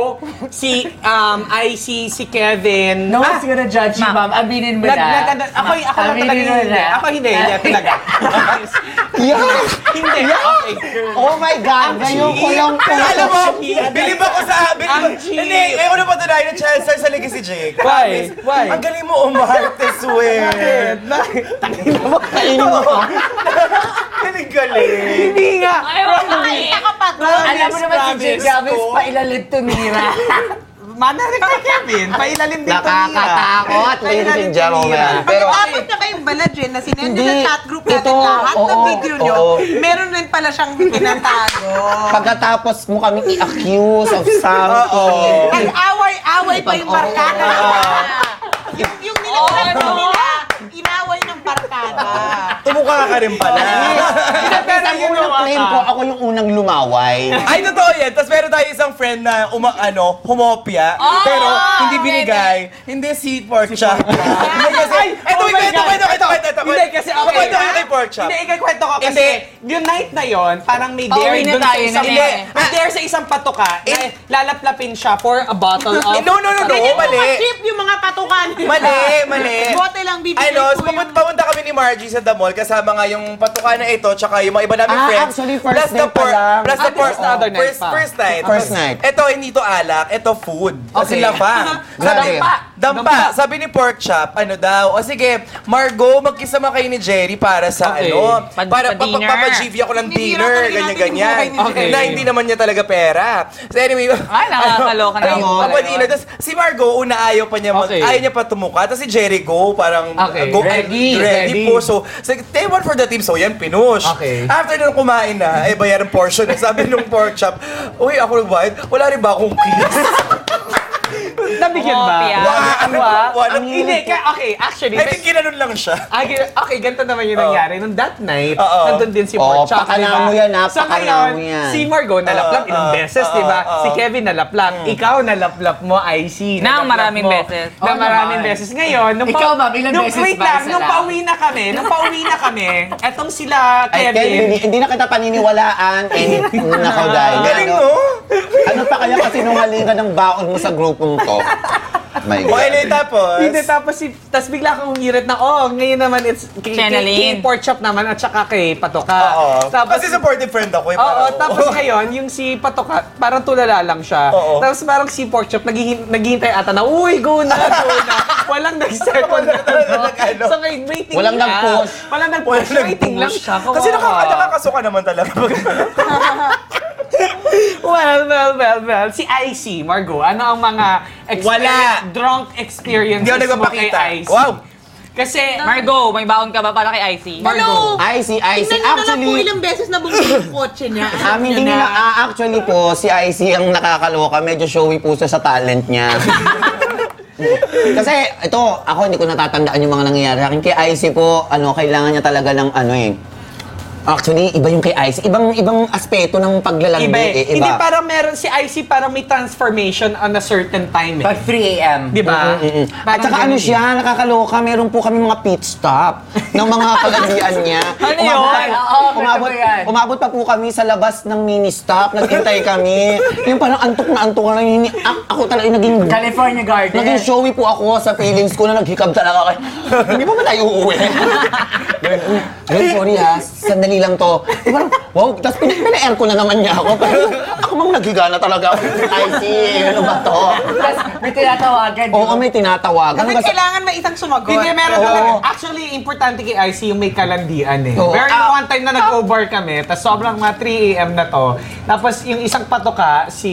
[SPEAKER 5] si um, IC, si Kevin.
[SPEAKER 8] No
[SPEAKER 5] Ah,
[SPEAKER 8] one's gonna judge you, ma'am. Aminin mo
[SPEAKER 5] Nag, nag,
[SPEAKER 8] na.
[SPEAKER 5] nag- ako, ako lang
[SPEAKER 8] Aminin
[SPEAKER 5] talaga
[SPEAKER 8] mo
[SPEAKER 5] hindi.
[SPEAKER 8] na.
[SPEAKER 5] Ako hindi, hindi <laughs> talaga.
[SPEAKER 6] Yeah!
[SPEAKER 5] Hindi, okay.
[SPEAKER 6] Oh my God! Ngayon ko lang po.
[SPEAKER 11] Alam mo, bilib ako sa...
[SPEAKER 5] Ang
[SPEAKER 11] Bilib,
[SPEAKER 5] cheap.
[SPEAKER 11] hindi, ayoko na patunayan na Chelsea sa lagi si Jake.
[SPEAKER 5] Why? Why?
[SPEAKER 11] Ang galing mo oh, umarte, swear.
[SPEAKER 6] Kainin mo pa.
[SPEAKER 11] Ang galing.
[SPEAKER 5] Hindi nga.
[SPEAKER 9] Ay, wala kayo.
[SPEAKER 7] Ako pa to.
[SPEAKER 8] Alam mo naman si Jake Gavins,
[SPEAKER 11] ko.
[SPEAKER 8] pailalit
[SPEAKER 5] <laughs>
[SPEAKER 8] tumira.
[SPEAKER 7] Ah,
[SPEAKER 5] Mana rin kay Kevin. Pailalim din to niya.
[SPEAKER 6] Nakakatakot, ladies and gentlemen.
[SPEAKER 7] Pero
[SPEAKER 6] Pero,
[SPEAKER 7] abot Ano, na kayong balad, Jen, na sinendo
[SPEAKER 6] Hindi.
[SPEAKER 7] sa chat group natin
[SPEAKER 6] Ito,
[SPEAKER 7] lahat ng
[SPEAKER 6] oo,
[SPEAKER 7] video nyo.
[SPEAKER 6] oo.
[SPEAKER 7] Meron rin pala siyang pinatago.
[SPEAKER 6] pagkatapos mo kami i-accuse of
[SPEAKER 7] Ang
[SPEAKER 6] something.
[SPEAKER 7] away-away pa yung barkada. yung, yung nilakas
[SPEAKER 9] Oo, no?
[SPEAKER 7] nila, inaway ng barkada.
[SPEAKER 11] Tumukha ka rin pala.
[SPEAKER 6] Pero yun yung claim ko, ako yung unang lumaway.
[SPEAKER 11] Ay, totoo yan. Tapos meron tayo isang friend na uma, ano, humopia,
[SPEAKER 6] Ah!
[SPEAKER 11] pero hindi binigay. Hindi si Porkchak.
[SPEAKER 6] Ah!
[SPEAKER 11] Hindi kasi,
[SPEAKER 5] Ay,
[SPEAKER 11] eto,
[SPEAKER 5] oh my
[SPEAKER 11] kwento, kwento,
[SPEAKER 5] God.
[SPEAKER 11] kwento, kwento, kwento.
[SPEAKER 5] Hindi, kasi ako.
[SPEAKER 11] Kwento kayo kay Porkchak.
[SPEAKER 5] Hindi, ikikwento ko kasi
[SPEAKER 11] Hindi.
[SPEAKER 5] yung night na yon parang may
[SPEAKER 9] Pauwi
[SPEAKER 5] dare
[SPEAKER 9] na
[SPEAKER 5] dun sa
[SPEAKER 9] tayo
[SPEAKER 5] isang...
[SPEAKER 9] na
[SPEAKER 5] Hindi,
[SPEAKER 9] eh.
[SPEAKER 5] may dare sa isang patuka na
[SPEAKER 11] Eh.
[SPEAKER 5] lalaplapin siya for a
[SPEAKER 7] <laughs>
[SPEAKER 5] bottle of...
[SPEAKER 11] Eh, No, no, no, no, mali.
[SPEAKER 7] Chip yung mga patukan.
[SPEAKER 11] Mali, mali.
[SPEAKER 7] Bote lang bibigay
[SPEAKER 11] Ay, no,
[SPEAKER 7] ko
[SPEAKER 11] so,
[SPEAKER 7] yung-
[SPEAKER 11] pumunta, pumunta kami ni Margie sa the mall kasama nga yung patukan na ito tsaka yung mga iba namin
[SPEAKER 6] Ah,
[SPEAKER 11] friends.
[SPEAKER 6] actually, first
[SPEAKER 11] plus
[SPEAKER 6] day
[SPEAKER 11] the
[SPEAKER 6] pa lang.
[SPEAKER 11] Plus the
[SPEAKER 5] Ah, this is the other night
[SPEAKER 11] first,
[SPEAKER 5] pa.
[SPEAKER 11] first night.
[SPEAKER 6] First night.
[SPEAKER 11] Ito, hindi to alak. Ito food. Kasi
[SPEAKER 5] Okay.
[SPEAKER 11] lapa.
[SPEAKER 6] Grabe.
[SPEAKER 11] Dampa. Dampa. Sabi ni Pork Chop, ano daw. O sige, Margo, magkisama kayo ni Jerry para sa
[SPEAKER 5] Okay.
[SPEAKER 11] ano.
[SPEAKER 9] Pag-
[SPEAKER 11] para
[SPEAKER 9] pa- dinner.
[SPEAKER 11] papapajivia ko ng
[SPEAKER 7] Hindi,
[SPEAKER 11] dinner.
[SPEAKER 7] hirap na rin natin
[SPEAKER 11] Ganyan-ganyan.
[SPEAKER 7] yung buhay ni
[SPEAKER 5] Okay. Jerry.
[SPEAKER 11] Na hindi naman niya talaga pera. So anyway,
[SPEAKER 9] Ay,
[SPEAKER 11] <laughs>
[SPEAKER 9] nakakaloka na ako pala
[SPEAKER 11] papadina.
[SPEAKER 9] yun.
[SPEAKER 11] Tapos si Margo, una ayaw pa niya mag,
[SPEAKER 5] Okay.
[SPEAKER 11] ayaw niya pa tumuka. Tapos si Jerry go, parang uh,
[SPEAKER 5] Okay.
[SPEAKER 11] go,
[SPEAKER 5] Ready, ready.
[SPEAKER 11] po. So, so, take one for the team. So, yan, pinush.
[SPEAKER 5] Okay.
[SPEAKER 11] After nung kumain na, eh, bayar ang portion. Eh. Sabi nung pork chop, uy, ako nagbayad, wala rin ba akong kiss? <laughs>
[SPEAKER 5] Nabigyan ba?
[SPEAKER 9] Kopya.
[SPEAKER 11] Wala. Wala.
[SPEAKER 5] Ang Hindi, ka, okay, actually.
[SPEAKER 11] I think ginanon lang siya.
[SPEAKER 5] Okay, okay, ganito naman yung nangyari. Nung that night,
[SPEAKER 11] Oo.
[SPEAKER 5] nandun din si
[SPEAKER 6] Oo,
[SPEAKER 5] Pork Chop,
[SPEAKER 6] pakalamu yan, ha?
[SPEAKER 5] So
[SPEAKER 6] Pakalamu
[SPEAKER 5] ngayon,
[SPEAKER 6] yan.
[SPEAKER 5] si Margo nalaplap
[SPEAKER 11] Oo,
[SPEAKER 5] ilang
[SPEAKER 11] oo,
[SPEAKER 5] beses, di ba?
[SPEAKER 11] oo, Mm. oo.
[SPEAKER 5] Si Kevin nalaplap. Ikaw nalaplap mo, IC.
[SPEAKER 9] Nang
[SPEAKER 5] nalaplap
[SPEAKER 9] maraming
[SPEAKER 5] mo.
[SPEAKER 9] beses.
[SPEAKER 11] Oh,
[SPEAKER 5] Nang
[SPEAKER 8] Oo
[SPEAKER 5] maraming
[SPEAKER 8] naman.
[SPEAKER 5] beses. Ngayon, nung
[SPEAKER 8] Ikaw, ma'am, ilang
[SPEAKER 5] nung,
[SPEAKER 8] beses
[SPEAKER 5] wait
[SPEAKER 8] ba?
[SPEAKER 5] lang,
[SPEAKER 8] Isa
[SPEAKER 5] nung
[SPEAKER 8] lang.
[SPEAKER 5] pauwi na kami, nung pauwi na kami, etong sila
[SPEAKER 6] Ay, Ken, hindi,
[SPEAKER 5] Kevin.
[SPEAKER 6] hindi na kita
[SPEAKER 5] <laughs>
[SPEAKER 6] paniniwalaan. Eh, nakaw dahil.
[SPEAKER 11] Galing,
[SPEAKER 6] Ano-
[SPEAKER 11] no?
[SPEAKER 6] Ano pa kaya kasi nung ka ng baon mo sa grupong to? My
[SPEAKER 11] O,
[SPEAKER 6] God.
[SPEAKER 11] anyway, tapos.
[SPEAKER 5] Hindi, tapos, si, tapos bigla akong umirit na, oh, ngayon naman, it's kay, kay, kay
[SPEAKER 9] Channeling.
[SPEAKER 5] Pork Chop naman at saka kay Patoka.
[SPEAKER 11] Oo.
[SPEAKER 5] Tapos,
[SPEAKER 11] Kasi supportive friend ako. eh,
[SPEAKER 5] Oo,
[SPEAKER 11] parang-
[SPEAKER 5] tapos <laughs> ngayon, yung si Patoka, parang tulala lang siya.
[SPEAKER 11] Oo.
[SPEAKER 5] Tapos parang si Porkchop, naghihin- naghihintay ata na, uy, go na, go
[SPEAKER 11] <laughs>
[SPEAKER 5] na. Walang nag-second na.
[SPEAKER 11] Nag-ano.
[SPEAKER 5] so, ngayon, waiting
[SPEAKER 6] Walang
[SPEAKER 5] lang.
[SPEAKER 6] nag-push.
[SPEAKER 5] Walang nag-push. ah.
[SPEAKER 11] Walang
[SPEAKER 5] Waiting lang siya.
[SPEAKER 11] Kasi
[SPEAKER 5] kawawa.
[SPEAKER 11] nakaka- nakakasuka naman talaga.
[SPEAKER 5] <laughs> Well, well, well, well. Si IC, Margo, ano ang mga experience,
[SPEAKER 11] Wala.
[SPEAKER 5] drunk experiences
[SPEAKER 11] Hindi ako
[SPEAKER 5] mo kay
[SPEAKER 11] nagpapakita.
[SPEAKER 5] IC?
[SPEAKER 11] Wow.
[SPEAKER 5] Kasi,
[SPEAKER 9] Margo, may baon ka ba para kay IC?
[SPEAKER 7] Hello!
[SPEAKER 6] I see, I
[SPEAKER 7] Tingnan nyo
[SPEAKER 6] see.
[SPEAKER 7] na lang po
[SPEAKER 6] Actually,
[SPEAKER 7] ilang beses na bumili yung kotse niya.
[SPEAKER 6] Ah, hindi nila, ah, actually po, si IC ang nakakaloka. Medyo showy po siya sa talent
[SPEAKER 5] <laughs>
[SPEAKER 6] niya. Kasi ito, ako hindi ko natatandaan yung mga nangyayari sa akin. Kay IC po, ano, kailangan niya talaga ng ano eh, Actually, iba yung kay Ice. Ibang ibang aspeto ng paglalandi.
[SPEAKER 5] Iba eh.
[SPEAKER 6] eh,
[SPEAKER 5] Hindi parang meron si IC parang may transformation on a certain time eh.
[SPEAKER 8] Pag 3 a.m.
[SPEAKER 5] Di ba?
[SPEAKER 6] Mm-mm-mm. At
[SPEAKER 5] Parang
[SPEAKER 6] saka ano
[SPEAKER 5] ganun eh.
[SPEAKER 6] siya, nakakaloka, meron po kami mga pit stop ng
[SPEAKER 8] <laughs>
[SPEAKER 6] mga kalandian niya.
[SPEAKER 8] Ano yun? Oo, kwento
[SPEAKER 6] umabot,
[SPEAKER 8] mo yan.
[SPEAKER 6] umabot pa po kami sa labas ng mini stop, nagintay
[SPEAKER 8] <laughs>
[SPEAKER 6] kami. Yung parang antok na antok na yun. A- Ako talaga naging...
[SPEAKER 8] California Garden.
[SPEAKER 6] Naging showy po ako sa feelings ko na naghikab talaga kayo. <laughs> Hindi ba ba tayo uuwi?
[SPEAKER 8] <laughs>
[SPEAKER 6] Ganun, Ganun, sorry ha, sandali lang to. Eh, Parang, wow, tapos pina- pina-aircon na naman niya ako. Parang, ako mang naghiga na talaga. <laughs> I see, ano ba
[SPEAKER 8] <laughs>
[SPEAKER 6] to?
[SPEAKER 8] Tapos may tinatawagan.
[SPEAKER 6] Oo, may tinatawagan.
[SPEAKER 7] Kasi
[SPEAKER 6] Ano ba sa-
[SPEAKER 7] kailangan may isang sumagot.
[SPEAKER 5] Hindi, meron
[SPEAKER 6] Oo.
[SPEAKER 5] talaga. Actually, importante kay IC yung may kalandian eh.
[SPEAKER 6] Oo.
[SPEAKER 5] Very
[SPEAKER 11] Ah,
[SPEAKER 5] one time na nag-over kami, tapos sobrang mga 3 a.m. na to. Tapos yung isang patoka, si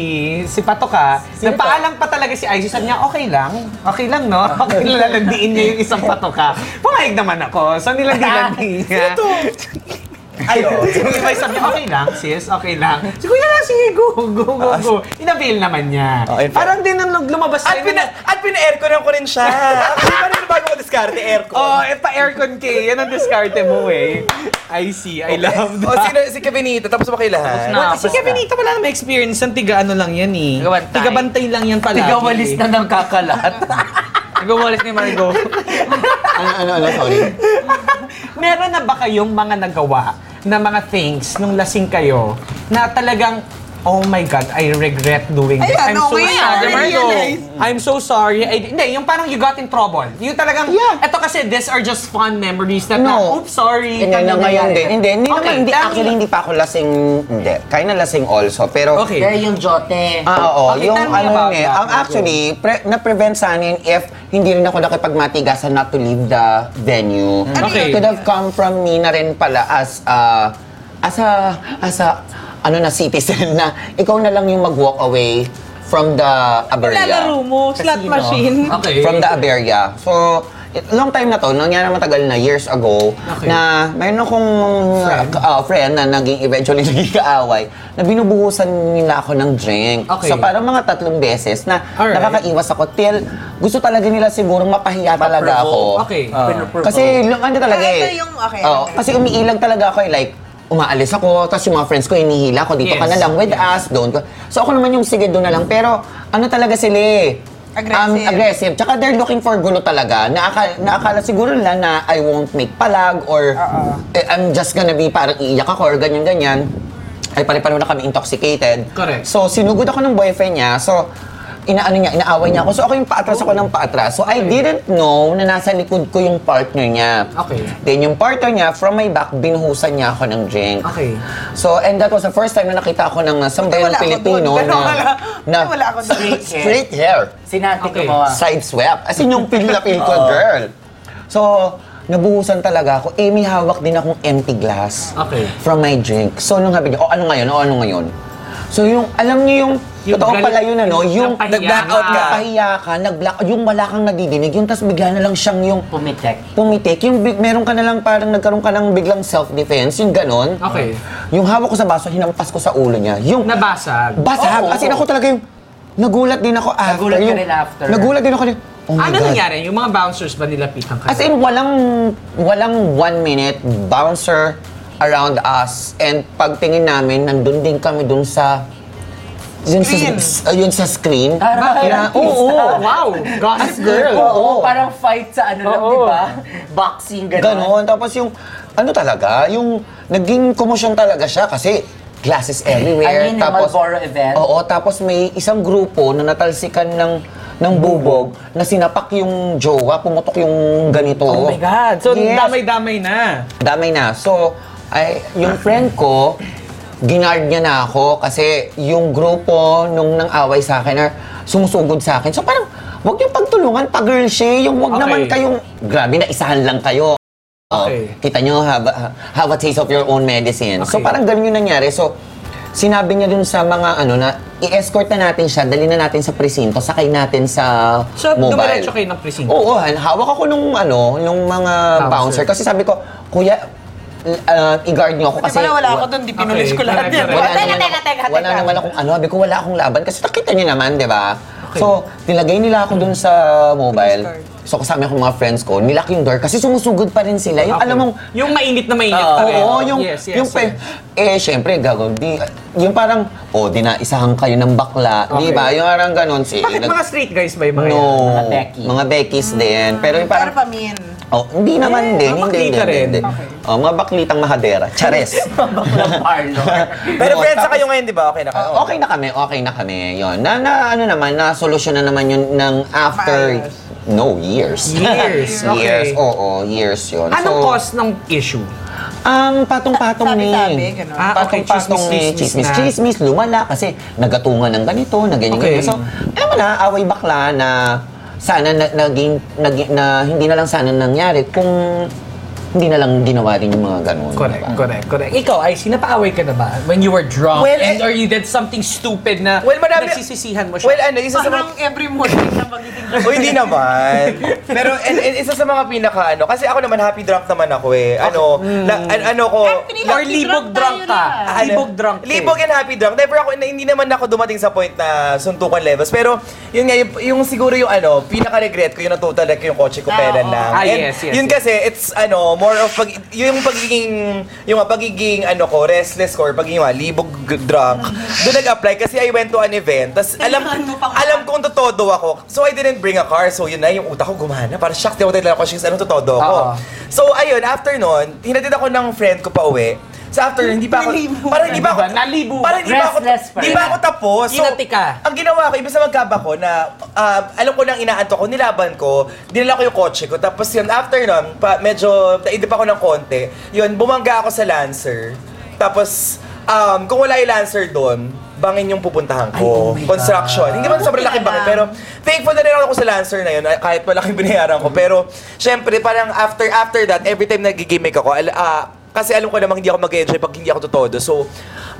[SPEAKER 5] si patoka, nagpaalang pa talaga si IC. Sabi niya, okay lang. Okay lang,
[SPEAKER 11] <laughs>
[SPEAKER 5] no? Okay lang, lalandiin niya yung isang patoka. Pumayag naman ako. So
[SPEAKER 11] <laughs>
[SPEAKER 5] nilandilandiin niya. Ayun. <laughs> Yung iba sabi, niya, okay lang, sis, okay lang. Si kuya lang, sige, go, go, go, go. Inabail naman niya.
[SPEAKER 11] Ah. Oh, in fact.
[SPEAKER 5] Parang din nung lumabas
[SPEAKER 11] At,
[SPEAKER 5] tayo,
[SPEAKER 11] pina, <laughs> Ah, at pina-airconan ko rin siya. Actually, paano na bago ko diskarte aircon?
[SPEAKER 5] <laughs> Oh, eh, pa-aircon kay. Yan ang diskarte mo eh. I see. I love
[SPEAKER 11] Oh,
[SPEAKER 5] that.
[SPEAKER 11] sino, si Kevinito, tapos ba kayo lahat?
[SPEAKER 9] na.
[SPEAKER 5] Well, si Kevinito wala naman experience. Ang tiga ano lang yan eh.
[SPEAKER 9] Tigabantay.
[SPEAKER 5] Tigabantay lang yan pala.
[SPEAKER 8] Tigawalis na ng kakalat.
[SPEAKER 5] <laughs> Tigawalis ni Margo.
[SPEAKER 6] <laughs> Ano, ano, ano, sorry.
[SPEAKER 5] <laughs> Meron na ba kayong mga nagawa na mga things nung lasing kayo na talagang Oh my God, I regret doing this.
[SPEAKER 7] Ayan,
[SPEAKER 5] I'm so
[SPEAKER 7] okay,
[SPEAKER 5] sorry.
[SPEAKER 7] I
[SPEAKER 5] Margo.
[SPEAKER 7] realized.
[SPEAKER 5] I'm so sorry. I- hindi, yung parang you got in trouble. Yung talagang, eto kasi these are just fun memories na,
[SPEAKER 6] No.
[SPEAKER 5] oops,
[SPEAKER 6] Hindi
[SPEAKER 5] sorry.
[SPEAKER 6] na ngayon
[SPEAKER 5] ganun nangyari.
[SPEAKER 6] din. Hindi, hindi
[SPEAKER 5] Okay,
[SPEAKER 6] naman, hindi,
[SPEAKER 5] dahil-
[SPEAKER 6] actually, hindi pa ako lasing, hindi. Kaya na lasing also, pero...
[SPEAKER 5] Okay.
[SPEAKER 8] Pero yung jote.
[SPEAKER 6] Ah, oo.
[SPEAKER 5] Okay,
[SPEAKER 6] yung
[SPEAKER 5] tell me
[SPEAKER 6] ano
[SPEAKER 5] about
[SPEAKER 6] yun eh.
[SPEAKER 5] that,
[SPEAKER 6] Ang
[SPEAKER 5] Marco.
[SPEAKER 6] actually, pre- na-prevent sa akin if hindi rin ako nakipagmatigasan not to leave the venue. It
[SPEAKER 5] Okay.
[SPEAKER 6] could have come from me na rin pala as a, as a, as a, ano na citizen <laughs> na ikaw na lang yung mag-walk away from the aberya.
[SPEAKER 7] Lalaro mo, slot machine.
[SPEAKER 5] Okay.
[SPEAKER 6] From the Aberia. So, it- long time na to, nangyari matagal na, years ago,
[SPEAKER 5] Okay.
[SPEAKER 6] na mayroon akong friend. friend na naging eventually <laughs> naging kaaway, na binubuhusan nila ako ng drink.
[SPEAKER 5] Okay.
[SPEAKER 6] So, parang mga tatlong beses na
[SPEAKER 5] Alright.
[SPEAKER 6] nakakaiwas ako till gusto talaga nila siguro mapahiya talaga ako. Ah.
[SPEAKER 5] Okay.
[SPEAKER 6] Kasi lo- ano talaga
[SPEAKER 7] Ah, ito
[SPEAKER 6] eh.
[SPEAKER 7] yung okay,
[SPEAKER 6] Oo,
[SPEAKER 7] okay.
[SPEAKER 6] kasi umiilag talaga ako eh. Like, umaalis ako, tapos yung mga friends ko, hinihila ko, dito ka
[SPEAKER 5] Yes.
[SPEAKER 6] na lang with us, doon ka. So ako naman yung sige doon na lang. Pero ano talaga sila eh.
[SPEAKER 7] Aggressive.
[SPEAKER 6] aggressive. Tsaka they're looking for gulo talaga. Naakala, naakala siguro nila na I won't make palag or
[SPEAKER 5] Uh-uh.
[SPEAKER 6] eh, I'm just gonna be parang iiyak ako or ganyan-ganyan. Ay, pare-pareho na kami intoxicated.
[SPEAKER 5] Correct.
[SPEAKER 6] So, sinugod ako ng boyfriend niya. So, inaano niya, inaaway niya ako. So, ako yung paatras
[SPEAKER 5] Oh.
[SPEAKER 6] ako ng paatras. So, I didn't know na nasa likod ko yung partner niya.
[SPEAKER 5] Okay.
[SPEAKER 6] Then, yung partner niya, from my back, binuhusan niya ako ng drink.
[SPEAKER 5] Okay.
[SPEAKER 6] So, and that was the first time na nakita ako ng uh, sambayang
[SPEAKER 7] Wala ako
[SPEAKER 6] Pilipino
[SPEAKER 7] doon. Pero wala,
[SPEAKER 6] na,
[SPEAKER 7] pero wala ako doon.
[SPEAKER 6] straight hair
[SPEAKER 8] Sinati ko
[SPEAKER 5] Okay.
[SPEAKER 8] mo.
[SPEAKER 6] sideswept. As in, yung feel na feel ko, girl. So, nabuhusan talaga ako. Eh, may hawak din akong empty glass
[SPEAKER 5] Okay.
[SPEAKER 6] from my drink. So, nung sabi niya, oh, ano ngayon? Oh, ano ngayon? So, yung, alam niyo yung,
[SPEAKER 5] Yung
[SPEAKER 6] totoo
[SPEAKER 5] galit-
[SPEAKER 6] pala yun, ano? Yung,
[SPEAKER 5] Napahiya
[SPEAKER 6] nag-blackout
[SPEAKER 5] ka.
[SPEAKER 6] ka. Napahiya ka, nag-blackout. Yung wala kang nadidinig, yung tas bigla na lang siyang yung
[SPEAKER 8] Pumitek.
[SPEAKER 6] pumitik. Yung big, meron ka na lang parang nagkaroon ka ng biglang self-defense, yung ganon.
[SPEAKER 5] Okay.
[SPEAKER 6] Yung hawak ko sa baso, hinampas ko sa ulo niya. Yung,
[SPEAKER 5] Nabasag.
[SPEAKER 6] Basag.
[SPEAKER 8] Oo.
[SPEAKER 6] As in, ako talaga yung... Nagulat din ako after.
[SPEAKER 8] Nagulat ka
[SPEAKER 6] yung-
[SPEAKER 8] rin after.
[SPEAKER 6] Nagulat din ako rin. Oh my
[SPEAKER 5] ano
[SPEAKER 6] God.
[SPEAKER 5] nangyari? Yung mga bouncers ba nilapitan ka?
[SPEAKER 6] As in, walang, walang one minute bouncer around us. And pagtingin namin, nandun din kami dun sa... Yun sa,
[SPEAKER 5] Screen.
[SPEAKER 6] s- ayun sa screen.
[SPEAKER 8] Parang
[SPEAKER 6] Na- Oo, oo.
[SPEAKER 8] Ah.
[SPEAKER 5] wow! Gossip girl!
[SPEAKER 8] Oo,
[SPEAKER 6] Oo.
[SPEAKER 8] parang fight sa ano lang,
[SPEAKER 5] Oo.
[SPEAKER 8] di ba? <laughs> Boxing, gano'n.
[SPEAKER 6] Ganon. Tapos yung, ano talaga, yung naging komosyon talaga siya kasi glasses everywhere.
[SPEAKER 8] Ayun, yung Marlboro event.
[SPEAKER 6] Oo, tapos may isang grupo na natalsikan ng ng bubog na sinapak yung jowa, pumutok yung ganito.
[SPEAKER 5] Oh my God! So,
[SPEAKER 6] Yes.
[SPEAKER 5] damay-damay na.
[SPEAKER 6] Damay na. So, ay, yung friend ko, ginard niya na ako kasi yung grupo nung nang away sa akin are sumusugod sa akin. So parang, wag yung pagtulungan, pag-girl siya, eh. yung wag
[SPEAKER 5] Okay.
[SPEAKER 6] naman kayong, grabe na, isahan lang kayo. Oh,
[SPEAKER 5] Okay.
[SPEAKER 6] Kita nyo, have, a- have a taste of your own medicine. So
[SPEAKER 5] Okay.
[SPEAKER 6] parang ganun yung nangyari. So, sinabi niya dun sa mga ano na, i-escort na natin siya, dali na natin sa presinto, sakay natin sa
[SPEAKER 5] So,
[SPEAKER 6] mobile.
[SPEAKER 5] dumiretso kayo ng presinto?
[SPEAKER 6] Oo, han- hawak ako nung ano, nung mga
[SPEAKER 5] Bouncer.
[SPEAKER 6] bouncer. Kasi sabi ko, kuya, l- ah, i-guard niyo ako
[SPEAKER 7] Kasi
[SPEAKER 6] kasi
[SPEAKER 7] pala wala ako
[SPEAKER 6] wa-
[SPEAKER 7] doon, di pinulis
[SPEAKER 5] Okay,
[SPEAKER 7] ko lahat
[SPEAKER 5] correct,
[SPEAKER 7] yan.
[SPEAKER 5] correct.
[SPEAKER 6] wala
[SPEAKER 7] Teka,
[SPEAKER 6] naman
[SPEAKER 7] teka,
[SPEAKER 6] ako-
[SPEAKER 7] teka,
[SPEAKER 6] Wala
[SPEAKER 7] teka.
[SPEAKER 6] naman akong ano, sabi ko wala akong laban kasi nakita niyo naman, 'di ba? So, nilagay nila ako dun sa mobile. So, kasama ko mga friends ko, nilock yung door kasi sumusugod pa rin sila. Yung alam mong...
[SPEAKER 12] Yung mainit na mainit
[SPEAKER 6] Oo,
[SPEAKER 12] pa rin.
[SPEAKER 6] yung...
[SPEAKER 12] Ah, Yes, yes,
[SPEAKER 6] yung pe- Eh, syempre, gago. Di, yung parang, oh, dinaisahan kayo ng bakla.
[SPEAKER 12] Okay.
[SPEAKER 6] Di ba? Yung parang ganun. Si,
[SPEAKER 12] Bakit
[SPEAKER 6] nag-
[SPEAKER 12] mga straight guys ba yung mga yan?
[SPEAKER 6] No. Mga Becky. Mga Becky's din. Pero yung parang...
[SPEAKER 7] pa min.
[SPEAKER 6] Oh, hindi naman din. Hindi, hindi,
[SPEAKER 11] Eh, baklita
[SPEAKER 6] hindi,
[SPEAKER 11] rin.
[SPEAKER 6] hindi. Oh, mga baklitang mahadera. Chares.
[SPEAKER 11] <laughs> Pero friends na kayo ngayon, di ba? Okay na kayo.
[SPEAKER 6] okay na kami, okay na kami. Yun. Na, na ano naman, na solusyon na naman yun ng after no years.
[SPEAKER 12] Years, okay.
[SPEAKER 6] <laughs> years, Oh, oo, years yun.
[SPEAKER 12] Anong cause ng issue?
[SPEAKER 6] Um, patong-patong eh. ni.
[SPEAKER 12] Ah, okay.
[SPEAKER 6] Patong-patong ni
[SPEAKER 12] Chismis-chismis
[SPEAKER 6] chismis,
[SPEAKER 12] na.
[SPEAKER 6] chismis, lumala kasi nagatungan ng ganito, na ganyan,
[SPEAKER 12] Okay.
[SPEAKER 6] ganyan. So, alam mo na, away bakla na sana na, naging, naging- na hindi na lang sana nangyari kung hindi na lang ginawa rin yung mga ganun.
[SPEAKER 12] Correct, correct, correct. Ikaw, ay sinapaaway ka na ba when you were drunk
[SPEAKER 11] Well,
[SPEAKER 12] and
[SPEAKER 11] eh-
[SPEAKER 12] or you did something stupid na
[SPEAKER 11] Well, marami-
[SPEAKER 12] nagsisisihan mo siya?
[SPEAKER 11] Well, ano, isa sa mga...
[SPEAKER 7] Parang every morning na pagising
[SPEAKER 11] <laughs>
[SPEAKER 7] ko.
[SPEAKER 11] O, hindi naman. Pero and, and isa sa mga pinaka ano, kasi ako naman happy drunk naman ako eh. Ano, la, an- ano ko...
[SPEAKER 12] Or hmm. libog drunk ka. Ah, Libog drunk ka. eh.
[SPEAKER 11] Libog and happy drunk. Never ako, na- hindi naman ako dumating sa point na suntukan levels. Pero, yun nga, yung, yung siguro yung ano, pinaka-regret ko, yung natutal ko yung kotse ko
[SPEAKER 12] Ah,
[SPEAKER 11] pera
[SPEAKER 12] oo.
[SPEAKER 11] lang.
[SPEAKER 12] Ah,
[SPEAKER 11] And
[SPEAKER 12] yes, yes,
[SPEAKER 11] Yun
[SPEAKER 12] yes.
[SPEAKER 11] kasi, it's ano, more of, pag, yung pagiging, yung pagiging ano ko, restless ko, or pagiging ah, libog g- drunk. Doon nag-apply kasi I went to an event. Tapos alam, alam kong totodo ako. So I didn't bring a car. So yun na, yung utak ko gumana. Parang shocked ako dahil ako, shit, ano totodo ako.
[SPEAKER 12] Oo.
[SPEAKER 11] So ayun, after nun, hinatid ako ng friend ko pa uwi. Sa after, nun, hindi pa ako, parang hindi pa ako,
[SPEAKER 12] Nalibo.
[SPEAKER 11] parang hindi pa ako,
[SPEAKER 12] Restless pa
[SPEAKER 11] hindi
[SPEAKER 12] rin.
[SPEAKER 11] pa ako tapos. So,
[SPEAKER 12] Kinati ka.
[SPEAKER 11] ang ginawa ko, ibig sa magkaba ko na, ah, alam ko lang inaanto ko, nilaban ko, dinala ko yung kotse ko. Tapos yun, after nun, pa, medyo naidip ako ng konti. Yun, bumangga ako sa Lancer. Tapos, um, kung wala yung Lancer doon, bangin yung pupuntahan ko. Construction. Hindi man sobrang laki bangin, pero thankful na rin ako sa Lancer na yun, ah, kahit malaking <laughs> binayaran ko. Pero, syempre, parang after after that, every time nagigimik ako, al- ah, kasi alam ko namang hindi ako mag-enjoy pag hindi ako totodo. So,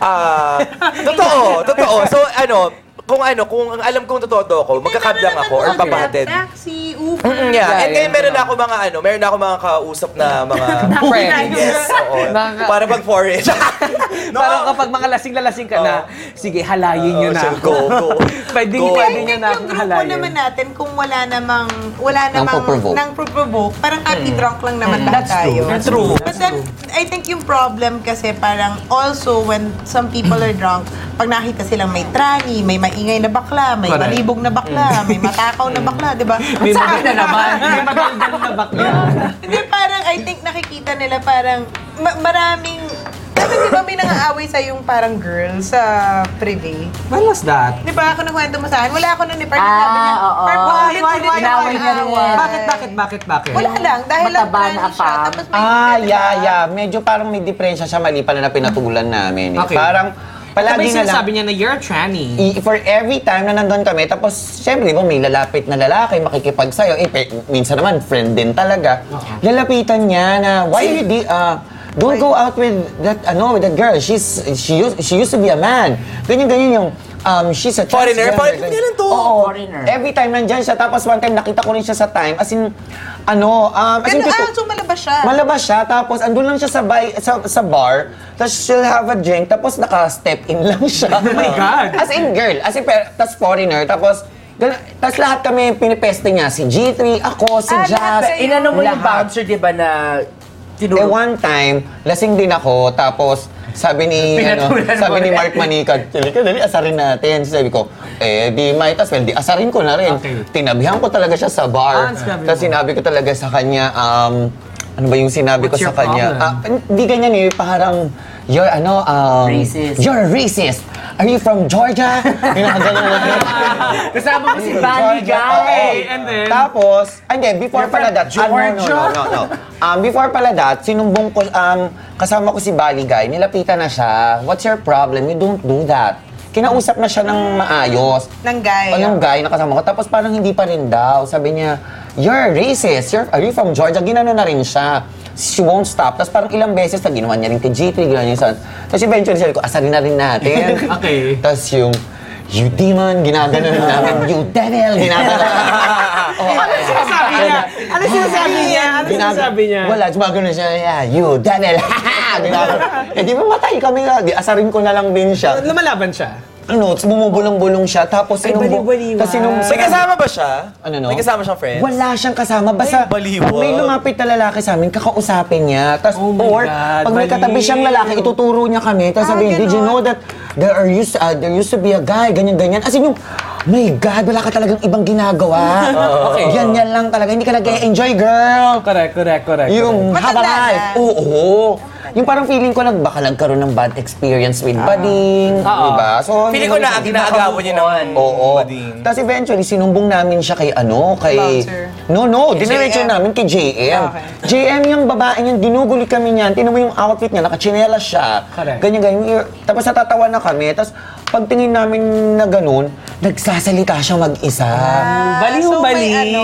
[SPEAKER 11] ah, totoo, totoo. So, ano, kung ano, kung ang alam kong totoo ako, magkakab lang ako or papated.
[SPEAKER 7] Taxi, Uber.
[SPEAKER 11] Mm, yeah. And ngayon meron na ako mga ano, meron na ako mga kausap na
[SPEAKER 6] <laughs>
[SPEAKER 11] mga friends. Yes, oo.
[SPEAKER 12] Mga-
[SPEAKER 11] Para pag foreign. <laughs> no,
[SPEAKER 12] <laughs> Parang kapag mga lasing-lalasing ka na, sige, halayin nyo
[SPEAKER 11] Oo,
[SPEAKER 12] na
[SPEAKER 11] so
[SPEAKER 12] ako.
[SPEAKER 11] go, go.
[SPEAKER 12] <laughs> Pwede,
[SPEAKER 11] Go.
[SPEAKER 12] pwede nyo
[SPEAKER 7] I
[SPEAKER 12] na
[SPEAKER 7] think yung
[SPEAKER 12] akong
[SPEAKER 7] grupo
[SPEAKER 12] halayin.
[SPEAKER 7] naman natin, kung wala namang, wala
[SPEAKER 6] Nang
[SPEAKER 7] namang,
[SPEAKER 6] poprovoke.
[SPEAKER 7] nang provoke parang happy drunk lang naman lahat tayo.
[SPEAKER 12] Mm. That's true.
[SPEAKER 7] But then, I think yung problem kasi parang also when some people are drunk, pag nakita silang may trani, may maingay na bakla, may
[SPEAKER 12] Correct. Mm.
[SPEAKER 7] malibog na bakla, may matakaw na bakla, di ba?
[SPEAKER 12] May
[SPEAKER 7] Sa
[SPEAKER 12] maganda
[SPEAKER 7] akin-
[SPEAKER 12] naman. May maganda na bakla.
[SPEAKER 11] <laughs>
[SPEAKER 7] Hindi, Eh, parang I think nakikita nila parang ma- maraming... Dapat di ba diba may nangaaway sa yung parang girl sa privé?
[SPEAKER 12] When was that?
[SPEAKER 7] Di ba ako nakwento mo sa akin? Wala ako nun eh. Parang
[SPEAKER 8] Ah,
[SPEAKER 7] sabi niya,
[SPEAKER 8] oo.
[SPEAKER 7] parang
[SPEAKER 8] Why, why,
[SPEAKER 7] ulit-ulit
[SPEAKER 8] why,
[SPEAKER 7] na
[SPEAKER 8] why,
[SPEAKER 7] parang
[SPEAKER 8] why,
[SPEAKER 7] away.
[SPEAKER 12] Bakit, bakit, bakit, bakit?
[SPEAKER 7] Wala lang. Dahil lang
[SPEAKER 8] Mataba na
[SPEAKER 7] tranny siya.
[SPEAKER 8] pa.
[SPEAKER 7] Tapos may
[SPEAKER 6] Ah,
[SPEAKER 7] diba?
[SPEAKER 6] yeah, yeah. Medyo parang may diferensya siya mali pala na pinatulan namin. Eh.
[SPEAKER 12] Okay.
[SPEAKER 6] Parang
[SPEAKER 12] Palagi
[SPEAKER 6] palagi na lang.
[SPEAKER 12] sinasabi niya na you're a tranny.
[SPEAKER 6] I- for every time na nandun kami, tapos syempre, di ba, may lalapit na lalaki, makikipag sa'yo, eh, pe- minsan naman, friend din talaga. Lalapitan niya na, why you di, ah, don't go out with that, ano, with that girl. She's, she used, she used to be a man. Ganyan, ganyan yung, um, she's a
[SPEAKER 11] Foreigner?
[SPEAKER 6] transgender.
[SPEAKER 11] Foreigner? Ganyan to?
[SPEAKER 6] Oo.
[SPEAKER 8] Foreigner.
[SPEAKER 6] Every time nandyan siya, tapos one time, nakita ko rin siya sa time, as in, ano, um, as in,
[SPEAKER 7] Ganun, ah,
[SPEAKER 6] tutu-
[SPEAKER 7] so malabas siya.
[SPEAKER 6] Malabas siya, tapos andun lang siya sa, bay- sa, sa bar, tapos she'll have a drink, tapos naka-step in <laughs> lang siya. Oh
[SPEAKER 12] my God.
[SPEAKER 6] As in girl, as in, per- tapos foreigner, tapos gala- tapos lahat kami pinipeste niya, si G3, ako, si
[SPEAKER 7] Ah, lahat
[SPEAKER 6] Jazz.
[SPEAKER 7] kayo.
[SPEAKER 12] Inano mo yung
[SPEAKER 6] Lahat.
[SPEAKER 12] bouncer, di ba, na
[SPEAKER 6] Eh,
[SPEAKER 12] tinuro?
[SPEAKER 6] one time, lasing din ako, tapos sabi ni, ano,
[SPEAKER 12] <laughs> Pinatulan mo
[SPEAKER 6] sabi ni
[SPEAKER 12] rin.
[SPEAKER 6] Mark Manika, "Tili ka, dali, asarin natin. Sabi ko, eh, di might as well, di asarin ko na rin.
[SPEAKER 12] Okay.
[SPEAKER 6] Tinabihan ko talaga siya sa
[SPEAKER 12] Ah,
[SPEAKER 6] bar.
[SPEAKER 12] sinabi mo.
[SPEAKER 6] Tapos sinabi ko talaga sa kanya, um, ano ba yung sinabi
[SPEAKER 12] What's
[SPEAKER 6] ko sa
[SPEAKER 12] your
[SPEAKER 6] kanya? Ah,
[SPEAKER 12] problem?
[SPEAKER 6] hindi ganyan eh, parang, you're ano, um,
[SPEAKER 8] Racist.
[SPEAKER 6] You're racist. Are you from
[SPEAKER 12] <laughs>
[SPEAKER 6] Georgia? Yung mga ganun
[SPEAKER 12] Kasama mo si Bali
[SPEAKER 6] Bali
[SPEAKER 12] Guy. And then,
[SPEAKER 6] Oh, Tapos, ah, hindi, before
[SPEAKER 12] You're
[SPEAKER 6] pala
[SPEAKER 12] from
[SPEAKER 6] that, ah, no, no,
[SPEAKER 12] Georgia?
[SPEAKER 6] no, no, no. Um, before pala that, sinumbong ko, um, kasama ko si Bali Guy, nilapitan na siya, what's your problem? You don't do that. Kinausap na siya ng
[SPEAKER 12] Mm.
[SPEAKER 6] maayos.
[SPEAKER 7] Ng guy.
[SPEAKER 6] O, ng guy na kasama ko. Tapos parang hindi pa rin daw. Sabi niya, you're racist. You're, are you from Georgia? Ginano na rin siya. She won't stop. Tapos parang ilang beses na ginawa niya rin kay G3, ginawa niya sa... Tapos eventually sabi ko, asarin na rin natin.
[SPEAKER 12] <laughs> Okay.
[SPEAKER 6] Tapos yung, you demon, ginagano rin namin. You devil, ginagano. <laughs> oh, ano
[SPEAKER 12] sinasabi niya? Ano sinasabi niya? Ano sinasabi niya?
[SPEAKER 6] Wala, gumagano siya. Yeah, you <laughs> devil, ha! Ginagano. Eh di ba matay kami na? Di asarin ko na lang din siya.
[SPEAKER 12] Lumalaban siya.
[SPEAKER 6] ano, bumubulong-bulong siya. Tapos,
[SPEAKER 11] Ay,
[SPEAKER 6] nung bu-
[SPEAKER 11] baliw-baliwan.
[SPEAKER 6] Kasi nung...
[SPEAKER 12] ah.
[SPEAKER 11] May kasama ba siya?
[SPEAKER 6] Ano no?
[SPEAKER 11] May kasama siyang friends?
[SPEAKER 6] Wala siyang kasama. Basta
[SPEAKER 11] Ay, baliwan.
[SPEAKER 6] may lumapit na lalaki sa amin, kakausapin niya. Tapos,
[SPEAKER 11] Oh my
[SPEAKER 6] or,
[SPEAKER 11] God,
[SPEAKER 6] pag may katabi
[SPEAKER 11] baliw. Ah,
[SPEAKER 6] siyang lalaki, ituturo niya kami. Tapos sabi, did you know that there are used, uh, there used to be a guy, ganyan-ganyan. As in yung, my God, wala ka talagang ibang
[SPEAKER 11] <laughs>
[SPEAKER 6] ginagawa.
[SPEAKER 12] Oo. Okay.
[SPEAKER 6] Yan, yan lang talaga. Hindi ka nag-enjoy, girl.
[SPEAKER 12] Correct, correct, correct.
[SPEAKER 6] Yung
[SPEAKER 12] correct.
[SPEAKER 6] haba life. Oo. Yung parang feeling ko lang, baka nagkaroon ng bad experience with budding.
[SPEAKER 11] Ah. Oo.
[SPEAKER 6] Di ba?
[SPEAKER 11] Feeling ko na- ginaagawan niya naman.
[SPEAKER 6] Oo. Tapos eventually, sinumbong namin siya kay ano, kay...
[SPEAKER 11] Bouncer.
[SPEAKER 6] No, no.
[SPEAKER 11] Kay
[SPEAKER 6] Diniretso
[SPEAKER 11] JM.
[SPEAKER 6] namin kay JM. JM yung babae niyan, ginugulit kami niyan. Tinan mo yung outfit niya, nakachinelas siya.
[SPEAKER 12] Correct.
[SPEAKER 6] Ganyan-ganyan. Tapos natatawa na kami. Tapos pagtingin namin na ganun, nagsasalita siya mag-isa.
[SPEAKER 11] Ah,
[SPEAKER 12] Baliw, baliw.
[SPEAKER 11] ano,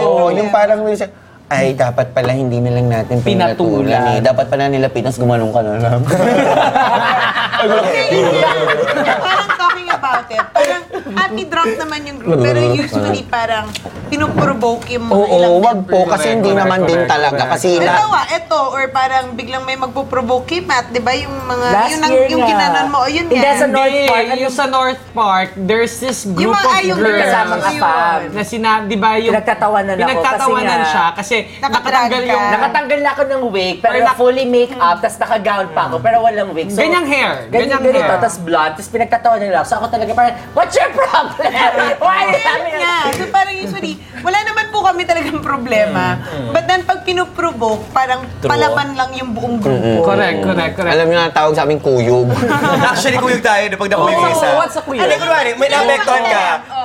[SPEAKER 6] Oo, yung parang minsan, ay, dapat pala hindi na lang natin pinatulan.
[SPEAKER 12] Pinatulan.
[SPEAKER 6] Eh. Dapat pala nila pinas gumanong ka na
[SPEAKER 11] <laughs>
[SPEAKER 6] lang. <laughs>
[SPEAKER 7] parang talking about it, parang happy drunk naman yung group, pero usually parang pinuprovoke yung mga
[SPEAKER 6] Oo,
[SPEAKER 7] Mm, ilang
[SPEAKER 6] wag po,
[SPEAKER 7] member.
[SPEAKER 6] kasi hindi naman din talaga. Kasi lahat,
[SPEAKER 7] Halimbawa, eto, or parang biglang may magpuprovoke kay Matt, di ba? Yung mga,
[SPEAKER 13] Last
[SPEAKER 7] yun ang,
[SPEAKER 13] year
[SPEAKER 7] yung
[SPEAKER 13] nga.
[SPEAKER 7] ginanan mo, o yun
[SPEAKER 13] Hindi,
[SPEAKER 7] nga.
[SPEAKER 13] sa North Park. Ano
[SPEAKER 7] <laughs> Yung
[SPEAKER 13] sa North Park, there's this group
[SPEAKER 7] Yung mga-
[SPEAKER 13] of
[SPEAKER 7] ah, yung
[SPEAKER 13] girls.
[SPEAKER 7] kasamang afam.
[SPEAKER 13] Na sina, di ba Diba yung...
[SPEAKER 8] Pinagtatawanan ako kasi
[SPEAKER 13] Pinagtatawanan
[SPEAKER 8] nga-
[SPEAKER 13] siya kasi nakatanggal yung...
[SPEAKER 8] Nakatanggal na ako ng wig, pero
[SPEAKER 13] Pero nak-
[SPEAKER 8] fully make-up, tapos naka-gown pa ako, pero walang wig.
[SPEAKER 13] Ganyang hair,
[SPEAKER 8] Ganyan,
[SPEAKER 13] ganyang
[SPEAKER 8] ganito,
[SPEAKER 13] hair.
[SPEAKER 8] tapos blonde, tapos pinagtatawa nila. So ako talaga parang, what's your
[SPEAKER 6] <laughs>
[SPEAKER 8] problem? Why are you having
[SPEAKER 7] nga. So parang usually, wala naman po kami talagang problema. But then pag pinuprovoke, parang
[SPEAKER 6] True.
[SPEAKER 7] palaban lang yung buong grupo.
[SPEAKER 13] Correct, correct, correct.
[SPEAKER 6] Alam niyo na ang tawag sa aming kuyog.
[SPEAKER 11] <laughs> Actually, kuyog tayo na pag nakuyog yung isa. Ano kunwari, may naapektuhan ka.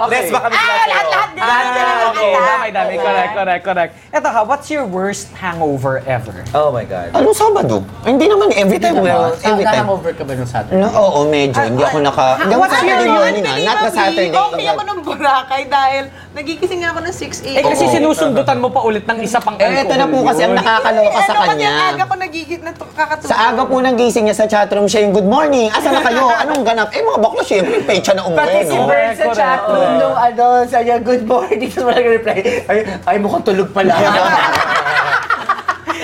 [SPEAKER 11] Let's Ah, ba kami sila sa'yo?
[SPEAKER 13] Ah, okay. Dami, dami.
[SPEAKER 11] Oo.
[SPEAKER 13] Correct, correct, correct. Eto ka, what's your worst hangover ever?
[SPEAKER 11] Oh my God.
[SPEAKER 6] Ano Sabado? Ay, Hindi naman every time. ah. Well, every time.
[SPEAKER 8] over ka ba nung Saturday?
[SPEAKER 6] No, Ano? oo, medyo. Hindi ako naka... Hindi ako
[SPEAKER 7] Ah, What's
[SPEAKER 6] Saturday
[SPEAKER 7] your
[SPEAKER 6] morning ah. Not the Saturday.
[SPEAKER 7] Okay ako ng Boracay dahil nagigising ako ng 6 a.m.
[SPEAKER 13] Eh kasi
[SPEAKER 6] Oo.
[SPEAKER 13] sinusundutan mo pa ulit ng isa pang
[SPEAKER 6] Eh, eto na po kasi ang
[SPEAKER 13] yun.
[SPEAKER 6] nakakaloka sa
[SPEAKER 7] Ano kasi
[SPEAKER 6] kanya.
[SPEAKER 7] ang aga ko nagigit na kakatulog.
[SPEAKER 6] Sa aga po ng gising niya sa chatroom siya yung good morning, asa na kayo? Anong ganap? Eh mga bakla syempre pecha na umuwi, no?
[SPEAKER 8] Pati si Bert sa chat room
[SPEAKER 6] Oo.
[SPEAKER 8] nung ano, sa niya, good
[SPEAKER 6] <laughs>
[SPEAKER 8] morning. Tapos walang reply. Ay, ay mukhang tulog pala.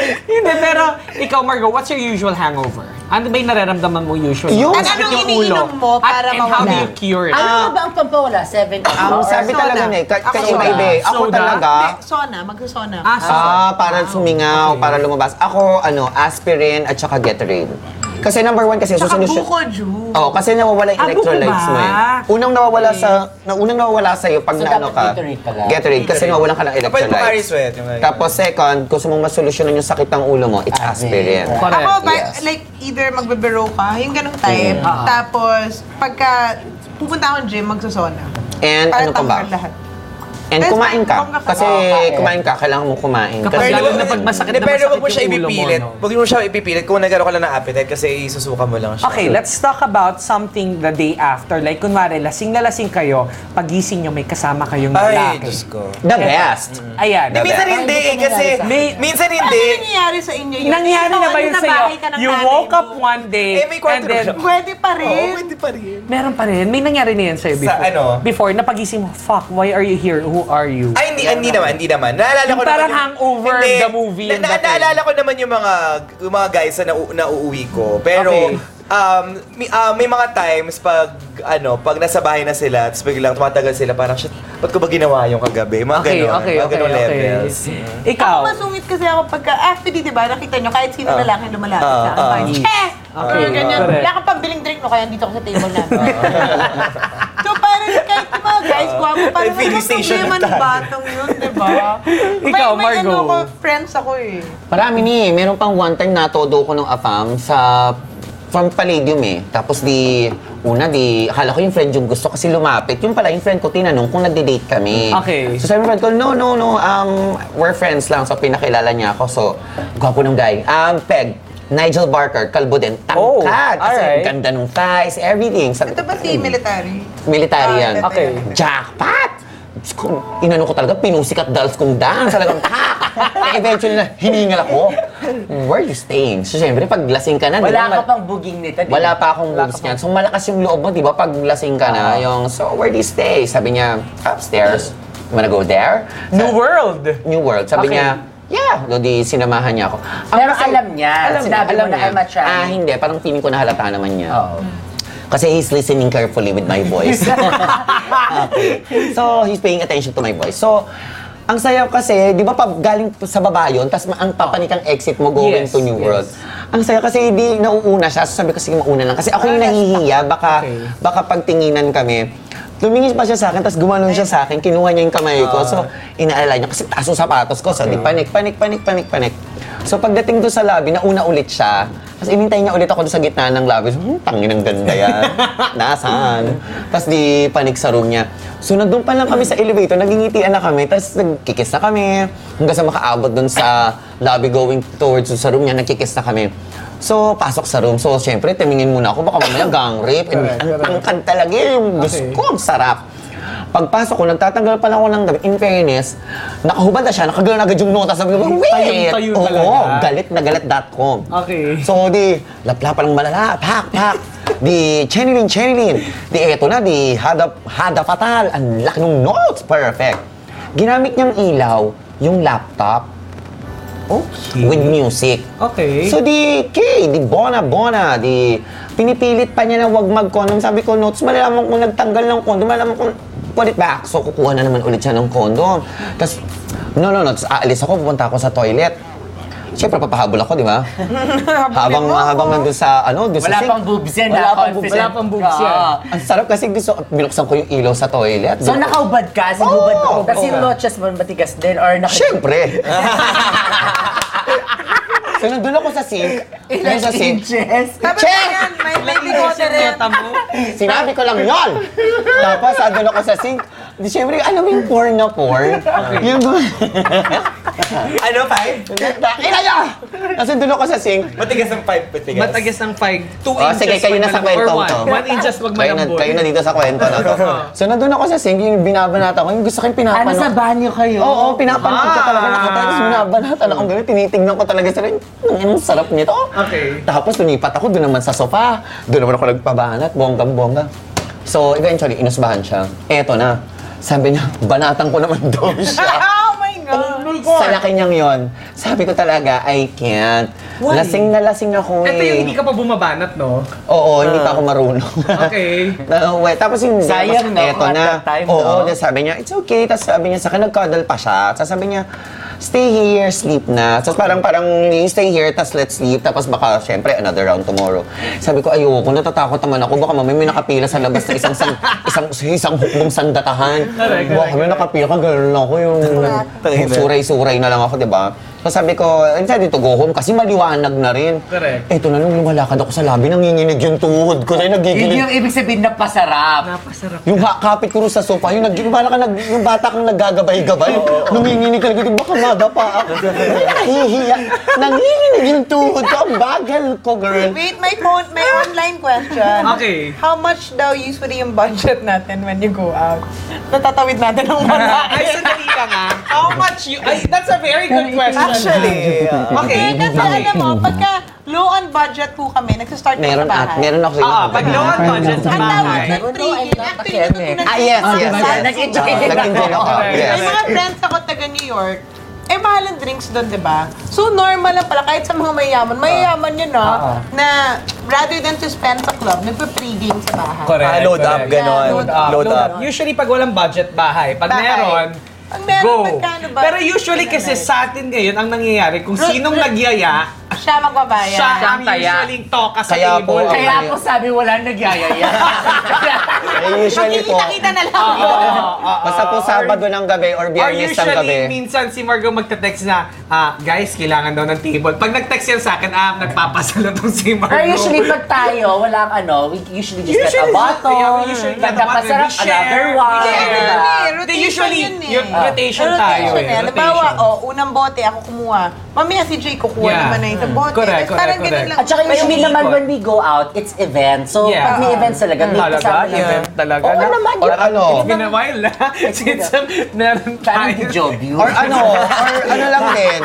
[SPEAKER 13] Hindi, pero ikaw, Margo, what's your usual hangover? Ano ba yung nararamdaman mo usually?
[SPEAKER 6] Yung- Ah,
[SPEAKER 13] Ang
[SPEAKER 6] At
[SPEAKER 13] sakit
[SPEAKER 6] anong
[SPEAKER 13] yung ulo.
[SPEAKER 6] iniinom mo para
[SPEAKER 13] At, and how do
[SPEAKER 6] mawala?
[SPEAKER 13] you cure it?
[SPEAKER 8] Ano ba ang pampawala? Seven
[SPEAKER 6] Ang
[SPEAKER 8] hours?
[SPEAKER 6] sabi talaga niya, eh, ka-
[SPEAKER 7] Ako
[SPEAKER 6] kasi
[SPEAKER 7] soda.
[SPEAKER 6] iba-iba eh. Ako
[SPEAKER 7] Soda?
[SPEAKER 6] talaga.
[SPEAKER 7] Hindi, Sona, magsusona.
[SPEAKER 6] Ah, para sumingaw, para lumabas. Ako, ano, aspirin at saka Gatorade. Kasi number one kasi
[SPEAKER 7] Tsaka
[SPEAKER 6] susunod siya.
[SPEAKER 7] buko, Ju.
[SPEAKER 6] Oh, kasi nawawala yung
[SPEAKER 7] Ah, buko
[SPEAKER 6] electrolytes
[SPEAKER 7] ba?
[SPEAKER 6] mo eh. Unang nawawala sa na unang nawawala sa iyo
[SPEAKER 11] So,
[SPEAKER 6] pag na
[SPEAKER 11] dapat
[SPEAKER 6] ano ka.
[SPEAKER 11] Gatorade pala.
[SPEAKER 6] Gatorade kasi
[SPEAKER 11] Gatorade.
[SPEAKER 6] nawawalan ka ng
[SPEAKER 11] Kapag
[SPEAKER 6] electrolytes.
[SPEAKER 11] pumariswet, yung mga-
[SPEAKER 6] Tapos second, gusto mong masolusyonan yung sakit ng ulo mo, it's aspirin.
[SPEAKER 7] Ako, ba,
[SPEAKER 6] Yes.
[SPEAKER 7] like, either magbebero ka, yung ganong type.
[SPEAKER 6] Mm. Oo.
[SPEAKER 7] Tapos, pagka pupunta akong gym, magsusona.
[SPEAKER 6] And
[SPEAKER 7] Para
[SPEAKER 6] ano pa ba?
[SPEAKER 7] tanggal lahat.
[SPEAKER 6] And
[SPEAKER 7] Best
[SPEAKER 6] kumain ka.
[SPEAKER 7] time,
[SPEAKER 6] Kasi
[SPEAKER 7] Oo, kain.
[SPEAKER 6] kumain ka, kailangan mo kumain.
[SPEAKER 11] Kapag
[SPEAKER 6] Kasi-
[SPEAKER 11] lalo na pag
[SPEAKER 13] masakit
[SPEAKER 11] Mm. Hindi,
[SPEAKER 13] na
[SPEAKER 11] pero
[SPEAKER 13] masakit
[SPEAKER 11] wag mo siya
[SPEAKER 13] yung ulo mo,
[SPEAKER 11] ipipilit.
[SPEAKER 13] no?
[SPEAKER 11] Wag mo siya ipipilit kung nagkaroon ka lang ng appetite kasi isusuka mo lang siya.
[SPEAKER 13] Okay, let's talk about something the day after. Like, kunwari, lasing na lasing kayo, pagising nyo, may kasama kayong
[SPEAKER 11] Ay,
[SPEAKER 13] lalaki. Diba? Mm.
[SPEAKER 11] Diyos ko.
[SPEAKER 6] The best.
[SPEAKER 13] Ayan.
[SPEAKER 11] Di, minsan hindi eh, kasi
[SPEAKER 13] May-
[SPEAKER 11] minsan
[SPEAKER 7] Ano
[SPEAKER 11] hindi.
[SPEAKER 7] nangyayari sa inyo yun? ano
[SPEAKER 13] Nangyari na ba yun sa'yo? You woke up one day,
[SPEAKER 7] Eh, may
[SPEAKER 13] and
[SPEAKER 7] kwarto
[SPEAKER 13] then...
[SPEAKER 7] na siya. Pwede pa rin. Oo,
[SPEAKER 11] pwede pa rin.
[SPEAKER 13] Meron pa rin. May nangyari na yan sa'yo
[SPEAKER 11] Sa
[SPEAKER 13] before.
[SPEAKER 11] ano?
[SPEAKER 13] Before, napagising mo, fuck, why are you here? Who are you?
[SPEAKER 11] Ay, hindi, hindi naman, hindi naman. Naalala ko
[SPEAKER 13] Yung parang
[SPEAKER 11] naman
[SPEAKER 13] hangover
[SPEAKER 11] Hindi.
[SPEAKER 13] the movie.
[SPEAKER 11] Na, na, naalala ko naman yung mga, yung mga guys na, nau, nauuwi ko. Pero,
[SPEAKER 13] Okay.
[SPEAKER 11] um, may, ah, may mga times pag, ano, pag nasa bahay na sila, tapos biglang tumatagal sila, parang, shit, ba't ko ba ginawa yung kagabi? Mga
[SPEAKER 13] Okay,
[SPEAKER 11] ganon,
[SPEAKER 13] okay,
[SPEAKER 11] mga
[SPEAKER 13] okay,
[SPEAKER 11] ganon
[SPEAKER 13] okay.
[SPEAKER 11] levels.
[SPEAKER 13] Ikaw?
[SPEAKER 7] Ako masungit kasi ako pagka, actually, di ba, nakita nyo, kahit sino
[SPEAKER 11] Ah.
[SPEAKER 7] lalaki lumalapit
[SPEAKER 11] Ah,
[SPEAKER 7] sa akin.
[SPEAKER 11] ah.
[SPEAKER 7] parang, Che!
[SPEAKER 11] Okay,
[SPEAKER 7] Or ganyan.
[SPEAKER 11] correct. Ah.
[SPEAKER 7] Wala kang pambiling drink, no? Kaya dito ako sa table namin. <laughs> so, parang kahit yung mga guys, guwapo, parang
[SPEAKER 11] May feeling
[SPEAKER 7] ano
[SPEAKER 11] station
[SPEAKER 7] problema
[SPEAKER 11] na
[SPEAKER 7] ng
[SPEAKER 11] tayo.
[SPEAKER 7] batong yun, di ba?
[SPEAKER 13] Ikaw,
[SPEAKER 7] may, may ano
[SPEAKER 6] Margo.
[SPEAKER 7] ko, friends ako eh.
[SPEAKER 6] Marami ni, eh. meron pang one time natodo ko ng afam sa from Palladium eh. Tapos di, una di, akala ko yung friend yung gusto kasi lumapit. Yung pala, yung friend ko tinanong kung nagde-date kami.
[SPEAKER 13] Okay.
[SPEAKER 6] So sabi ng friend ko, no, no, no, um, we're friends lang. So pinakilala niya ako. So, gwapo ng guy. Um, Peg, Nigel Barker, kalbo din,
[SPEAKER 13] Oh,
[SPEAKER 6] tangkad. kasi
[SPEAKER 13] alright.
[SPEAKER 6] ganda nung thighs, everything. Sabi,
[SPEAKER 7] Ito ba si military?
[SPEAKER 6] Military yan.
[SPEAKER 7] Ah, okay.
[SPEAKER 6] Jackpot! Diyos ko, Inano ko talaga, pinusikat dolls kong dance. Talagang tak! Eh, Eventually na, hiningal ako. Where are you staying? So, syempre, pag lasing ka na, di
[SPEAKER 8] Wala
[SPEAKER 6] ba,
[SPEAKER 8] ka
[SPEAKER 6] mal-
[SPEAKER 8] pang buging nito. di ba?
[SPEAKER 6] wala pa akong moves niyan. So, malakas yung loob mo, di ba? Pag lasing ka na, yung, so, where do you stay? Sabi niya, upstairs. Wanna go there? New
[SPEAKER 13] World!
[SPEAKER 6] New World. Sabi
[SPEAKER 8] Okay.
[SPEAKER 6] niya, yeah. So, di sinamahan niya ako.
[SPEAKER 8] Pero alam niya. Sinabi mo na, I'm
[SPEAKER 6] Ah, hindi. Parang feeling ko nahalata naman niya. Kasi he's listening carefully with my
[SPEAKER 8] <laughs>
[SPEAKER 6] voice. Okay. So, he's paying attention to my voice. So, ang sayaw kasi, di ba pag galing sa baba yun, tapos ma- ang papanikang exit mo going
[SPEAKER 8] Oh. Yes,
[SPEAKER 6] to New World. Ang sayaw kasi di nauuna siya, so sabi ko sige mauna lang. Kasi ako
[SPEAKER 8] Ah,
[SPEAKER 6] yung nahihiya, baka, baka pagtinginan kami. Tumingin pa siya sa akin, tapos gumanon siya sa akin, kinuha niya yung kamay ko. So, inaalala niya, kasi taas yung sapatos ko. So, di panik, panik, panik, panik, panik. So, pagdating doon sa lobby, nauna ulit siya. Tapos, inintay niya ulit ako doon sa gitna ng lobby. So, hmm, tangin ang ganda yan. Nasaan? Tapos, di panik sa room niya. So, nandun pa lang kami sa elevator, nagingitian na kami, tapos nagkikiss na kami. Hanggang sa makaabot doon sa lobby going towards dun sa room niya, nagkikiss na kami. So, pasok sa room. So, syempre, tumingin muna ako. Baka mamaya gang rape. And,
[SPEAKER 8] Correct,
[SPEAKER 6] ang
[SPEAKER 8] correct.
[SPEAKER 6] tangkad talaga eh. yung gusto ko. Ang sarap. Pagpasok ko, nagtatanggal pa lang ako ng gabi. In fairness, nakahubad na siya. Nakagalaw na agad yung nota. Sabi ko, wait!
[SPEAKER 13] Tayong-tayo
[SPEAKER 6] Oo,
[SPEAKER 13] talaga.
[SPEAKER 6] galit na galit.com.
[SPEAKER 13] Okay.
[SPEAKER 6] So, di, laplapan ng malala. Pak, pak. di, chenilin, chenilin. Di, eto na. Di, hada, hada fatal. Ang laki ng notes. Perfect. Ginamit niyang ilaw, yung laptop. Okay. With music.
[SPEAKER 13] Okay.
[SPEAKER 6] So di, kay, di bona bona, di pinipilit pa niya na wag mag-condom. Sabi ko, notes, malalaman kung nagtanggal ng condom, malalaman kung put it back. So kukuha na naman ulit siya ng condom. Tapos, no, no, no, tapos aalis ako, pupunta ako sa toilet. Siyempre, papahabol ako,
[SPEAKER 7] <laughs>
[SPEAKER 6] di ba? habang, habang nandun sa, ano, doon sa
[SPEAKER 8] Wala
[SPEAKER 6] sink.
[SPEAKER 8] pang boobs yan,
[SPEAKER 6] Wala
[SPEAKER 8] ah,
[SPEAKER 6] pang boobs.
[SPEAKER 8] confident ka.
[SPEAKER 6] Ang sarap kasi gusto, binuksan ko yung ilaw sa toilet.
[SPEAKER 8] So,
[SPEAKER 6] Binuksan-
[SPEAKER 8] nakaubad ka? Sinubad ka?
[SPEAKER 6] Oo.
[SPEAKER 8] Tapos yung
[SPEAKER 6] Oo.
[SPEAKER 8] noches mo, matigas din? Or naka- <laughs>
[SPEAKER 6] Siyempre. so, nandun ako sa sink. Nandun sa sink.
[SPEAKER 7] Tapos
[SPEAKER 6] Check!
[SPEAKER 7] yan, may, may bigote rin. <laughs>
[SPEAKER 6] Sinabi ko lang yun! Tapos, andun ako sa sink. Di syempre, alam mo yung porn na porn? Yung
[SPEAKER 11] ano, five?
[SPEAKER 6] Ina niya! Kasi doon ako sa sink.
[SPEAKER 11] Matigas ng five, matigas.
[SPEAKER 5] Matagas ng 5. 2
[SPEAKER 6] Oh,
[SPEAKER 5] inches.
[SPEAKER 6] sige, kayo na sa
[SPEAKER 5] magmalambot.
[SPEAKER 6] kwento
[SPEAKER 5] Or
[SPEAKER 6] to.
[SPEAKER 5] one. One inches wag
[SPEAKER 6] Kayo na,
[SPEAKER 5] malambot.
[SPEAKER 6] kayo na dito sa kwento na
[SPEAKER 5] <laughs>
[SPEAKER 6] to. So, nandun ako sa sink, yung binabanata ko, yung gusto ko yung pinapanood.
[SPEAKER 8] Ano, sa banyo kayo?
[SPEAKER 6] Oo, pinapanood ko talaga. Nakatayo,
[SPEAKER 11] Ah.
[SPEAKER 6] tapos binabanata na ako. Ganun, tinitingnan ko talaga sila. Ang sarap nito. Okay. Tapos, lumipat ako doon naman sa sofa. Doon naman ako nagpabanat, bonggang-bongga. So, eventually, inusbahan siya. Eto na. Sabi niya, banatan ko naman daw <laughs> siya.
[SPEAKER 11] <laughs>
[SPEAKER 7] oh my God!
[SPEAKER 6] Sa laki niyang yon. Sabi ko talaga, I can't.
[SPEAKER 5] Why?
[SPEAKER 6] Lasing na lasing ako eh.
[SPEAKER 5] Ito yung hindi ka pa bumabanat, no? Ah.
[SPEAKER 6] Oo, hindi pa ako marunong. <laughs>
[SPEAKER 5] Okay.
[SPEAKER 6] Nauwi. Tapos yung
[SPEAKER 5] Sayang, no,
[SPEAKER 6] Eto
[SPEAKER 5] at
[SPEAKER 6] na.
[SPEAKER 5] that time,
[SPEAKER 6] Oo,
[SPEAKER 5] no?
[SPEAKER 6] then sabi niya, it's okay. Tapos sabi niya, sa akin nagkadal pa siya. Tapos sabi niya, stay here, sleep na. Tapos parang, parang, you stay here, tapos let's sleep. Tapos baka, syempre, another round tomorrow. Sabi ko, ayoko, natatakot naman ako. Baka mamaya may nakapila sa labas na isang, san, <laughs> isang, isang hukbong sandatahan.
[SPEAKER 5] Correct,
[SPEAKER 6] Baka may nakapila ka, gano'n ako yung suray-suray na lang ako, di ba? So sabi ko, I decided to go home kasi maliwanag na rin.
[SPEAKER 5] Correct.
[SPEAKER 6] Eto na nung lumalakad ako sa labi, nanginginig yung tuhod ko. Kaya
[SPEAKER 8] Yun
[SPEAKER 6] nagigilid.
[SPEAKER 8] yung ibig sabihin na pasarap. Napasarap.
[SPEAKER 6] Yung ha- kapit ko rin sa sofa, yung, nag, yung, bata, nag, yung bata kang naggagabay-gabay, nanginginig talaga, yung baka madapa ako. Nahihiya. Nanginginig yung tuhod ko. Ang bagal ko, girl.
[SPEAKER 7] Wait, may phone, may online question.
[SPEAKER 6] Okay.
[SPEAKER 7] How much daw usually yung budget natin when you go out? Natatawid natin
[SPEAKER 5] <laughs>
[SPEAKER 7] ang mga.
[SPEAKER 5] Ay, sandali ka nga. How much you... Ay, that's a very good question.
[SPEAKER 7] ano, Actually, Eh,
[SPEAKER 5] okay.
[SPEAKER 7] kasi alam mo, pagka low on budget po kami, nagsistart na sa
[SPEAKER 6] Meron
[SPEAKER 7] bahay.
[SPEAKER 6] at, meron ako sa iyo.
[SPEAKER 5] Ah, pag low on budget sa bahay.
[SPEAKER 6] Ah, yes, yes.
[SPEAKER 7] diba? Nag-enjoy
[SPEAKER 6] Ah, Nag-enjoy ako. Yes.
[SPEAKER 7] May mga friends ako taga New York, eh mahal ang drinks doon, di ba? So normal lang pala, kahit sa mga mayayaman, mayayaman yun, no?
[SPEAKER 11] Ah.
[SPEAKER 7] Na rather than to spend sa club, nagpa-pregame sa bahay.
[SPEAKER 11] Ah, load up, ganon.
[SPEAKER 7] Yeah, load up.
[SPEAKER 11] Load up.
[SPEAKER 5] Usually, pag walang budget, bahay. Pag
[SPEAKER 7] Bahay.
[SPEAKER 5] meron,
[SPEAKER 7] Pag meron,
[SPEAKER 5] go.
[SPEAKER 7] magkano ba?
[SPEAKER 5] Pero usually kasi sa atin ngayon, ang nangyayari, kung sinong nagyaya,
[SPEAKER 7] Siya magbabayan.
[SPEAKER 5] siya ang usually toka sa
[SPEAKER 6] Kaya po,
[SPEAKER 5] table.
[SPEAKER 6] ang- Kaya po
[SPEAKER 8] sabi wala
[SPEAKER 5] <laughs>
[SPEAKER 8] nagyayaya.
[SPEAKER 6] Eh, usually po,
[SPEAKER 7] Kita na lang.
[SPEAKER 6] basta po Sabado ng gabi or
[SPEAKER 5] Or
[SPEAKER 6] Biyernes ng gabi.
[SPEAKER 5] usually, minsan si Margo magte-text na, ah, guys, kailangan daw ng table. Pag nag-text yan sa akin, ah, nagpapasala tong si Margo.
[SPEAKER 8] Pero usually pag tayo, walang ano, we usually just get
[SPEAKER 5] Usually,
[SPEAKER 8] a bottle,
[SPEAKER 5] yeah, we usually get a bottle,
[SPEAKER 8] nagkapasarap,
[SPEAKER 5] we share,
[SPEAKER 8] another
[SPEAKER 5] we
[SPEAKER 8] one, diba?
[SPEAKER 5] share.
[SPEAKER 8] di ba?
[SPEAKER 5] Hindi, usually,
[SPEAKER 8] eh.
[SPEAKER 5] yung rotation
[SPEAKER 7] Rotation
[SPEAKER 5] tayo eh,
[SPEAKER 7] eh. Halimbawa, oh, unang bote ako kumuha. Mamaya si Jay kukuha
[SPEAKER 8] Yeah.
[SPEAKER 7] naman na
[SPEAKER 5] Mm.
[SPEAKER 7] isang bote.
[SPEAKER 8] Correct,
[SPEAKER 7] Tapos parang
[SPEAKER 8] correct,
[SPEAKER 7] ganun
[SPEAKER 8] correct.
[SPEAKER 7] lang.
[SPEAKER 8] At saka usually naman when we go out, it's event. So
[SPEAKER 5] Yeah. Hmm.
[SPEAKER 8] pag may events talaga, may
[SPEAKER 5] Mm. Talaga?
[SPEAKER 8] kasama na-
[SPEAKER 5] Event talaga?
[SPEAKER 8] Oo
[SPEAKER 5] Na-
[SPEAKER 8] naman.
[SPEAKER 5] Or
[SPEAKER 8] yun.
[SPEAKER 5] ano?
[SPEAKER 8] It's
[SPEAKER 5] Been a while na. Since um, meron tayo.
[SPEAKER 8] job you.
[SPEAKER 6] Or ano, or ano lang din,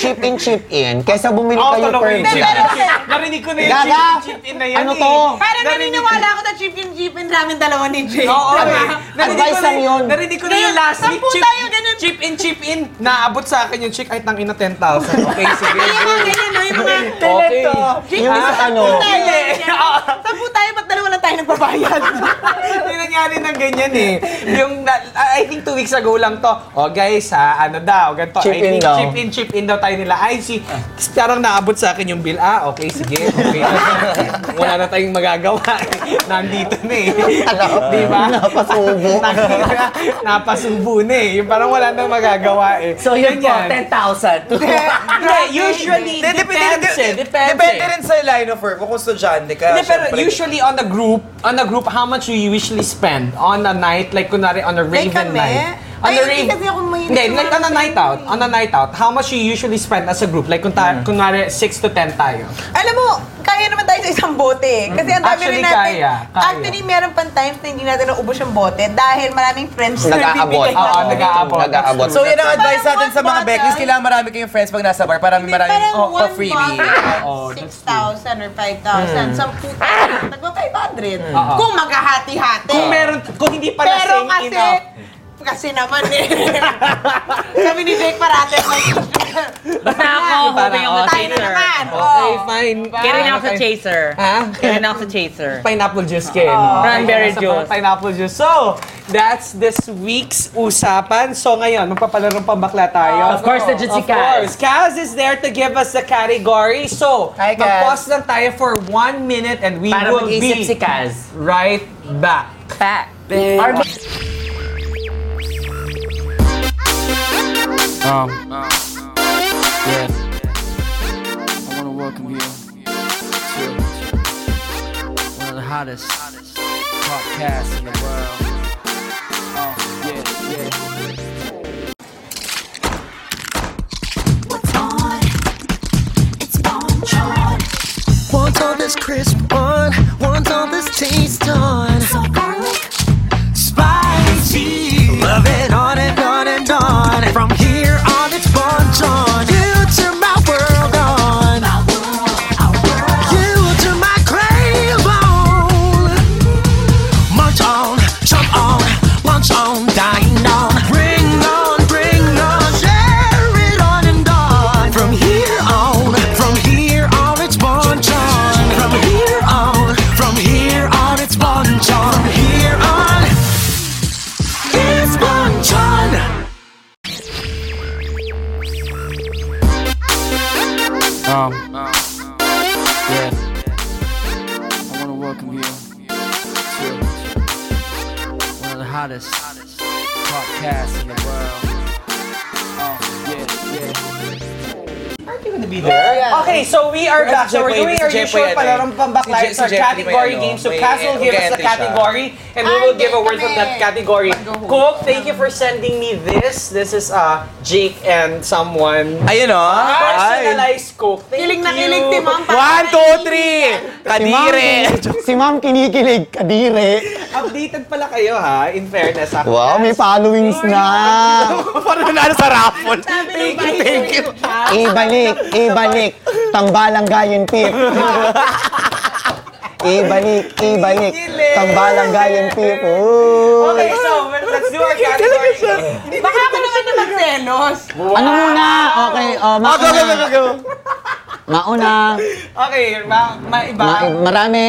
[SPEAKER 6] chip in, chip in. Kesa bumili
[SPEAKER 5] Ako
[SPEAKER 6] kayo
[SPEAKER 5] tuloy
[SPEAKER 6] per
[SPEAKER 5] yung
[SPEAKER 6] chip.
[SPEAKER 5] chip. <laughs> Narinig ko na yung
[SPEAKER 6] Gaga!
[SPEAKER 5] chip- chip-in na yan
[SPEAKER 6] Ano
[SPEAKER 5] eh.
[SPEAKER 6] to?
[SPEAKER 7] Parang
[SPEAKER 5] Narinig
[SPEAKER 7] naniniwala ako na chip yung jeep in namin dalawa ni Jay.
[SPEAKER 5] Oo,
[SPEAKER 7] Tama.
[SPEAKER 5] eh. Narinig ko
[SPEAKER 6] Advice
[SPEAKER 5] na
[SPEAKER 6] lang yun.
[SPEAKER 5] Narinig ko na yung last week
[SPEAKER 7] Sampu
[SPEAKER 5] chip.
[SPEAKER 7] tayo, ganun.
[SPEAKER 5] chip in, chip in. Naabot sa akin yung chick. Ay, tangin na 10,000.
[SPEAKER 7] <laughs>
[SPEAKER 5] Okay, sige.
[SPEAKER 7] Yung mga ganyan, no? Yung mga...
[SPEAKER 5] Okay.
[SPEAKER 7] Yung
[SPEAKER 5] Ah,
[SPEAKER 7] isa ano?
[SPEAKER 5] Hindi. <laughs>
[SPEAKER 7] Sampu tayo, ba't dalawa lang tayo nagbabayad?
[SPEAKER 5] Hindi nangyari ng ganyan eh. Yung, na- I I think two weeks ago lang to. Oh guys, ha, ano daw, ganito.
[SPEAKER 6] Chip
[SPEAKER 5] I
[SPEAKER 6] in
[SPEAKER 5] think
[SPEAKER 6] daw.
[SPEAKER 5] Chip in, chip in daw tayo nila. Ay, si, Tapos parang naabot sa akin yung bill. Ah, okay, sige, okay. Wala na tayong magagawa. <laughs> Nandito na eh. Di ba?
[SPEAKER 6] Napasubo.
[SPEAKER 5] Nakita, napasubo na eh. Yung parang wala na magagawa eh.
[SPEAKER 8] So yun po,
[SPEAKER 5] Ganyan.
[SPEAKER 8] 10,000.
[SPEAKER 5] <laughs> Hindi, hindi, usually,
[SPEAKER 11] Hindi,
[SPEAKER 5] depends eh, depends
[SPEAKER 11] Depende
[SPEAKER 5] eh.
[SPEAKER 11] rin sa line of work. Kung estudyante ka,
[SPEAKER 5] Hindi, pero
[SPEAKER 11] syempre.
[SPEAKER 5] usually on a group, on a group, how much do you usually spend on a night? Like, kunwari, on a
[SPEAKER 7] Like
[SPEAKER 5] raven
[SPEAKER 7] kami?
[SPEAKER 5] night. On
[SPEAKER 7] Ay,
[SPEAKER 5] a
[SPEAKER 7] hindi kasi ako mahilig
[SPEAKER 5] Hindi,
[SPEAKER 7] sa
[SPEAKER 5] like
[SPEAKER 7] mga
[SPEAKER 5] on a night out, on a night out, how much you usually spend as a group? Like, kung ta- kunwari, 6 to 10 tayo.
[SPEAKER 7] Alam mo, kaya naman tayo sa isang bote. eh. Kasi ang dami
[SPEAKER 5] Actually,
[SPEAKER 7] rin natin.
[SPEAKER 5] kaya, kaya.
[SPEAKER 7] Actually, meron pang times na hindi natin naubos yung bote dahil maraming friends na
[SPEAKER 6] Nag-aabot.
[SPEAKER 7] nagbibigay.
[SPEAKER 6] Oo,
[SPEAKER 5] nag-aabot.
[SPEAKER 6] Nag-aabot.
[SPEAKER 11] So yun ang
[SPEAKER 7] Parang
[SPEAKER 11] advice natin sa mga
[SPEAKER 7] one
[SPEAKER 11] Beckys,
[SPEAKER 7] bottle.
[SPEAKER 11] kailangan marami kayong friends pag nasa bar para may marami
[SPEAKER 7] Parang
[SPEAKER 11] oh,
[SPEAKER 7] one
[SPEAKER 11] freebie.
[SPEAKER 7] bottle, 6,000 or 5,000. Sampu tayo, nagpa 500.
[SPEAKER 11] Oo.
[SPEAKER 7] Kung maghahati-hati.
[SPEAKER 5] Kung meron- kung hindi pa
[SPEAKER 7] Pero
[SPEAKER 5] lasing
[SPEAKER 7] kasi,
[SPEAKER 5] enough.
[SPEAKER 7] kasi naman eh. <laughs> Sabi ni Jake parate,
[SPEAKER 5] Basta
[SPEAKER 9] ako, hoping ako
[SPEAKER 7] Tayo na
[SPEAKER 9] chaser.
[SPEAKER 7] naman.
[SPEAKER 5] Okay, fine.
[SPEAKER 9] Kaya rin ako sa chaser.
[SPEAKER 5] Ha?
[SPEAKER 9] Kaya rin ako sa chaser.
[SPEAKER 5] Pineapple juice kayo.
[SPEAKER 9] Oo.
[SPEAKER 5] no?
[SPEAKER 9] Cranberry
[SPEAKER 5] Sa
[SPEAKER 9] juice.
[SPEAKER 5] Pineapple juice. So, that's this week's usapan. So ngayon, magpapalarong pambakla tayo.
[SPEAKER 8] Of course, nandiyan si
[SPEAKER 5] Of
[SPEAKER 8] Kaz.
[SPEAKER 5] course. Kaz is there to give us the category. So,
[SPEAKER 8] Hi, Kaz.
[SPEAKER 5] mag-pause lang tayo for one minute and we
[SPEAKER 8] Para
[SPEAKER 5] will be
[SPEAKER 8] mag-isip si Kaz.
[SPEAKER 5] right back.
[SPEAKER 9] Back.
[SPEAKER 8] Or-
[SPEAKER 4] Um, yeah. I want to welcome you to one of the hottest podcasts in the world. Um, yeah, yeah.
[SPEAKER 10] Want all this crisp on, want all this taste on. So garlic, spicy. Love it on and on and on. From here on, it's bon ton. You turn my world on. You turn my crave on. March on, jump on, launch on, dine on. Bring on, bring on, share it on and on. From here on, from here on, it's Bonchon. From here on, from here on, it's Bonchon. From here on, it's Bonchon.
[SPEAKER 4] Um, yeah. I want to welcome you to one of the hottest podcasts in the world. Um, yeah, yeah.
[SPEAKER 5] Aren't you gonna be there? Okay, so we are
[SPEAKER 4] Where's
[SPEAKER 5] back. So we're
[SPEAKER 4] Jeffrey?
[SPEAKER 5] doing
[SPEAKER 4] Si
[SPEAKER 5] our
[SPEAKER 4] Jeffrey
[SPEAKER 5] usual
[SPEAKER 4] ano eh?
[SPEAKER 5] palarong
[SPEAKER 4] Si
[SPEAKER 5] pambakla.
[SPEAKER 4] Je-
[SPEAKER 5] It's
[SPEAKER 4] si
[SPEAKER 5] our
[SPEAKER 4] Jeffrey may
[SPEAKER 5] category
[SPEAKER 4] ano,
[SPEAKER 5] game. So
[SPEAKER 4] may
[SPEAKER 5] Cass will give us
[SPEAKER 4] ugente
[SPEAKER 5] the
[SPEAKER 4] siya.
[SPEAKER 5] category and we will give a word from that category. Cook, thank you for sending me this. This is uh, Jake and someone.
[SPEAKER 11] Ayun,
[SPEAKER 5] ah.
[SPEAKER 11] oh.
[SPEAKER 5] Personalized cook. Thank
[SPEAKER 7] Kilig na
[SPEAKER 5] you.
[SPEAKER 7] kilig si Ma'am para
[SPEAKER 5] One, two, three!
[SPEAKER 6] Si Ma'am kini- Si Ma'am kinikilig, kadire.
[SPEAKER 5] Updated pala kayo ha, in fairness ha.
[SPEAKER 6] Wow, may followings na.
[SPEAKER 5] <laughs> Parang nanalo sa raffle.
[SPEAKER 6] Thank you, thank you. Ibalik, ibalik. Tambalang gayon pip. Ibalik, ibalik. Tambalang gayon pip. Ooh.
[SPEAKER 5] Okay, so let's do our category.
[SPEAKER 7] Baka ako naman na magselos.
[SPEAKER 6] Ano muna? Okay, oh, mauna.
[SPEAKER 5] go, go, go, go.
[SPEAKER 6] Mauna.
[SPEAKER 5] Okay, ma maiba.
[SPEAKER 6] Ma- marami.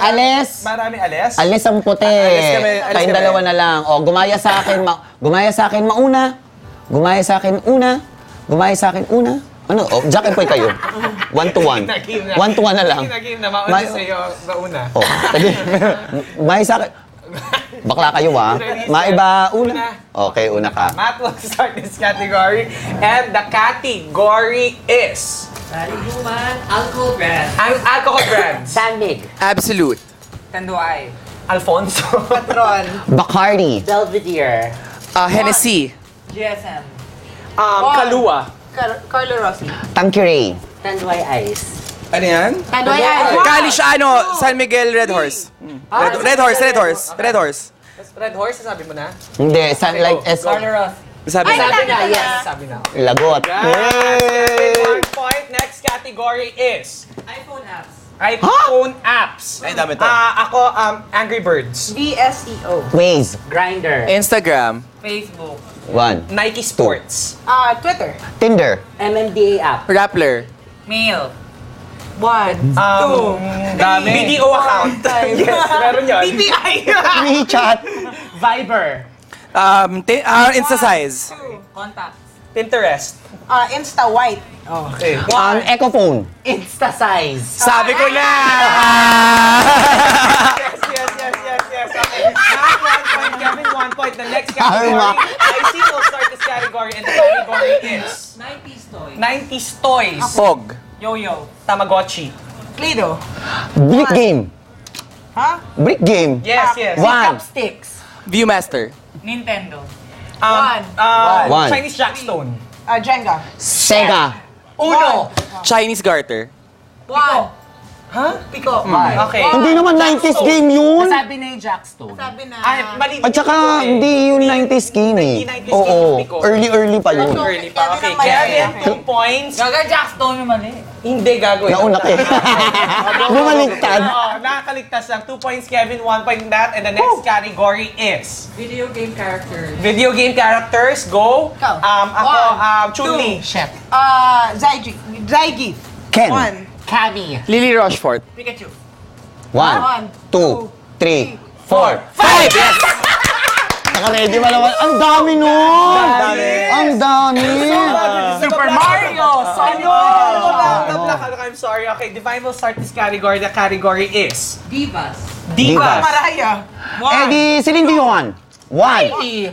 [SPEAKER 6] Ales.
[SPEAKER 5] Marami alis.
[SPEAKER 6] Alis ang puti.
[SPEAKER 5] Alis kami, alis
[SPEAKER 6] Tayong
[SPEAKER 5] kami.
[SPEAKER 6] dalawa na lang. O, gumaya sa akin, ma- gumaya sa akin mauna. Gumaya sa akin una. Gumaya sa akin una. Ano? O, Jack and Poy
[SPEAKER 5] <laughs>
[SPEAKER 6] kayo. One to one.
[SPEAKER 5] Nag-game na.
[SPEAKER 6] One to one na lang.
[SPEAKER 5] Nag-game na, mauna
[SPEAKER 6] Ma- Oh.
[SPEAKER 5] sa'yo, mauna.
[SPEAKER 6] O, sige. Gumaya sa akin. Bakla kayo ah. Maiba una. Okay, una ka.
[SPEAKER 5] Matt will start this category. And the category is...
[SPEAKER 9] Human, alcohol brand.
[SPEAKER 5] Ang alcohol brands.
[SPEAKER 8] Sanmig.
[SPEAKER 11] Oh. Absolute.
[SPEAKER 9] Tanduay.
[SPEAKER 5] Alfonso.
[SPEAKER 9] Patron.
[SPEAKER 5] <laughs>
[SPEAKER 6] Bacardi.
[SPEAKER 8] Belvedere.
[SPEAKER 11] Ah, Hennessy.
[SPEAKER 9] GSM.
[SPEAKER 5] Um, Kalua.
[SPEAKER 7] Car- Carlo Rossi.
[SPEAKER 6] Tanqueray.
[SPEAKER 8] Tanduay Ice.
[SPEAKER 11] Ano yan?
[SPEAKER 7] Tanduay Ice.
[SPEAKER 11] Kali siya, ano, San Miguel Red Horse. Mm.
[SPEAKER 5] Ah,
[SPEAKER 11] Red, Red
[SPEAKER 5] San Miguel
[SPEAKER 11] Horse, Red
[SPEAKER 5] Red
[SPEAKER 11] Horse, Red Horse.
[SPEAKER 5] Red Horse, sabi mo na?
[SPEAKER 6] Hindi, sa, like, es,
[SPEAKER 9] Ross.
[SPEAKER 11] Sabi
[SPEAKER 5] Ay,
[SPEAKER 11] na.
[SPEAKER 5] sabi na, yes. Sabi na.
[SPEAKER 6] lagot.
[SPEAKER 5] Yes. One point. Next category is...
[SPEAKER 9] iPhone apps.
[SPEAKER 5] iPhone apps.
[SPEAKER 11] Ay, dami to.
[SPEAKER 5] Ah, ako, um, Angry Birds.
[SPEAKER 9] E
[SPEAKER 7] BSEO.
[SPEAKER 6] Waze.
[SPEAKER 8] Grinder.
[SPEAKER 11] Instagram.
[SPEAKER 7] Facebook.
[SPEAKER 6] One.
[SPEAKER 5] Nike Sports.
[SPEAKER 7] Ah, Twitter.
[SPEAKER 6] Tinder.
[SPEAKER 8] MMDA app.
[SPEAKER 11] Rappler.
[SPEAKER 7] Mail. One,
[SPEAKER 5] two,
[SPEAKER 11] dami.
[SPEAKER 5] BDO account. yes, meron
[SPEAKER 11] <laughs>
[SPEAKER 5] yun.
[SPEAKER 7] BPI.
[SPEAKER 6] WeChat.
[SPEAKER 8] <laughs> Viber.
[SPEAKER 11] Um, t- uh, Instasize.
[SPEAKER 7] Contacts.
[SPEAKER 5] Pinterest.
[SPEAKER 7] Ah, Insta White.
[SPEAKER 5] Okay.
[SPEAKER 6] Um, Ecophone.
[SPEAKER 8] Insta size.
[SPEAKER 11] Sabi ko na!
[SPEAKER 5] Yes, yes, yes, yes, yes. Okay.
[SPEAKER 7] Ah!
[SPEAKER 5] Lahat one point, Kevin one point. The next category,
[SPEAKER 6] Tama.
[SPEAKER 5] I see will start this category and the category is
[SPEAKER 7] 90s toy.
[SPEAKER 5] 90s toys.
[SPEAKER 11] Pog.
[SPEAKER 7] Yo-yo.
[SPEAKER 5] Tamagotchi.
[SPEAKER 7] Play-Doh.
[SPEAKER 6] Brick game.
[SPEAKER 7] Ha?
[SPEAKER 6] Brick game.
[SPEAKER 5] Yes, yes.
[SPEAKER 6] One.
[SPEAKER 7] Sticks.
[SPEAKER 11] Viewmaster.
[SPEAKER 7] Nintendo.
[SPEAKER 5] Um,
[SPEAKER 7] One.
[SPEAKER 5] uh,
[SPEAKER 6] One.
[SPEAKER 5] Chinese Jackstone.
[SPEAKER 7] Ah, Jenga.
[SPEAKER 6] Sega.
[SPEAKER 5] Uno.
[SPEAKER 11] Chinese Garter.
[SPEAKER 7] One.
[SPEAKER 5] Pico. Okay.
[SPEAKER 6] Hindi naman 90s game yun.
[SPEAKER 8] Sabi na yung Jackstone.
[SPEAKER 7] Sabi na.
[SPEAKER 5] Ay, Ah, mali
[SPEAKER 6] At saka, hindi yun 90s game eh.
[SPEAKER 5] 90s eh. game,
[SPEAKER 6] Oo.
[SPEAKER 5] Pico.
[SPEAKER 6] Early-early pa yun.
[SPEAKER 5] Early pa. Okay,
[SPEAKER 7] Kevin ang mali.
[SPEAKER 5] Kevin, two points.
[SPEAKER 9] Gaga Jackstone yung mali.
[SPEAKER 5] Hindi, gago.
[SPEAKER 6] Nauna ka eh.
[SPEAKER 5] <laughs>
[SPEAKER 6] Bumaliktad.
[SPEAKER 5] Oo, nakakaligtas lang. Two points, Kevin. One point, Nat. And the next category is...
[SPEAKER 9] Video game character.
[SPEAKER 5] Video game characters, go.
[SPEAKER 7] Ikaw.
[SPEAKER 5] Um, ako,
[SPEAKER 7] One,
[SPEAKER 5] um, Chun-Li.
[SPEAKER 8] Shit.
[SPEAKER 7] Ah, Zygie. Zygie.
[SPEAKER 6] Ken.
[SPEAKER 7] One.
[SPEAKER 8] Kami.
[SPEAKER 11] Lily Rochefort.
[SPEAKER 7] Pikachu. One,
[SPEAKER 6] One, two, three, four, five! Yes! Naka-ready pa naman. Ang dami nun!
[SPEAKER 5] Ang dami.
[SPEAKER 6] Ang dami!
[SPEAKER 5] Super
[SPEAKER 7] Mario, Sonic.
[SPEAKER 5] Ano? Ano lang? Ano I'm sorry. Okay, Divine will start this category. The category is...
[SPEAKER 9] Divas.
[SPEAKER 5] Divas.
[SPEAKER 7] Maraya.
[SPEAKER 6] Eh di, Celine Dion. One.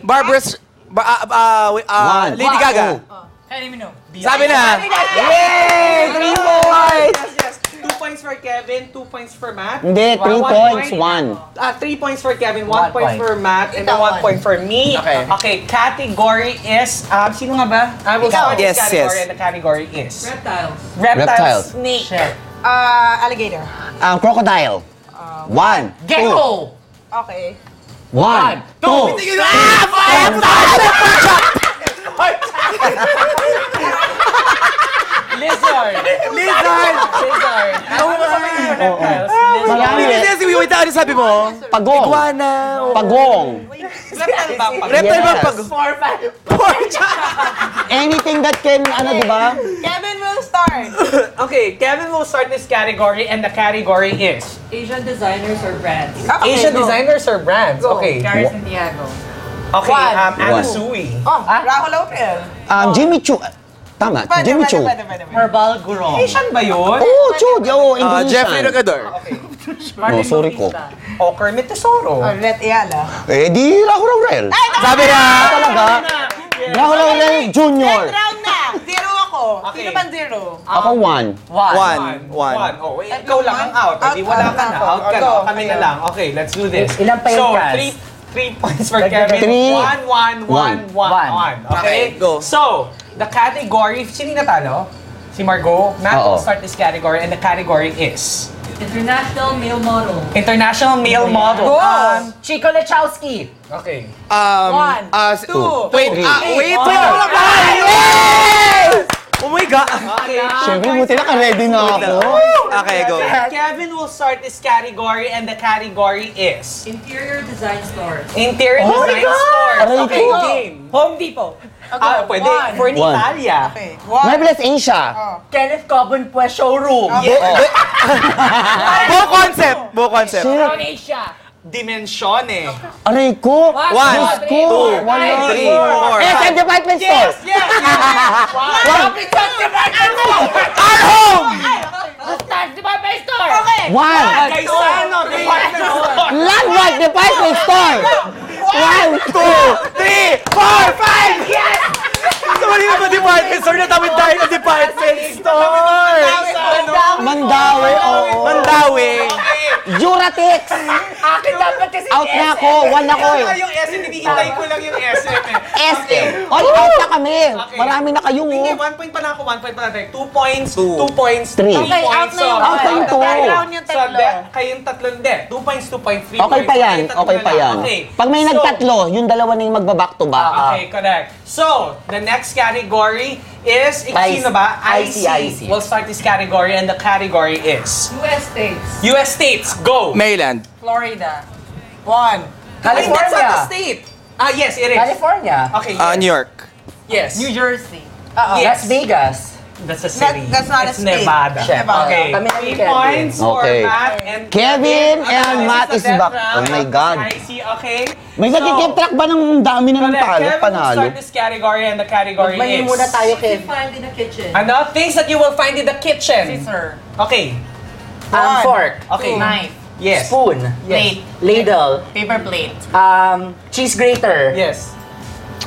[SPEAKER 11] Barbara... Str- Ba- ah, ah, wait, ah,
[SPEAKER 6] One.
[SPEAKER 11] Lady Gaga.
[SPEAKER 5] Oh,
[SPEAKER 9] Kylie Minogue.
[SPEAKER 11] Sabi na! Yay! Three
[SPEAKER 5] Yes,
[SPEAKER 11] points!
[SPEAKER 5] yes. Two points for Kevin, two points for Matt.
[SPEAKER 6] Hindi, three
[SPEAKER 5] One
[SPEAKER 6] points.
[SPEAKER 5] point.
[SPEAKER 6] One.
[SPEAKER 5] Ah, three points for Kevin, one,
[SPEAKER 8] One point.
[SPEAKER 5] point, for Matt, and then one point for me.
[SPEAKER 11] Okay.
[SPEAKER 5] Okay, category is, um, sino nga ba? I will start
[SPEAKER 11] Yes,
[SPEAKER 5] this category,
[SPEAKER 11] yes.
[SPEAKER 5] and the category is...
[SPEAKER 9] Reptiles.
[SPEAKER 5] Reptile,
[SPEAKER 6] Reptile.
[SPEAKER 5] snake. Uh,
[SPEAKER 7] Ah, alligator.
[SPEAKER 6] Ang um, crocodile. One. two,
[SPEAKER 8] Gecko.
[SPEAKER 7] Oh. Okay.
[SPEAKER 6] One. Two.
[SPEAKER 5] Lizard. Lizard. Lizard. Ano ba sabi mo reptiles?
[SPEAKER 6] Marami
[SPEAKER 11] Hindi,
[SPEAKER 6] eh.
[SPEAKER 11] hindi, wait, ano sabi mo?
[SPEAKER 6] Pagong.
[SPEAKER 11] Iguana.
[SPEAKER 6] Pagong.
[SPEAKER 5] Reptile ba? Pag-
[SPEAKER 11] Reptile ba?
[SPEAKER 6] Yes.
[SPEAKER 11] Pag...
[SPEAKER 6] Anything that can, ano, di ba?
[SPEAKER 7] <laughs> Kevin will start.
[SPEAKER 5] <coughs> Okay, Kevin will start this category and the category is
[SPEAKER 9] Asian designers or brands.
[SPEAKER 7] Okay,
[SPEAKER 5] Asian
[SPEAKER 7] go.
[SPEAKER 5] designers or brands. Okay.
[SPEAKER 9] Gary Santiago.
[SPEAKER 5] Okay, um,
[SPEAKER 6] One.
[SPEAKER 5] Anna Sui. Ah,
[SPEAKER 7] Oh, Rahul Oprel.
[SPEAKER 6] Um, Jimmy Choo. Tama,
[SPEAKER 7] Pwede,
[SPEAKER 6] Jimmy
[SPEAKER 7] pwede,
[SPEAKER 6] Choo.
[SPEAKER 7] pwede, pwede, pwede.
[SPEAKER 8] Herbal Guru.
[SPEAKER 5] Asian ba yun?
[SPEAKER 6] Oo, Choo. Oo,
[SPEAKER 5] Uh,
[SPEAKER 11] Ah, Jeffrey
[SPEAKER 6] Indonesian.
[SPEAKER 11] Rocador.
[SPEAKER 6] Oh, No, sorry ko.
[SPEAKER 5] O Kermit Tesoro.
[SPEAKER 7] Oh, Red Ayala.
[SPEAKER 6] Eh, di Rahul Raurel.
[SPEAKER 11] Sabi na!
[SPEAKER 5] Ah,
[SPEAKER 6] Talaga? Rahul Raurel Jr.
[SPEAKER 7] Third round na. Zero ako.
[SPEAKER 5] Okay.
[SPEAKER 7] Sino man zero?
[SPEAKER 6] Ako one.
[SPEAKER 11] One. One.
[SPEAKER 5] Um, One. Oh, wait, ikaw lang ang out. Hindi, wala ka na. Out ka na. Kami na lang. Okay, let's do this.
[SPEAKER 8] Ilan pa yung
[SPEAKER 5] So,
[SPEAKER 8] cast?
[SPEAKER 5] three, three points for Kevin.
[SPEAKER 6] Three.
[SPEAKER 5] One, one, one, one,
[SPEAKER 8] One.
[SPEAKER 5] one. Okay?
[SPEAKER 11] Okay, go.
[SPEAKER 5] So, the category, sino yung natalo? Si Margot. Matt
[SPEAKER 6] Oo.
[SPEAKER 5] will start this category and the category is
[SPEAKER 9] International male model.
[SPEAKER 5] International Male Model. Um,
[SPEAKER 8] Chico Lechowski.
[SPEAKER 5] okay.
[SPEAKER 11] Um,
[SPEAKER 7] One,
[SPEAKER 11] ah, s-
[SPEAKER 7] two,
[SPEAKER 11] wait,
[SPEAKER 6] three.
[SPEAKER 11] ah, wait,
[SPEAKER 5] One.
[SPEAKER 11] wait, wala pa! Yes! Oh my God!
[SPEAKER 5] Okay.
[SPEAKER 6] Siyempre, buti na ka-ready na ako.
[SPEAKER 11] Okay, go.
[SPEAKER 5] Kevin will start this category and the category is
[SPEAKER 9] Interior design stores.
[SPEAKER 5] Interior
[SPEAKER 6] Oh my
[SPEAKER 5] Design
[SPEAKER 6] God!
[SPEAKER 5] Store.
[SPEAKER 6] Aray
[SPEAKER 5] Okay,
[SPEAKER 6] ko.
[SPEAKER 5] game. Home Depot. Ah, pwede.
[SPEAKER 7] One.
[SPEAKER 5] For in
[SPEAKER 6] One.
[SPEAKER 5] Italia.
[SPEAKER 7] Okay. One.
[SPEAKER 6] Marvelous Asia.
[SPEAKER 9] Oh.
[SPEAKER 8] Kenneth Cobon Pue Showroom.
[SPEAKER 11] Buo concept! Buo concept.
[SPEAKER 9] Crown Asia.
[SPEAKER 5] Dimensione.
[SPEAKER 6] Aray ko.
[SPEAKER 9] One,
[SPEAKER 11] One,
[SPEAKER 6] Diyos
[SPEAKER 9] two,
[SPEAKER 6] ko.
[SPEAKER 9] three,
[SPEAKER 6] Wala.
[SPEAKER 9] five,
[SPEAKER 11] Three, four,
[SPEAKER 6] Eh, sa
[SPEAKER 11] five.
[SPEAKER 6] department store.
[SPEAKER 5] Yes, yes, yes. Wow.
[SPEAKER 11] At home!
[SPEAKER 9] That's my best store.
[SPEAKER 6] One.
[SPEAKER 5] Kaisano, department store.
[SPEAKER 6] Landmark department store. One, two.
[SPEAKER 11] Three, four, five! Yes! Gusto mo rin ba department store? Natamid tayo ng department store!
[SPEAKER 5] Kaisano.
[SPEAKER 6] Mandawi, oo.
[SPEAKER 11] Mandawi!
[SPEAKER 6] Juratex.
[SPEAKER 8] Akin dapat kasi
[SPEAKER 6] Out na ako. One ako eh.
[SPEAKER 5] Yung SM, hinihintay ko lang yung SM eh.
[SPEAKER 6] SM. All out na kami. Marami na kayo.
[SPEAKER 5] Hindi, one point pa na ako, one point pa na tayo. Two points, two points,
[SPEAKER 6] Three.
[SPEAKER 5] three
[SPEAKER 6] Okay, out
[SPEAKER 5] points.
[SPEAKER 6] na yun. Out na yung two. Round yung
[SPEAKER 5] So, de, kayong tatlo, hindi. Two points, two points, three
[SPEAKER 6] Okay
[SPEAKER 5] points.
[SPEAKER 6] pa yan.
[SPEAKER 5] Kayong tatlo
[SPEAKER 6] Okay
[SPEAKER 5] na
[SPEAKER 6] pa
[SPEAKER 5] lang.
[SPEAKER 6] yan.
[SPEAKER 5] Okay.
[SPEAKER 6] Pag Ah, may
[SPEAKER 5] So,
[SPEAKER 6] nagtatlo, yung dalawa na yung magbaback to back.
[SPEAKER 5] Okay, correct. So, the next category is, ik-
[SPEAKER 6] Ice.
[SPEAKER 5] sino ba?
[SPEAKER 6] Icy, icy.
[SPEAKER 5] We'll start this category and the category is...
[SPEAKER 9] US States.
[SPEAKER 5] US states, go!
[SPEAKER 11] Maryland.
[SPEAKER 9] Florida. One.
[SPEAKER 5] California.
[SPEAKER 9] Ay, that's not the
[SPEAKER 5] state. Ah, yes, it is.
[SPEAKER 8] California.
[SPEAKER 5] Okay,
[SPEAKER 11] Ah, New York.
[SPEAKER 5] Yes.
[SPEAKER 8] New Jersey.
[SPEAKER 9] Uh-oh.
[SPEAKER 8] Las Vegas.
[SPEAKER 5] That's a city.
[SPEAKER 9] that's not a
[SPEAKER 5] It's
[SPEAKER 9] state.
[SPEAKER 5] Nevada.
[SPEAKER 9] Siyempre.
[SPEAKER 6] ah,
[SPEAKER 5] Okay.
[SPEAKER 9] Kami na ni
[SPEAKER 5] Three
[SPEAKER 9] Kevin.
[SPEAKER 5] points
[SPEAKER 6] Okay.
[SPEAKER 5] for Matt and
[SPEAKER 6] Kevin and
[SPEAKER 5] Okay,
[SPEAKER 6] Matt
[SPEAKER 5] this
[SPEAKER 6] is
[SPEAKER 5] the
[SPEAKER 6] back.
[SPEAKER 5] left
[SPEAKER 6] Oh
[SPEAKER 5] round.
[SPEAKER 6] my God.
[SPEAKER 5] I see, okay.
[SPEAKER 6] May
[SPEAKER 5] So,
[SPEAKER 6] nagkikip track ba ng dami na ng
[SPEAKER 5] correct.
[SPEAKER 6] talo?
[SPEAKER 5] Kevin will
[SPEAKER 6] Panalo.
[SPEAKER 5] start this category and the category is...
[SPEAKER 9] Kevin. Find in the kitchen.
[SPEAKER 5] Ano? Things that you will find in the kitchen.
[SPEAKER 9] Scissor.
[SPEAKER 5] Okay.
[SPEAKER 8] Um,
[SPEAKER 9] One.
[SPEAKER 8] fork.
[SPEAKER 9] Okay. Two. Knife.
[SPEAKER 5] Yes.
[SPEAKER 8] Spoon.
[SPEAKER 9] Yes.
[SPEAKER 8] Ladle.
[SPEAKER 9] Paper plate.
[SPEAKER 8] Um, cheese grater.
[SPEAKER 5] Yes.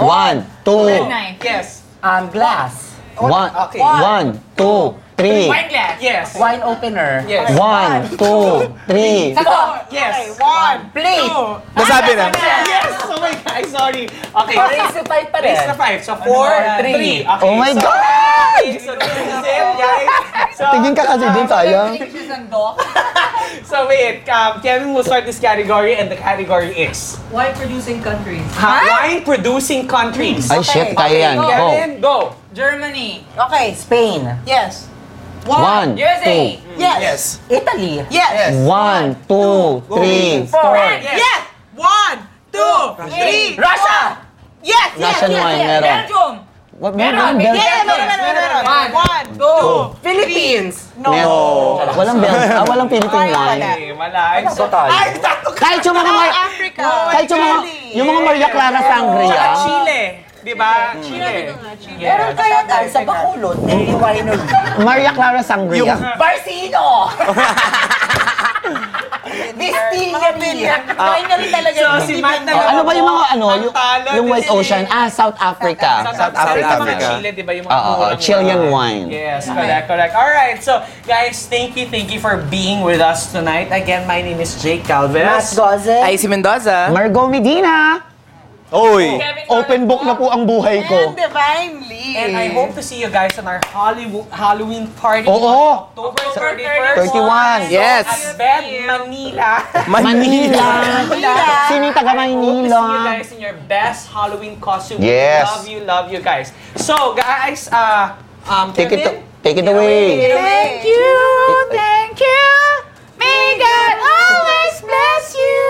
[SPEAKER 6] One, two,
[SPEAKER 9] knife.
[SPEAKER 5] Yes.
[SPEAKER 8] Um, glass.
[SPEAKER 6] one,
[SPEAKER 5] Okay.
[SPEAKER 6] one, two, three.
[SPEAKER 8] Wine
[SPEAKER 9] glass.
[SPEAKER 5] Yes.
[SPEAKER 8] Wine opener.
[SPEAKER 5] Yes.
[SPEAKER 6] One, two, three.
[SPEAKER 5] Yes.
[SPEAKER 9] One.
[SPEAKER 8] Plate.
[SPEAKER 11] Nasabi na.
[SPEAKER 5] Yes! Oh my God, sorry. Okay.
[SPEAKER 8] Raise to five pa rin.
[SPEAKER 5] Raise the five. So, four,
[SPEAKER 8] Ano?
[SPEAKER 5] three.
[SPEAKER 8] Three.
[SPEAKER 5] Okay,
[SPEAKER 6] Oh my
[SPEAKER 5] so-
[SPEAKER 6] God!
[SPEAKER 5] Okay, so this is it, guys. So,
[SPEAKER 6] Tingin ka kasi dun, sayang.
[SPEAKER 9] Dishes and dog.
[SPEAKER 5] <laughs> so wait, um, Kevin will start this category and the category is
[SPEAKER 9] Why producing countries?
[SPEAKER 5] wine producing countries.
[SPEAKER 6] Ay, shit, kaya yan.
[SPEAKER 5] Okay,
[SPEAKER 6] Go.
[SPEAKER 5] Kevin, go.
[SPEAKER 9] Germany.
[SPEAKER 8] Okay. Spain.
[SPEAKER 9] Yes.
[SPEAKER 6] One, two,
[SPEAKER 9] USA. Yes.
[SPEAKER 11] Yes.
[SPEAKER 8] Italy.
[SPEAKER 9] Yes.
[SPEAKER 6] one, two, three.
[SPEAKER 8] Four.
[SPEAKER 9] Yes. One, two, three.
[SPEAKER 8] Russia.
[SPEAKER 9] Yes.
[SPEAKER 6] Russian
[SPEAKER 9] yes,
[SPEAKER 6] wine,
[SPEAKER 9] yes.
[SPEAKER 6] meron.
[SPEAKER 9] Belgium.
[SPEAKER 6] What,
[SPEAKER 9] Meron. Yes,
[SPEAKER 6] meron? Bel-
[SPEAKER 9] yes, meron, meron, meron. One, two, Philippines. No.
[SPEAKER 6] Meron. Walang Bel- ah, walang Philippine wine.
[SPEAKER 5] Okay, wala. I'm so
[SPEAKER 8] Total.
[SPEAKER 5] Ay, tatlo ka.
[SPEAKER 6] Kahit yung mga,
[SPEAKER 9] South
[SPEAKER 6] Mar-
[SPEAKER 9] Africa.
[SPEAKER 6] kahit yung mga, yung mga Maria Clara ah. Sangria.
[SPEAKER 5] Tsaka Chile. Di ba? Chile.
[SPEAKER 8] Meron kaya tayo sa Bacolod. May winery.
[SPEAKER 6] Maria Clara Sangria.
[SPEAKER 8] Barcino!
[SPEAKER 9] Mga
[SPEAKER 5] <laughs>
[SPEAKER 9] billion. Finally talaga.
[SPEAKER 5] So, si Matt na
[SPEAKER 6] Oh,
[SPEAKER 5] lang
[SPEAKER 6] ano ba yung
[SPEAKER 5] ako.
[SPEAKER 6] mga ano,
[SPEAKER 5] Ang
[SPEAKER 6] yung,
[SPEAKER 5] talo
[SPEAKER 6] yung White
[SPEAKER 5] din eh.
[SPEAKER 6] Ocean? Ah, South Africa.
[SPEAKER 5] South Africa. Sa mga Chile, di ba? Yung mga
[SPEAKER 6] Oo, oo,
[SPEAKER 5] murang
[SPEAKER 6] Chilean wine.
[SPEAKER 5] Yes, correct, correct. All right, so guys, thank you, thank you for being with us tonight. Again, my name is Jake Calvez.
[SPEAKER 8] Mas Goze.
[SPEAKER 11] Ay, si Mendoza.
[SPEAKER 6] Margot Medina!
[SPEAKER 11] Oy.
[SPEAKER 6] Open book na po ang buhay
[SPEAKER 9] And
[SPEAKER 6] ko.
[SPEAKER 9] divinely.
[SPEAKER 5] And I hope to see you guys on our Hollywood Halloween party
[SPEAKER 6] Oo!
[SPEAKER 5] October
[SPEAKER 6] 31.
[SPEAKER 5] 31st.
[SPEAKER 11] Yes.
[SPEAKER 5] At Bed Manila.
[SPEAKER 6] <laughs> Manila!
[SPEAKER 9] Manila.
[SPEAKER 6] Sino yung taga
[SPEAKER 5] Hope to see you
[SPEAKER 6] Manila?
[SPEAKER 5] guys in your best Halloween costume.
[SPEAKER 6] Yes.
[SPEAKER 5] Love you, love you guys. So guys, uh, um,
[SPEAKER 6] Take it,
[SPEAKER 5] Kevin?
[SPEAKER 6] take it away.
[SPEAKER 9] Thank you, thank you. May God always bless you,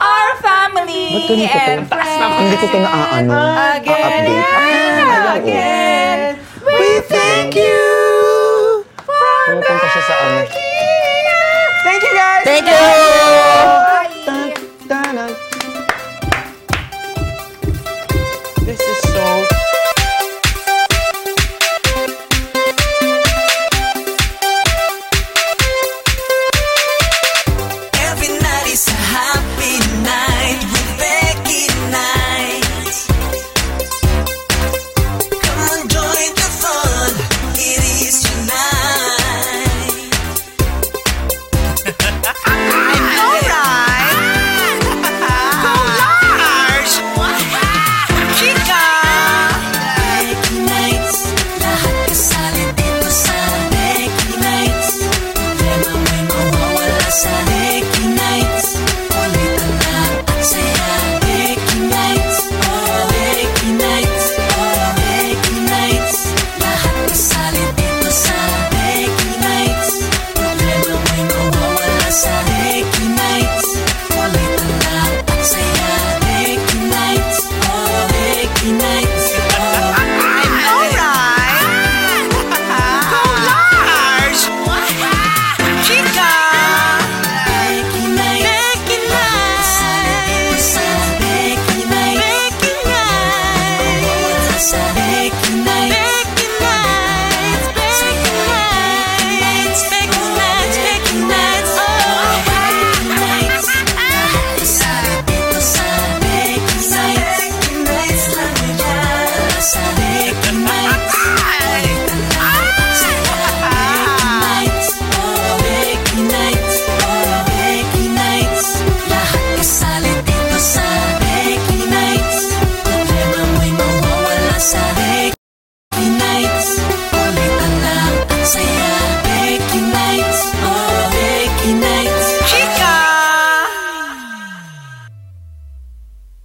[SPEAKER 9] our
[SPEAKER 6] Ba't
[SPEAKER 9] family
[SPEAKER 6] ganito to?
[SPEAKER 9] and friends.
[SPEAKER 6] Hindi ko to naaano.
[SPEAKER 9] Again
[SPEAKER 6] A-update.
[SPEAKER 9] and
[SPEAKER 6] Ayan, oh.
[SPEAKER 9] again, we thank you for
[SPEAKER 6] Pumupunta siya sa ano.
[SPEAKER 5] Thank you guys.
[SPEAKER 11] Thank you!
[SPEAKER 5] This is so
[SPEAKER 2] Every night is a happy night with Becky Night. Come and join the fun. It is your night. Alright. Go large. Chica. Becky Nights. Lahat kasali dito sa Becky Nights. Problema may mawawala sa Becky Nights. Kulitan na at saya. Becky Nights. Oh, Becky Nights. Oh, Becky Nights. Lahat kasali dito sa Becky Nights. Problema may mawawala sa Becky Nights. Kulitan na at saya. Becky Nights. Oh, Becky Nights. Oh, Becky Nights. Becky Nights.